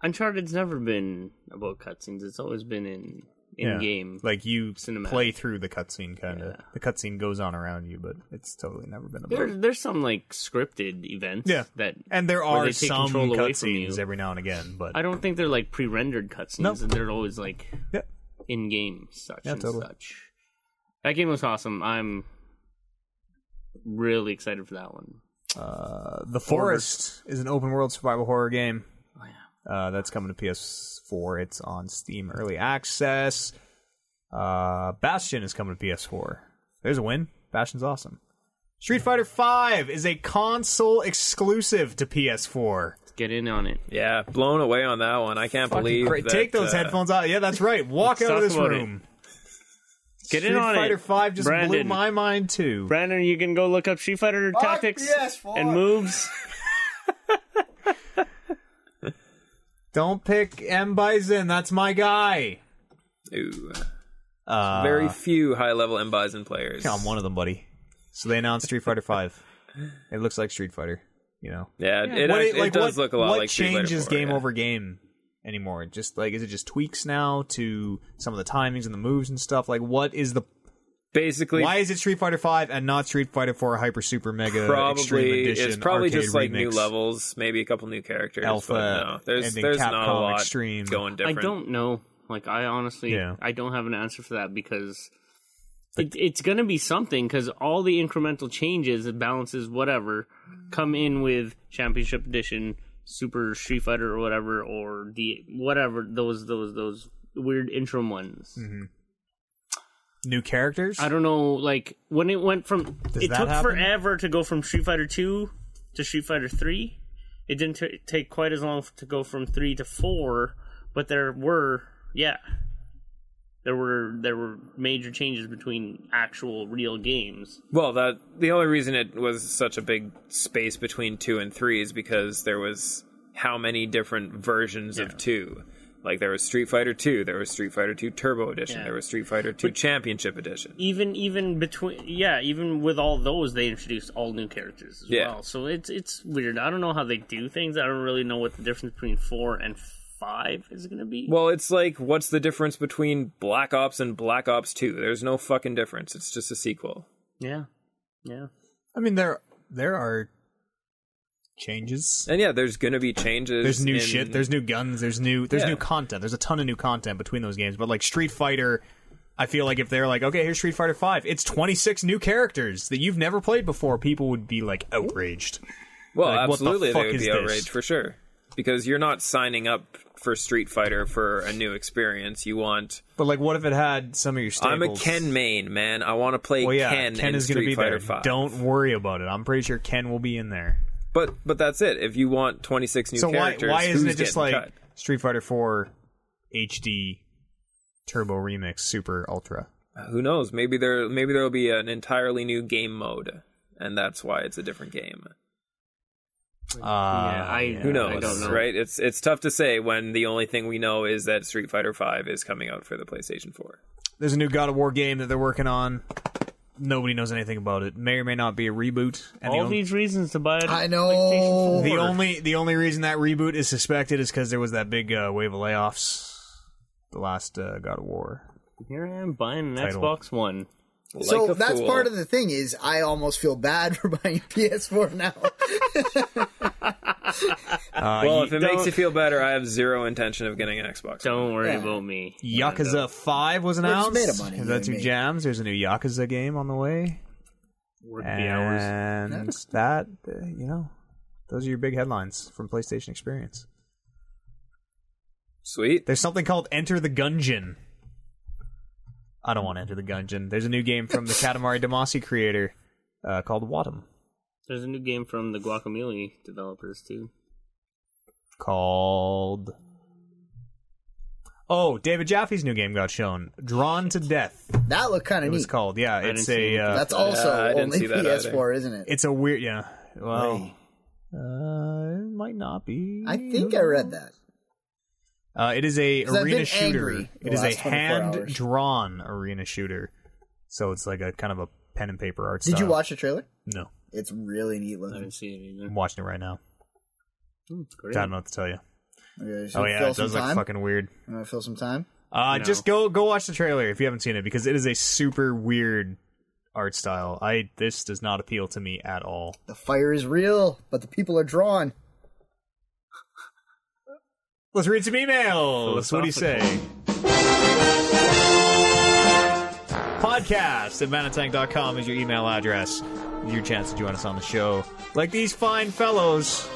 Speaker 3: Uncharted's never been about cutscenes. It's always been in in
Speaker 4: Yeah.
Speaker 3: game.
Speaker 4: Like you
Speaker 3: Cinematic.
Speaker 4: play through the cutscene, kind of. The cutscene goes on around you, but it's totally never been about.
Speaker 3: there, there's some like scripted events.
Speaker 4: Yeah.
Speaker 3: that
Speaker 4: And there
Speaker 3: where
Speaker 4: are
Speaker 3: they take
Speaker 4: some
Speaker 3: control away from you.
Speaker 4: cutscenes every now and again, but
Speaker 3: I don't think they're like pre-rendered cutscenes.
Speaker 4: Nope.
Speaker 3: and They're always like
Speaker 4: Yeah.
Speaker 3: in game such
Speaker 4: Yeah,
Speaker 3: and
Speaker 4: totally.
Speaker 3: such. That game was awesome. I'm really excited for that one.
Speaker 4: uh, The Forest is an open world survival horror game. Uh, that's coming to PS4. It's on Steam Early Access. Uh, Bastion is coming to PS4. There's a win. Bastion's awesome. Street Fighter V is a console exclusive to PS4.
Speaker 3: Let's get in on it.
Speaker 5: Yeah, blown away on that one. I can't believe.
Speaker 4: Great.
Speaker 5: that,
Speaker 4: Take those
Speaker 5: uh,
Speaker 4: headphones out. Yeah, that's right. Walk out of
Speaker 3: talk
Speaker 4: this
Speaker 3: about it.
Speaker 4: room.
Speaker 3: Get
Speaker 4: Street
Speaker 3: in on
Speaker 4: Fighter
Speaker 3: it.
Speaker 4: Five just blew
Speaker 3: Brandon.
Speaker 4: my mind too.
Speaker 3: Brandon, you can go look up Street Fighter tactics
Speaker 6: PS4.
Speaker 3: and moves.
Speaker 4: Don't pick M Bison. That's my guy.
Speaker 5: ooh,
Speaker 4: Uh,
Speaker 5: very few high level M Bison players.
Speaker 4: I'm one of them, buddy. So they announced Street Fighter Five. It looks like Street Fighter. You know,
Speaker 5: Yeah, it, act- it, does look a lot
Speaker 4: what
Speaker 5: like Street Fighter
Speaker 4: changes
Speaker 5: 4,
Speaker 4: game
Speaker 5: yeah.
Speaker 4: over game anymore? Just like is it just tweaks now to some of the timings and the moves and stuff? Like what is the
Speaker 5: Basically,
Speaker 4: why is it Street Fighter Five and not Street Fighter Four Hyper Super Mega Extreme
Speaker 5: probably
Speaker 4: Edition?
Speaker 5: it's probably
Speaker 4: arcade
Speaker 5: just like
Speaker 4: remix?
Speaker 5: new levels, maybe a couple new characters.
Speaker 4: Alpha,
Speaker 5: but no, there's
Speaker 4: and then
Speaker 5: there's not a
Speaker 4: Capcom
Speaker 5: lot
Speaker 4: Extreme.
Speaker 5: going
Speaker 3: I
Speaker 5: different.
Speaker 3: don't know. Like I honestly,
Speaker 4: Yeah.
Speaker 3: I don't have an answer for that because it, it's going to be something because all the incremental changes, balances, whatever, come in with Championship Edition, Super Street Fighter, or whatever, or the whatever those those those weird interim ones.
Speaker 4: New characters?
Speaker 3: I don't know, like when it went from it
Speaker 4: that
Speaker 3: took
Speaker 4: happen?
Speaker 3: forever to go from Street Fighter two to Street Fighter three. It didn't t- take quite as long to go from three to four, but there were yeah, there were there were major changes between actual real games.
Speaker 5: Well, that the only reason it was such a big space between two and three is because there was how many different versions of two. Like there was Street Fighter Two, there was Street Fighter Two Turbo Edition,
Speaker 3: Yeah.
Speaker 5: there was Street Fighter Two Championship Edition.
Speaker 3: Even even between yeah, even with all those, they introduced all new characters as
Speaker 5: Yeah.
Speaker 3: well. So it's it's weird. I don't know how they do things. I don't really know what the difference between four and five is going to be.
Speaker 5: Well, it's like what's the difference between Black Ops and Black Ops Two? There's no fucking difference. It's just a sequel.
Speaker 3: yeah, yeah.
Speaker 4: I mean, there there are changes.
Speaker 5: And yeah, there's gonna be changes.
Speaker 4: There's new
Speaker 5: in-
Speaker 4: shit. There's new guns. There's new there's
Speaker 5: Yeah.
Speaker 4: new content. There's a ton of new content between those games. But like Street Fighter, I feel like if they're like, okay, here's Street Fighter Five, it's 26 new characters that you've never played before, people would be like outraged.
Speaker 5: well,
Speaker 4: like, what the
Speaker 5: absolutely
Speaker 4: fuck
Speaker 5: they would
Speaker 4: is
Speaker 5: be
Speaker 4: this?
Speaker 5: outraged for sure because you're not signing up for Street Fighter for a new experience. You want
Speaker 4: But like, what if it had some of your staples?
Speaker 5: I'm a Ken main, man. I want to play
Speaker 4: Well, yeah,
Speaker 5: Ken,
Speaker 4: Ken,
Speaker 5: in
Speaker 4: is going to
Speaker 5: Street
Speaker 4: be
Speaker 5: Fighter
Speaker 4: there.
Speaker 5: 5.
Speaker 4: Don't worry about it. I'm pretty sure Ken will be in there.
Speaker 5: But but that's it. If you want 26 new
Speaker 4: so why
Speaker 5: characters,
Speaker 4: why isn't
Speaker 5: who's
Speaker 4: it just like
Speaker 5: getting cut?
Speaker 4: Street Fighter Four HD Turbo Remix Super Ultra?
Speaker 5: Uh, who knows? Maybe there maybe there'll be an entirely new game mode, and that's why it's a different game.
Speaker 4: Uh,
Speaker 3: Yeah, I-
Speaker 5: Who
Speaker 3: Yeah,
Speaker 5: knows,
Speaker 3: I don't know.
Speaker 5: right? It's it's tough to say when the only thing we know is that Street Fighter 5 is coming out for the PlayStation 4.
Speaker 4: There's a new God of War game that they're working on. Nobody knows anything about it. May or may not be a reboot. And
Speaker 3: all
Speaker 4: the, on-
Speaker 3: these reasons to buy it.
Speaker 6: I know.
Speaker 3: PlayStation 4.
Speaker 4: the only the only reason that reboot is suspected is because there was that big uh, wave of layoffs. The last uh, God of War.
Speaker 3: Here I am buying an
Speaker 4: Title.
Speaker 3: Xbox One.
Speaker 5: Like
Speaker 6: so
Speaker 5: a
Speaker 6: that's
Speaker 5: fool.
Speaker 6: part of the thing is I almost feel bad for buying a PS4 now.
Speaker 4: Uh,
Speaker 5: Well,
Speaker 4: y-
Speaker 5: if it makes you feel better, I have zero intention of getting an Xbox.
Speaker 3: Don't worry
Speaker 6: Yeah.
Speaker 3: about me.
Speaker 4: Yakuza Five was
Speaker 6: just
Speaker 4: announced.
Speaker 6: made a money
Speaker 4: Is that
Speaker 6: game,
Speaker 4: two
Speaker 6: mate.
Speaker 4: jams? There's a new Yakuza game on the way.
Speaker 3: Work the hours.
Speaker 4: and that uh, you know, those are your big headlines from PlayStation Experience.
Speaker 5: Sweet.
Speaker 4: There's something called Enter the Gungeon. I don't want to enter the Gungeon. There's a new game from the Katamari Damacy creator uh, called Watum
Speaker 3: There's a new game from the Guacamole developers too.
Speaker 4: called. Oh, David Jaffe's new game got shown. Drawn to Death.
Speaker 6: that looked kind
Speaker 4: It
Speaker 6: of
Speaker 4: was
Speaker 6: neat.
Speaker 4: called. Yeah,
Speaker 3: didn't
Speaker 4: it's a.
Speaker 3: see it.
Speaker 4: Uh,
Speaker 6: That's also
Speaker 5: Yeah, I didn't
Speaker 6: only
Speaker 5: see that
Speaker 6: PS4, isn't it?
Speaker 4: it's a weird. Yeah. Well, uh, it might not be.
Speaker 6: I think I read that.
Speaker 4: Uh, it is a
Speaker 6: 'Cause I've
Speaker 4: arena
Speaker 6: been
Speaker 4: shooter.
Speaker 6: angry the
Speaker 4: It is a
Speaker 6: last 24 hours.
Speaker 4: hand drawn arena shooter. So it's like a kind of a pen and paper art.
Speaker 6: Did you
Speaker 4: style.
Speaker 6: watch the trailer?
Speaker 4: No,
Speaker 6: It's really neat
Speaker 3: I
Speaker 6: looking.
Speaker 3: didn't see it either.
Speaker 4: I'm watching it right now.
Speaker 3: Hmm, great.
Speaker 4: I don't know what to tell you.
Speaker 6: Okay, so
Speaker 4: Oh yeah,
Speaker 6: fill
Speaker 4: it
Speaker 6: some
Speaker 4: does look
Speaker 6: time.
Speaker 4: fucking weird.
Speaker 6: You wanna fill some time.
Speaker 4: Uh, Just go go watch the trailer if you haven't seen it because it is a super weird art style. I this does not appeal to me at all.
Speaker 6: The fire is real, but the people are drawn.
Speaker 4: Let's read some emails. What do you say? Podcast at manatank.com is your email address. Your chance to join us on the show. Like these fine fellows.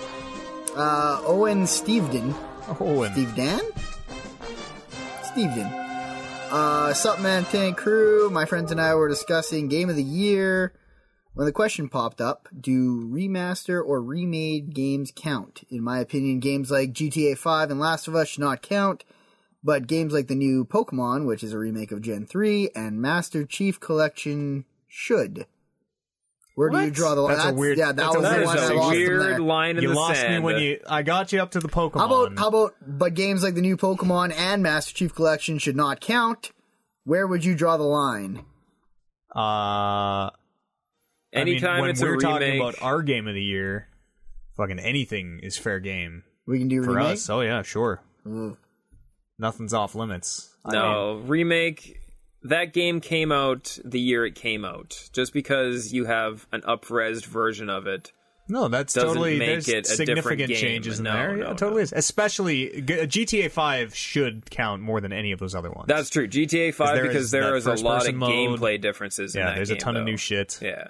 Speaker 6: Uh, Owen Stevedon.
Speaker 4: Oh, and
Speaker 6: Steve Dan? Steve Dan. Uh, Sup, man, Tank Crew. My friends and I were discussing Game of the Year when the question popped up do remaster or remade games count? In my opinion, games like GTA 5 and Last of Us should not count, but games like the new Pokemon, which is a remake of Gen 3, and Master Chief Collection should. Where do you
Speaker 4: What?
Speaker 6: draw the line?
Speaker 4: That's a weird-
Speaker 6: Yeah, that
Speaker 4: that's a-
Speaker 6: was
Speaker 5: That
Speaker 6: the
Speaker 5: is
Speaker 6: one I
Speaker 5: a
Speaker 6: lost. him
Speaker 5: weird
Speaker 6: there.
Speaker 5: line in
Speaker 4: you
Speaker 5: the
Speaker 4: lost
Speaker 5: sand.
Speaker 4: me when you. I got you up to the Pokemon.
Speaker 6: How about how about but games like the new Pokemon and Master Chief Collection should not count? Where would you draw the line?
Speaker 4: uh, I mean,
Speaker 5: Anytime
Speaker 4: when
Speaker 5: it's
Speaker 4: we're
Speaker 5: a
Speaker 4: talking
Speaker 5: remake,
Speaker 4: about our game of the year, fucking anything is fair game
Speaker 6: We can do
Speaker 4: for
Speaker 6: remake. Mm.
Speaker 4: us. Oh yeah, sure. Nothing's off limits. I mean,
Speaker 5: No, remake. That game came out the year it came out. Just because you have an up version of it
Speaker 4: No, that's
Speaker 5: Doesn't
Speaker 4: totally
Speaker 5: make
Speaker 4: there's
Speaker 5: it a
Speaker 4: significant
Speaker 5: different game.
Speaker 4: changes in
Speaker 5: No,
Speaker 4: there.
Speaker 5: no,
Speaker 4: Yeah,
Speaker 5: no.
Speaker 4: it totally is. Especially G- GTA 5 should count more than any of those other ones.
Speaker 5: That's true. GTA Five
Speaker 4: there is
Speaker 5: because there
Speaker 4: that
Speaker 5: is a lot of
Speaker 4: first-person mode.
Speaker 5: gameplay differences. in
Speaker 4: yeah.
Speaker 5: that
Speaker 4: There's a
Speaker 5: game,
Speaker 4: ton of
Speaker 5: though.
Speaker 4: new shit.
Speaker 5: Yeah.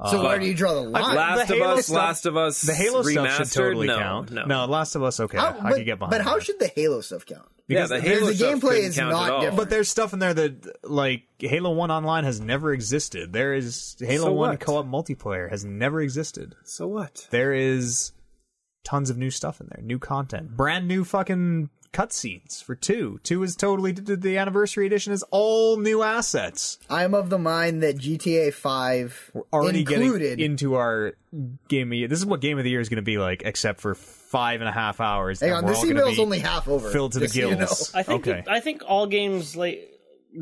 Speaker 4: uh,
Speaker 6: So where do you draw the line?
Speaker 5: Last of
Speaker 4: Halo
Speaker 5: Us,
Speaker 4: stuff-
Speaker 5: Last of Us,
Speaker 4: The Halo
Speaker 5: remastered?
Speaker 4: stuff should totally
Speaker 5: no,
Speaker 4: count.
Speaker 5: No,
Speaker 4: Last of Us, okay,
Speaker 6: How-
Speaker 4: I
Speaker 6: but,
Speaker 4: could get behind.
Speaker 6: but how
Speaker 4: that.
Speaker 6: should the Halo stuff count?
Speaker 5: yeah, the
Speaker 6: there's-
Speaker 5: Halo
Speaker 6: the
Speaker 5: stuff
Speaker 6: gameplay
Speaker 5: couldn't
Speaker 6: is
Speaker 5: count
Speaker 6: not
Speaker 5: at all.
Speaker 6: different.
Speaker 4: But there's stuff in there that like Halo One Online has never existed. There is Halo
Speaker 5: So
Speaker 4: One
Speaker 5: what?
Speaker 4: co-op multiplayer has never existed.
Speaker 5: So what?
Speaker 4: There is tons of new stuff in there, new content, brand new fucking cutscenes for two. Two is totally the anniversary edition is all new assets.
Speaker 6: I'm of the mind that GTA 5
Speaker 4: already
Speaker 6: included.
Speaker 4: getting into our game of year. This is what game of the year is going to be like, except for five and a half hours.
Speaker 6: Hang
Speaker 4: and
Speaker 6: on,
Speaker 4: we're
Speaker 6: this
Speaker 4: all gonna
Speaker 6: email's
Speaker 4: be
Speaker 6: only half over.
Speaker 4: filled to the
Speaker 6: just so you know.
Speaker 4: gills.
Speaker 3: I think
Speaker 4: okay.
Speaker 3: I think all games like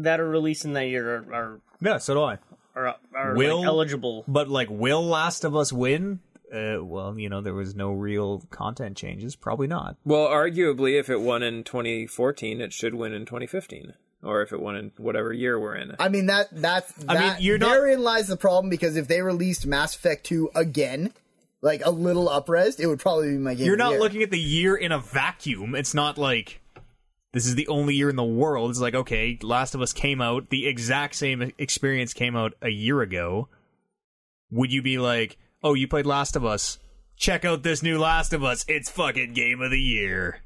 Speaker 3: that are released in that year are are
Speaker 4: yeah, so do I.
Speaker 3: are, are like,
Speaker 4: Will-
Speaker 3: eligible.
Speaker 4: But like, will Last of Us win? Uh, well, you know, there was no real content changes. Probably not.
Speaker 5: Well, arguably, if it won in 2014, it should win in 2015, or if it won in whatever year we're in.
Speaker 6: I mean that that's that,
Speaker 4: I mean, you're not-
Speaker 6: therein lies the problem because if they released Mass Effect 2 again, like a little upresed, it would probably be my game.
Speaker 4: You're
Speaker 6: of the
Speaker 4: not
Speaker 6: year.
Speaker 4: looking at the year in a vacuum. It's not like this is the only year in the world. It's like, okay, Last of Us came out, the exact same experience came out a year ago. Would you be like, oh, you played Last of Us? Check out this new Last of Us. It's fucking game of the year.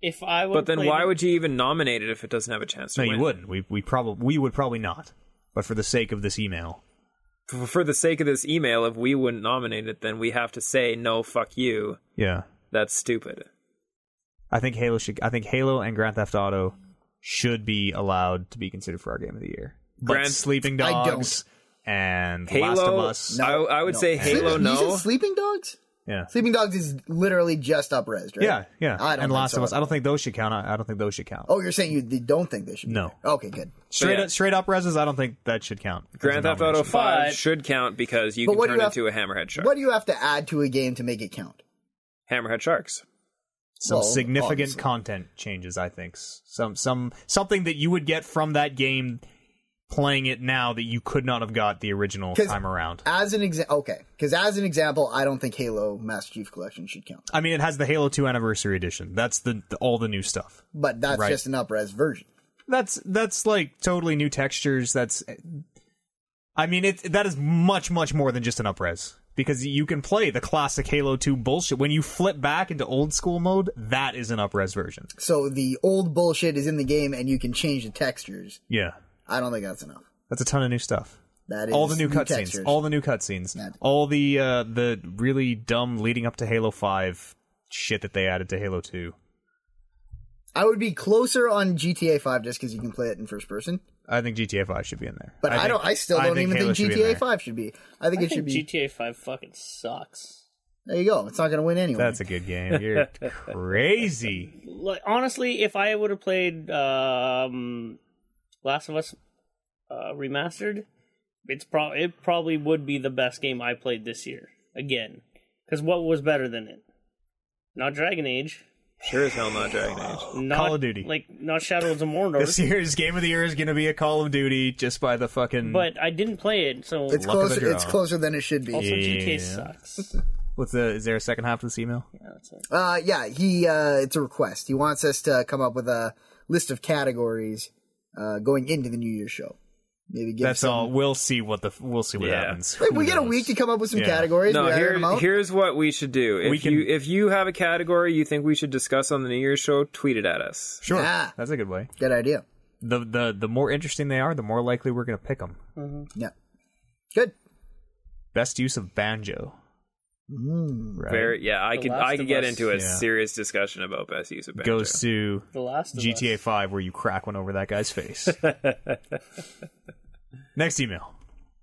Speaker 3: If I would,
Speaker 5: but then, why would you even nominate it if it doesn't have a chance? To
Speaker 4: No, you
Speaker 5: win?
Speaker 4: wouldn't. We we probably we would probably not. But for the sake of this email,
Speaker 5: F- For the sake of this email, if we wouldn't nominate it, then we have to say no. Fuck you.
Speaker 4: yeah,
Speaker 5: That's stupid.
Speaker 4: I think Halo should. I think Halo and Grand Theft Auto should be allowed to be considered for our game of the year. But
Speaker 5: Grand-
Speaker 4: Sleeping
Speaker 6: I don't.
Speaker 4: Dogs and
Speaker 5: Halo.
Speaker 4: Last of Us.
Speaker 5: I, I would say Halo.
Speaker 6: Sleeping, You
Speaker 5: No.
Speaker 6: said Sleeping Dogs?
Speaker 4: Yeah.
Speaker 6: Sleeping Dogs is literally just upresed, right?
Speaker 4: Yeah, yeah.
Speaker 6: I don't
Speaker 4: and
Speaker 6: think
Speaker 4: Last
Speaker 6: so.
Speaker 4: of Us. I don't think those should count. I, I don't think those should count.
Speaker 6: Oh, you're saying you they don't think they should? be
Speaker 4: No.
Speaker 6: there. Okay, good.
Speaker 4: straight
Speaker 5: yeah.
Speaker 4: up, straight up reses. I don't think that should count. as a
Speaker 5: Grand Theft Auto
Speaker 4: nomination.
Speaker 5: Five
Speaker 3: But-
Speaker 5: should count because you
Speaker 6: But
Speaker 5: can
Speaker 6: what do
Speaker 5: turn
Speaker 6: you have-
Speaker 5: into a hammerhead shark.
Speaker 6: What do you have to add to a game to make it count?
Speaker 5: Hammerhead sharks.
Speaker 4: Some
Speaker 6: Well,
Speaker 4: significant
Speaker 6: obviously.
Speaker 4: content changes. I think S- some some something that you would get from that game playing it now that you could not have got the original
Speaker 6: 'Cause-
Speaker 4: time around.
Speaker 6: As an example, okay, because as an example, I don't think Halo Master Chief Collection should count,
Speaker 4: I mean, it has the Halo Two Anniversary Edition. That's the, the all the new stuff.
Speaker 6: but that's
Speaker 4: Right.
Speaker 6: just an upres version.
Speaker 4: that's that's like totally new textures that's i mean it that is much much more than just an upres because you can play the classic halo 2 bullshit when you flip back into old school mode that is an upres version
Speaker 6: So the old bullshit is in the game, and you can change the textures.
Speaker 4: yeah
Speaker 6: I don't think that's enough.
Speaker 4: that's a ton of new stuff
Speaker 6: That is
Speaker 4: all the new cutscenes
Speaker 6: textures.
Speaker 4: all the new cutscenes
Speaker 6: Yeah.
Speaker 4: all the uh the really dumb leading up to halo 5 shit that they added to halo 2
Speaker 6: I would be closer on GTA Five just because you can play it in first person,
Speaker 4: i think gta 5 should be in there
Speaker 6: but I, don't. I still don't even
Speaker 4: Halo should be
Speaker 6: think
Speaker 4: in
Speaker 6: GTA
Speaker 4: there.
Speaker 6: Five should be. I think
Speaker 3: I
Speaker 6: it should
Speaker 3: think
Speaker 6: be.
Speaker 3: GTA Five fucking sucks.
Speaker 6: there you go. It's not going to win anyway.
Speaker 4: that's a good game you're crazy
Speaker 3: Like honestly, if I would have played um, Last of Us uh, remastered, it's pro- it probably would be the best game I played this year again. Because what was better than it? Not Dragon Age.
Speaker 5: Sure as hell not Dragon Age.
Speaker 3: Not,
Speaker 4: Call of Duty.
Speaker 3: Like not Shadows of Mordor.
Speaker 4: this year's game of the year is going to be a Call of Duty just by the fucking
Speaker 3: but I didn't play it, so
Speaker 6: it's
Speaker 4: luck of the
Speaker 6: closer. It's
Speaker 4: draw.
Speaker 6: closer than it should be.
Speaker 3: also
Speaker 4: Yeah.
Speaker 3: GTA sucks.
Speaker 4: with the is there a second half to this email?
Speaker 6: Uh, yeah, he. Uh, it's a request. He wants us to come up with a list of categories uh, going into the New Year's show. Maybe give
Speaker 4: That's
Speaker 6: some-
Speaker 4: all. We'll see what the we'll see what
Speaker 5: Yeah.
Speaker 4: happens.
Speaker 6: Wait,
Speaker 4: Who
Speaker 6: we get a
Speaker 4: knows?
Speaker 6: week to come up with some
Speaker 4: Yeah.
Speaker 6: categories.
Speaker 5: No,
Speaker 6: we iron
Speaker 5: here,
Speaker 6: them out.
Speaker 5: here's what we should do. If
Speaker 4: We can-
Speaker 5: you if you have a category you think we should discuss on the New Year's show, tweet it at us.
Speaker 4: Sure,
Speaker 6: Yeah.
Speaker 4: that's a good way.
Speaker 6: Good idea.
Speaker 4: The the the more interesting they are, the more likely we're going to pick them.
Speaker 6: Yeah. Good.
Speaker 4: Best use of banjo.
Speaker 6: Hmm.
Speaker 4: Right.
Speaker 5: Very, yeah, I
Speaker 3: The
Speaker 5: could
Speaker 3: Last
Speaker 5: I could
Speaker 3: of
Speaker 5: get
Speaker 3: Us.
Speaker 5: into a
Speaker 4: Yeah.
Speaker 5: serious discussion about best use of banjo.
Speaker 4: goes to
Speaker 3: The Last of
Speaker 4: GTA
Speaker 3: Us.
Speaker 4: Five where you crack one over that guy's face. Next email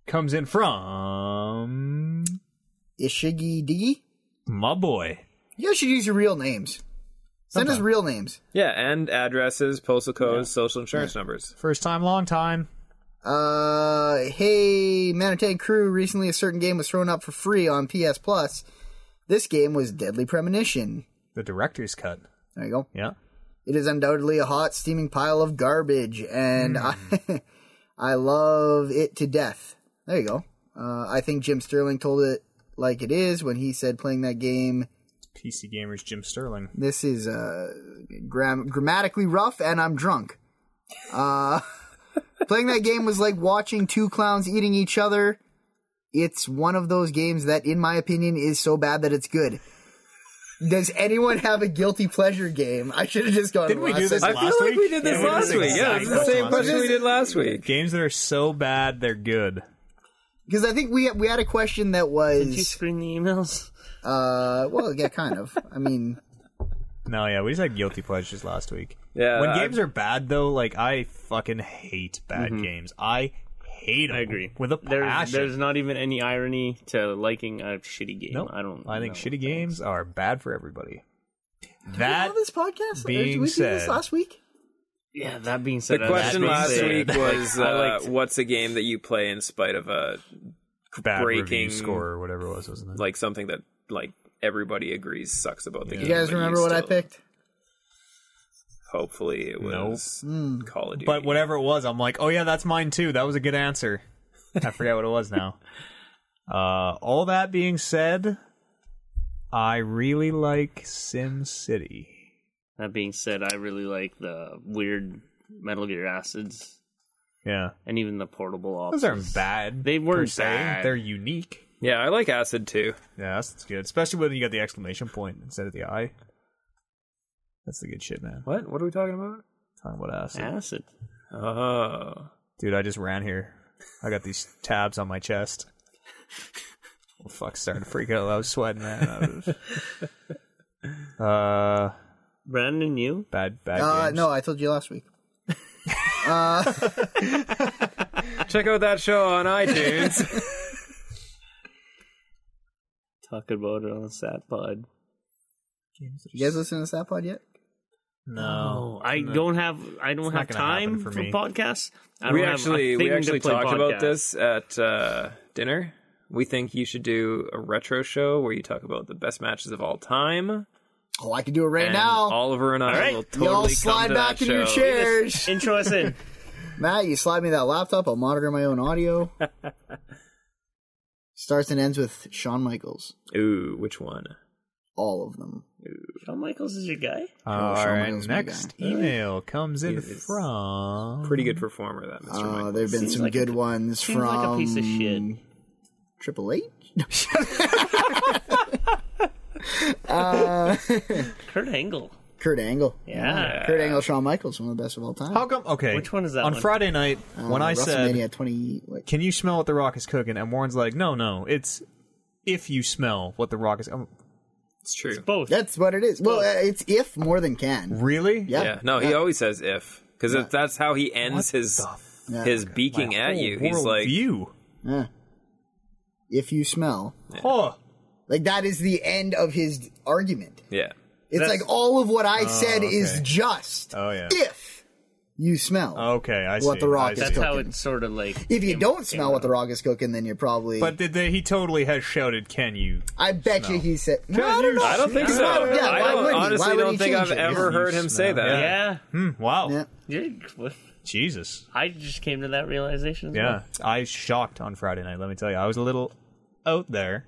Speaker 4: comes in from
Speaker 6: Ishigi Diggy.
Speaker 4: my boy.
Speaker 6: You guys should use your real names. Send us real names.
Speaker 5: yeah, and addresses, postal codes, social insurance numbers.
Speaker 4: First time, long time.
Speaker 6: Uh, hey, Manhattan crew. Recently, a certain game was thrown up for free on PS Plus. This game was Deadly Premonition.
Speaker 4: The director's cut.
Speaker 6: There you go.
Speaker 4: Yeah.
Speaker 6: It is undoubtedly a hot, steaming pile of garbage, and I, I love it to death. There you go. Uh, I think Jim Sterling told it like it is when he said playing that game.
Speaker 4: PC gamers Jim Sterling.
Speaker 6: This is uh, gram- grammatically rough, and I'm drunk. Uh, playing that game was like watching two clowns eating each other. It's one of those games that, in my opinion, is so bad that it's good. Does anyone have a guilty pleasure game? I should have just gone.
Speaker 4: Didn't we
Speaker 6: "Well,
Speaker 4: do
Speaker 6: I said
Speaker 4: this
Speaker 5: I
Speaker 4: Last
Speaker 5: feel like
Speaker 4: week?
Speaker 5: we did this
Speaker 4: Yeah, we did
Speaker 5: last
Speaker 4: this
Speaker 5: week. Yeah,
Speaker 4: exact
Speaker 5: it's the same
Speaker 4: last
Speaker 5: question
Speaker 6: week.
Speaker 5: we did last week.
Speaker 4: Games that are so bad they're good.
Speaker 6: Because I think we we had a question that
Speaker 3: Did you
Speaker 6: was
Speaker 3: screen the emails?
Speaker 6: uh well yeah kind of I mean
Speaker 4: No, yeah, we just had guilty pleasures last week.
Speaker 5: Yeah,
Speaker 4: when
Speaker 3: Uh,
Speaker 5: I-
Speaker 4: games are bad though, like I fucking hate bad games. I hate. 'em
Speaker 3: Mm-hmm. I agree.
Speaker 4: with a
Speaker 3: there's,
Speaker 4: passion.
Speaker 3: There's not even any irony to liking a shitty game.
Speaker 4: Nope.
Speaker 3: I don't.
Speaker 4: I think
Speaker 3: know.
Speaker 4: shitty games are bad for everybody.
Speaker 6: that
Speaker 4: That
Speaker 6: this podcast Or did
Speaker 4: being
Speaker 6: we do
Speaker 4: said-
Speaker 6: this last week
Speaker 3: Yeah. That being
Speaker 5: The
Speaker 3: said, I-
Speaker 5: question
Speaker 3: that
Speaker 5: last
Speaker 3: being said,
Speaker 5: week was
Speaker 3: I
Speaker 5: uh,
Speaker 3: liked-
Speaker 5: what's a game that you play in spite of a
Speaker 4: bad
Speaker 5: breaking-
Speaker 4: breaking score or whatever it was, wasn't it?
Speaker 5: like something that like everybody agrees sucks about the game.
Speaker 6: you guys
Speaker 5: but
Speaker 6: remember what I
Speaker 5: still-
Speaker 6: picked
Speaker 5: Hopefully it was
Speaker 6: Hmm.
Speaker 5: Call of Duty.
Speaker 4: but whatever it was, I'm like, oh yeah, that's mine too. That was a good answer. I forgot what it was now. Uh, all that being said, I really like Sim City.
Speaker 3: That being said, I really like the weird Metal Gear acids
Speaker 4: Yeah,
Speaker 3: and even the portable options.
Speaker 4: those aren't bad.
Speaker 3: They weren't
Speaker 4: per se.
Speaker 3: bad.
Speaker 4: They're unique.
Speaker 5: yeah, I like Acid too.
Speaker 4: Yeah, that's, that's good. Especially when you got the exclamation point instead of the I. That's the good shit, man.
Speaker 5: What? What are we talking about?
Speaker 4: Talking about acid.
Speaker 3: acid.
Speaker 5: Oh,
Speaker 4: Dude, I just ran here. I got these tabs on my chest. Well, fuck, starting to freak out. I was sweating, man. I was- Uh,
Speaker 3: Brandon, you?
Speaker 4: bad, bad.
Speaker 6: uh
Speaker 4: games.
Speaker 6: no I told you last week Uh,
Speaker 5: check out that show on iTunes.
Speaker 3: Talk about it on Sat Pod.
Speaker 6: you guys listen to Sat Pod yet
Speaker 4: no.
Speaker 3: I don't have I don't
Speaker 4: not
Speaker 3: have
Speaker 4: gonna happen
Speaker 3: time
Speaker 4: for
Speaker 3: for,
Speaker 4: me.
Speaker 3: podcasts. I don't
Speaker 5: we
Speaker 3: have a
Speaker 5: actually
Speaker 3: thing
Speaker 5: we
Speaker 3: to
Speaker 5: actually
Speaker 3: play
Speaker 5: talked
Speaker 3: podcasts.
Speaker 5: about this at uh, dinner. We think you should do a retro show where you talk about the best matches of all time.
Speaker 6: oh I can do it right
Speaker 5: And
Speaker 6: now
Speaker 5: Oliver and I
Speaker 3: right.
Speaker 5: will totally
Speaker 6: y'all
Speaker 5: come
Speaker 6: slide
Speaker 5: to
Speaker 6: back
Speaker 5: that
Speaker 6: into your
Speaker 5: show.
Speaker 6: chairs
Speaker 3: Intro us in.
Speaker 6: Matt you slide me that laptop I'll monitor my own audio starts and ends with Shawn Michaels
Speaker 5: Ooh, which one?
Speaker 6: all of them
Speaker 3: Shawn Michaels is your guy?
Speaker 4: Our
Speaker 6: Michaels, my
Speaker 4: next email comes in
Speaker 5: is
Speaker 4: from
Speaker 5: Pretty good performer, that Mr.
Speaker 6: uh,
Speaker 5: Michael.
Speaker 6: there have been
Speaker 3: Seems
Speaker 6: some
Speaker 3: like
Speaker 6: good
Speaker 3: a-
Speaker 6: ones
Speaker 3: Seems
Speaker 6: from
Speaker 3: like a piece of shit.
Speaker 6: Triple H
Speaker 3: Kurt Angle.
Speaker 6: Kurt Angle
Speaker 3: Yeah.
Speaker 6: Kurt Angle Shawn Michaels one of the best of all time
Speaker 4: How come? Okay,
Speaker 3: Which one is that
Speaker 4: On
Speaker 3: one?
Speaker 4: Friday night, when I said,
Speaker 6: Uh, WrestleMania 20 like,
Speaker 4: "Can you smell what the Rock is cooking?" and Warren's like, "No, no, it's if you smell what the Rock is." Um,
Speaker 5: It's true.
Speaker 3: Both.
Speaker 6: That's what it is. Well, uh, it's if more than can.
Speaker 4: really?
Speaker 6: Yeah.
Speaker 5: Yeah, no, he always says if because that's how he ends his
Speaker 6: Yeah.
Speaker 5: his beaking at you. He's like,
Speaker 4: "You."
Speaker 6: Yeah. If you smell,
Speaker 4: Oh.
Speaker 6: like that is the end of his argument.
Speaker 5: yeah,
Speaker 6: It's
Speaker 3: That's-
Speaker 6: like all of what I said
Speaker 4: Oh,
Speaker 6: is
Speaker 4: okay.
Speaker 6: just
Speaker 4: Oh yeah. Oh,
Speaker 6: if you smell.
Speaker 4: Okay, I see.
Speaker 6: What The Rock
Speaker 4: I
Speaker 6: is
Speaker 4: see.
Speaker 3: That's how
Speaker 6: cooking.
Speaker 3: it's sort of like
Speaker 6: if you
Speaker 3: came-
Speaker 6: don't
Speaker 3: came
Speaker 6: smell what
Speaker 3: out.
Speaker 6: the rock is cooking, then you're probably.
Speaker 4: But did they, he totally has shouted, "Can you?"
Speaker 6: I bet you he said. No, I don't
Speaker 4: you
Speaker 6: know.
Speaker 5: I don't think
Speaker 6: He's
Speaker 5: so.
Speaker 6: not- yeah,
Speaker 5: I
Speaker 6: why
Speaker 5: don't,
Speaker 6: would he?
Speaker 5: honestly
Speaker 6: Why would
Speaker 5: don't
Speaker 6: he
Speaker 5: think
Speaker 6: change
Speaker 5: I've
Speaker 6: it?
Speaker 5: ever
Speaker 4: Yeah.
Speaker 5: heard him say that.
Speaker 3: Yeah.
Speaker 4: Hmm, wow.
Speaker 6: Yeah.
Speaker 3: Dude,
Speaker 4: Jesus.
Speaker 3: I just came to that realization. as
Speaker 4: Yeah,
Speaker 3: well.
Speaker 4: I shocked on Friday night. Let me tell you, I was a little out there.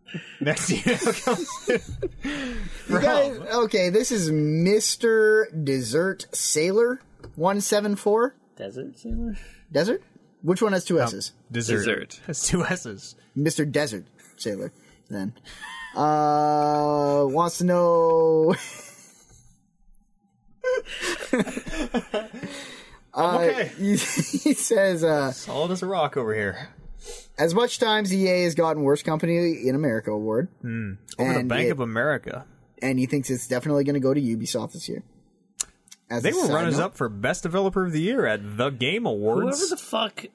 Speaker 4: Next year,
Speaker 6: You guys, okay, this is Mister Dessert Sailor one seven four
Speaker 3: Desert Sailor?
Speaker 6: Desert. Which one has two S's?
Speaker 4: dessert.
Speaker 5: Dessert.
Speaker 4: That's two S's.
Speaker 6: Mister Desert Sailor. Then uh, wants to know
Speaker 4: okay,
Speaker 6: he says, uh,
Speaker 4: solid as a rock over here.
Speaker 6: as much times EA has gotten Worst Company in America award,
Speaker 4: Hmm. Over to
Speaker 6: and,
Speaker 4: Bank
Speaker 6: it-
Speaker 4: of America.
Speaker 6: and he thinks it's definitely going to go to Ubisoft this year. As
Speaker 4: They
Speaker 6: a
Speaker 4: were
Speaker 6: side
Speaker 4: runners
Speaker 6: note-
Speaker 4: up for Best Developer of the Year at the Game Awards.
Speaker 3: Whoever the fuck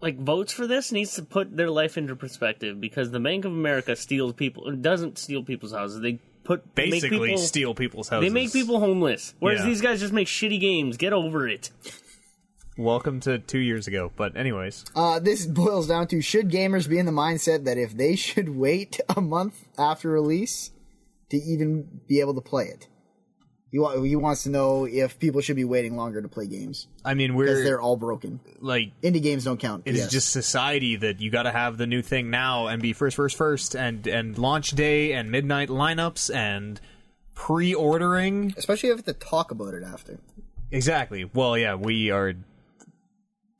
Speaker 3: like votes for this needs to put their life into perspective because the Bank of America steals people it doesn't steal people's houses. They put make
Speaker 4: Basically,
Speaker 3: people-
Speaker 4: steal people's houses.
Speaker 3: They make people homeless. Whereas
Speaker 4: Yeah.
Speaker 3: these guys just make shitty games. Get over it.
Speaker 4: Welcome to two years ago. But anyways,
Speaker 6: Uh, this boils down to should gamers be in the mindset that if they should wait a month after release to even be able to play it? He, wa- he wants to know if people should be waiting longer to play games
Speaker 4: I mean,
Speaker 6: because
Speaker 4: we're
Speaker 6: they're all broken.
Speaker 4: like
Speaker 6: Indie games don't count.
Speaker 4: It is
Speaker 6: yes.
Speaker 4: just society that you got to have the new thing now and be first, first, first, and and launch day and midnight lineups and pre-ordering.
Speaker 6: especially if you have to talk about it after.
Speaker 4: Exactly. Well, yeah, we are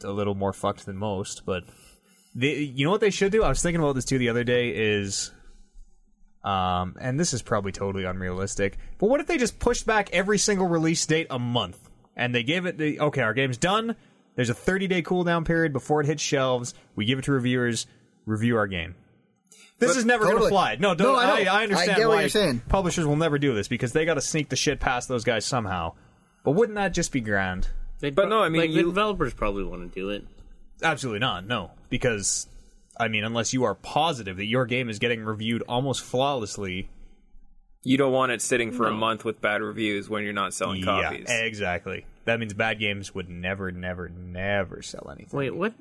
Speaker 4: a little more fucked than most, but the, you know what they should do? I was thinking about this too the other day. Is um, and this is probably totally unrealistic, but what if they just pushed back every single release date a month and they gave it the okay, our game's done. There's a 30 day cooldown period before it hits shelves. We give it to reviewers. Review our game. This is never going
Speaker 6: totally.
Speaker 4: to fly. No, don't,
Speaker 6: No, I
Speaker 4: I,
Speaker 6: know.
Speaker 4: I understand
Speaker 6: I get
Speaker 4: why
Speaker 6: what you're saying.
Speaker 4: publishers will never do this because they got to sneak the shit past those guys somehow. But wouldn't that just be grand?
Speaker 3: They'd
Speaker 5: But no, I mean,
Speaker 3: like,
Speaker 5: you-
Speaker 3: the developers probably want to do it.
Speaker 4: Absolutely not. No, because I mean, unless you are positive that your game is getting reviewed almost flawlessly.
Speaker 5: You don't want it sitting for a month with bad reviews when you're not selling copies.
Speaker 4: Yeah, exactly. That means bad games would never, never, never sell anything.
Speaker 3: Wait, what?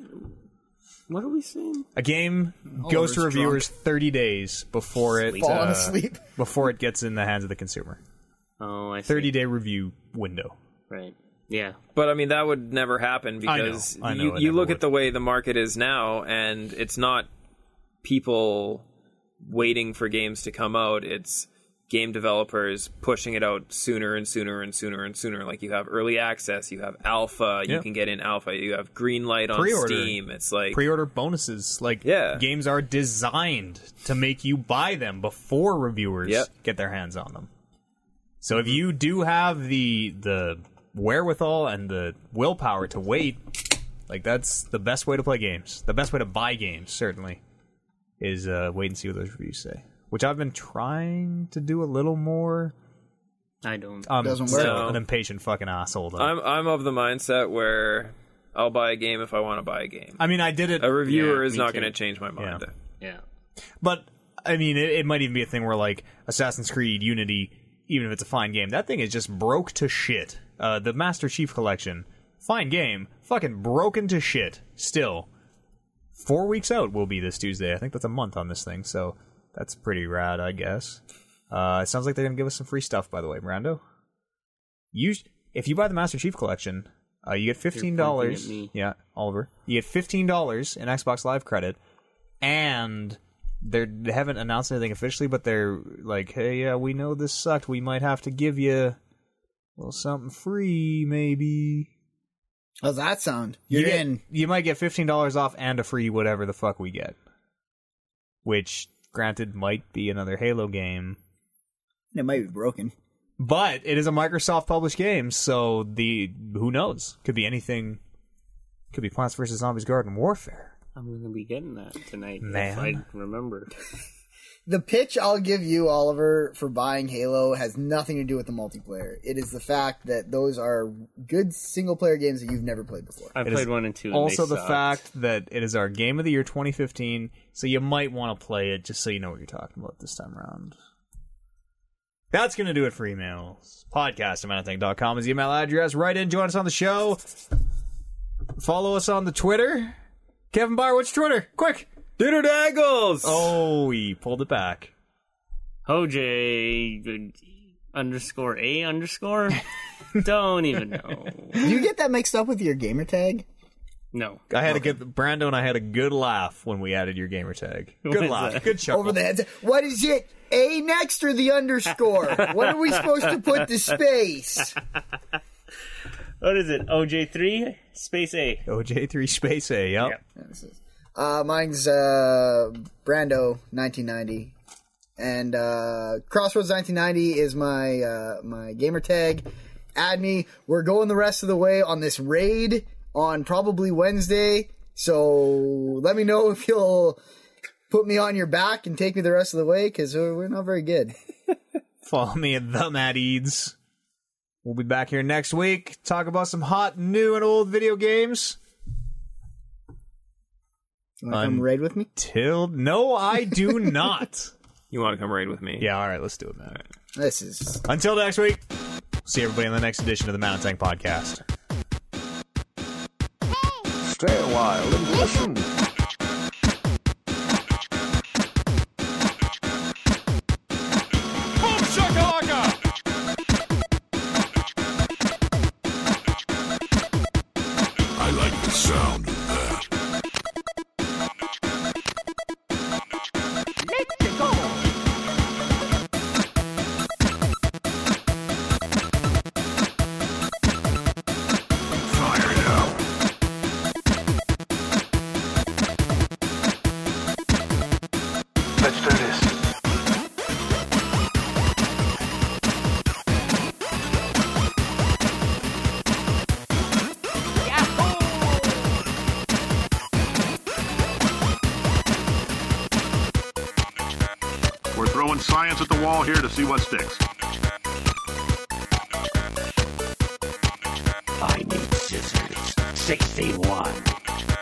Speaker 3: What are we saying?
Speaker 4: A game goes to
Speaker 6: Oliver's
Speaker 4: reviewers 30 days before it
Speaker 6: Falling
Speaker 4: uh,
Speaker 6: asleep.
Speaker 4: before it gets in the hands of the consumer.
Speaker 3: Oh, I see.
Speaker 4: 30 day review window.
Speaker 3: Right. Yeah.
Speaker 5: But I mean, that would never happen
Speaker 4: I know,
Speaker 5: because
Speaker 4: I know,
Speaker 5: you,
Speaker 4: it
Speaker 5: you
Speaker 4: never
Speaker 5: look
Speaker 4: would.
Speaker 5: at the way the market is now, and it's not people waiting for games to come out. It's game developers pushing it out sooner and sooner and sooner and sooner. Like you have early access, you have alpha, you
Speaker 4: Yeah.
Speaker 5: can get in alpha, you have green light on
Speaker 4: Pre-order.
Speaker 5: Steam. It's like
Speaker 4: Pre-order bonuses like
Speaker 5: Yeah.
Speaker 4: games are designed to make you buy them before reviewers
Speaker 5: Yep.
Speaker 4: get their hands on them. So if you do have the the wherewithal and the willpower to wait, like that's the best way to play games. The best way to buy games certainly is uh, wait and see what those reviews say. Which I've been trying to do a little more.
Speaker 3: I don't.
Speaker 4: Um,
Speaker 6: Doesn't
Speaker 4: still
Speaker 5: work.
Speaker 4: An impatient fucking asshole. Though.
Speaker 5: I'm I'm of the mindset where I'll buy a game if I want to buy a game.
Speaker 4: I mean, I did it.
Speaker 5: A reviewer
Speaker 3: Yeah,
Speaker 5: is
Speaker 3: me
Speaker 5: not
Speaker 3: too.
Speaker 5: going to change my mind.
Speaker 4: Yeah.
Speaker 3: yeah.
Speaker 4: But I mean, it, it might even be a thing where like Assassin's Creed Unity, even if it's a fine game, that thing is just broke to shit. Uh, the Master Chief Collection, fine game, fucking broken to shit. Still, four weeks out will be this Tuesday. I think that's a month on this thing, so that's pretty rad, I guess. Uh, it sounds like they're gonna give us some free stuff, by the way, Mirando. You, if you buy the Master Chief Collection, uh, you get fifteen dollars.
Speaker 3: me.
Speaker 4: Yeah, Oliver, you get fifteen dollars in Xbox Live credit, and they're, they haven't announced anything officially, but they're like, "Hey, yeah, we know this sucked. We might have to give you a little something free, maybe."
Speaker 6: How's that sound?
Speaker 4: You
Speaker 6: You're
Speaker 4: get-
Speaker 6: in.
Speaker 4: You might get fifteen dollars off and a free whatever the fuck we get, which, granted, might be another Halo game,
Speaker 6: It might be broken.
Speaker 4: but it is a Microsoft published game, so the who knows? Could be anything. Could be Plants vs Zombies Garden Warfare.
Speaker 3: I'm going to be getting that tonight
Speaker 4: Man.
Speaker 3: if I remember.
Speaker 6: The pitch I'll give you, Oliver, for buying Halo has nothing to do with the multiplayer. It is the fact that those are good single player games that you've never played before.
Speaker 3: I
Speaker 4: It is
Speaker 3: played one and two. and they
Speaker 4: Also, the
Speaker 3: sucked.
Speaker 4: fact that it is our game of the year 2015, so you might want to play it just so you know what you're talking about this time around. That's going to do it for emails. Podcast at com is the email address. Write in, join us on the show. Follow us on the Twitter. Kevin Byer, what's your Twitter? Quick!
Speaker 5: Dinner daggles.
Speaker 4: Oh, he pulled it back.
Speaker 3: Hoj underscore A underscore? Don't even know.
Speaker 6: Do you get that mixed up with your gamer tag?
Speaker 3: No.
Speaker 4: I had a good Brando and I had a good laugh when we added your gamer tag.
Speaker 3: What
Speaker 4: Good
Speaker 3: is
Speaker 4: laugh.
Speaker 3: that?
Speaker 4: Good chuckle.
Speaker 6: Over the head. What is it? A next or the underscore? what are we supposed to put the space?
Speaker 3: What is it? OJ3 space A.
Speaker 4: OJ3 Space A, yep.
Speaker 3: Yep.
Speaker 6: Uh, mine's uh, Brando, 1990, and uh, Crossroads 1990 is my uh, my gamer tag. Add me. We're going the rest of the way on this raid on probably Wednesday. So let me know if you'll put me on your back and take me the rest of the way because we're we're not very good.
Speaker 4: Follow me at the Matt Eads. We'll be back here next week. Talk about some hot, new, and old video games.
Speaker 6: You want to come
Speaker 4: I'm-
Speaker 6: raid with me?
Speaker 4: Till no, I do not.
Speaker 5: You want to come raid with me?
Speaker 4: yeah, all right, let's do it, man.
Speaker 6: This is
Speaker 4: Until next week. See everybody in the next edition of the Mountain Tank Podcast.
Speaker 2: Stay a while and listen.
Speaker 7: sound of that. Fire it out.
Speaker 8: Let's do this.
Speaker 7: We're throwing science at the wall here to see what sticks.
Speaker 3: I need scissors. 61.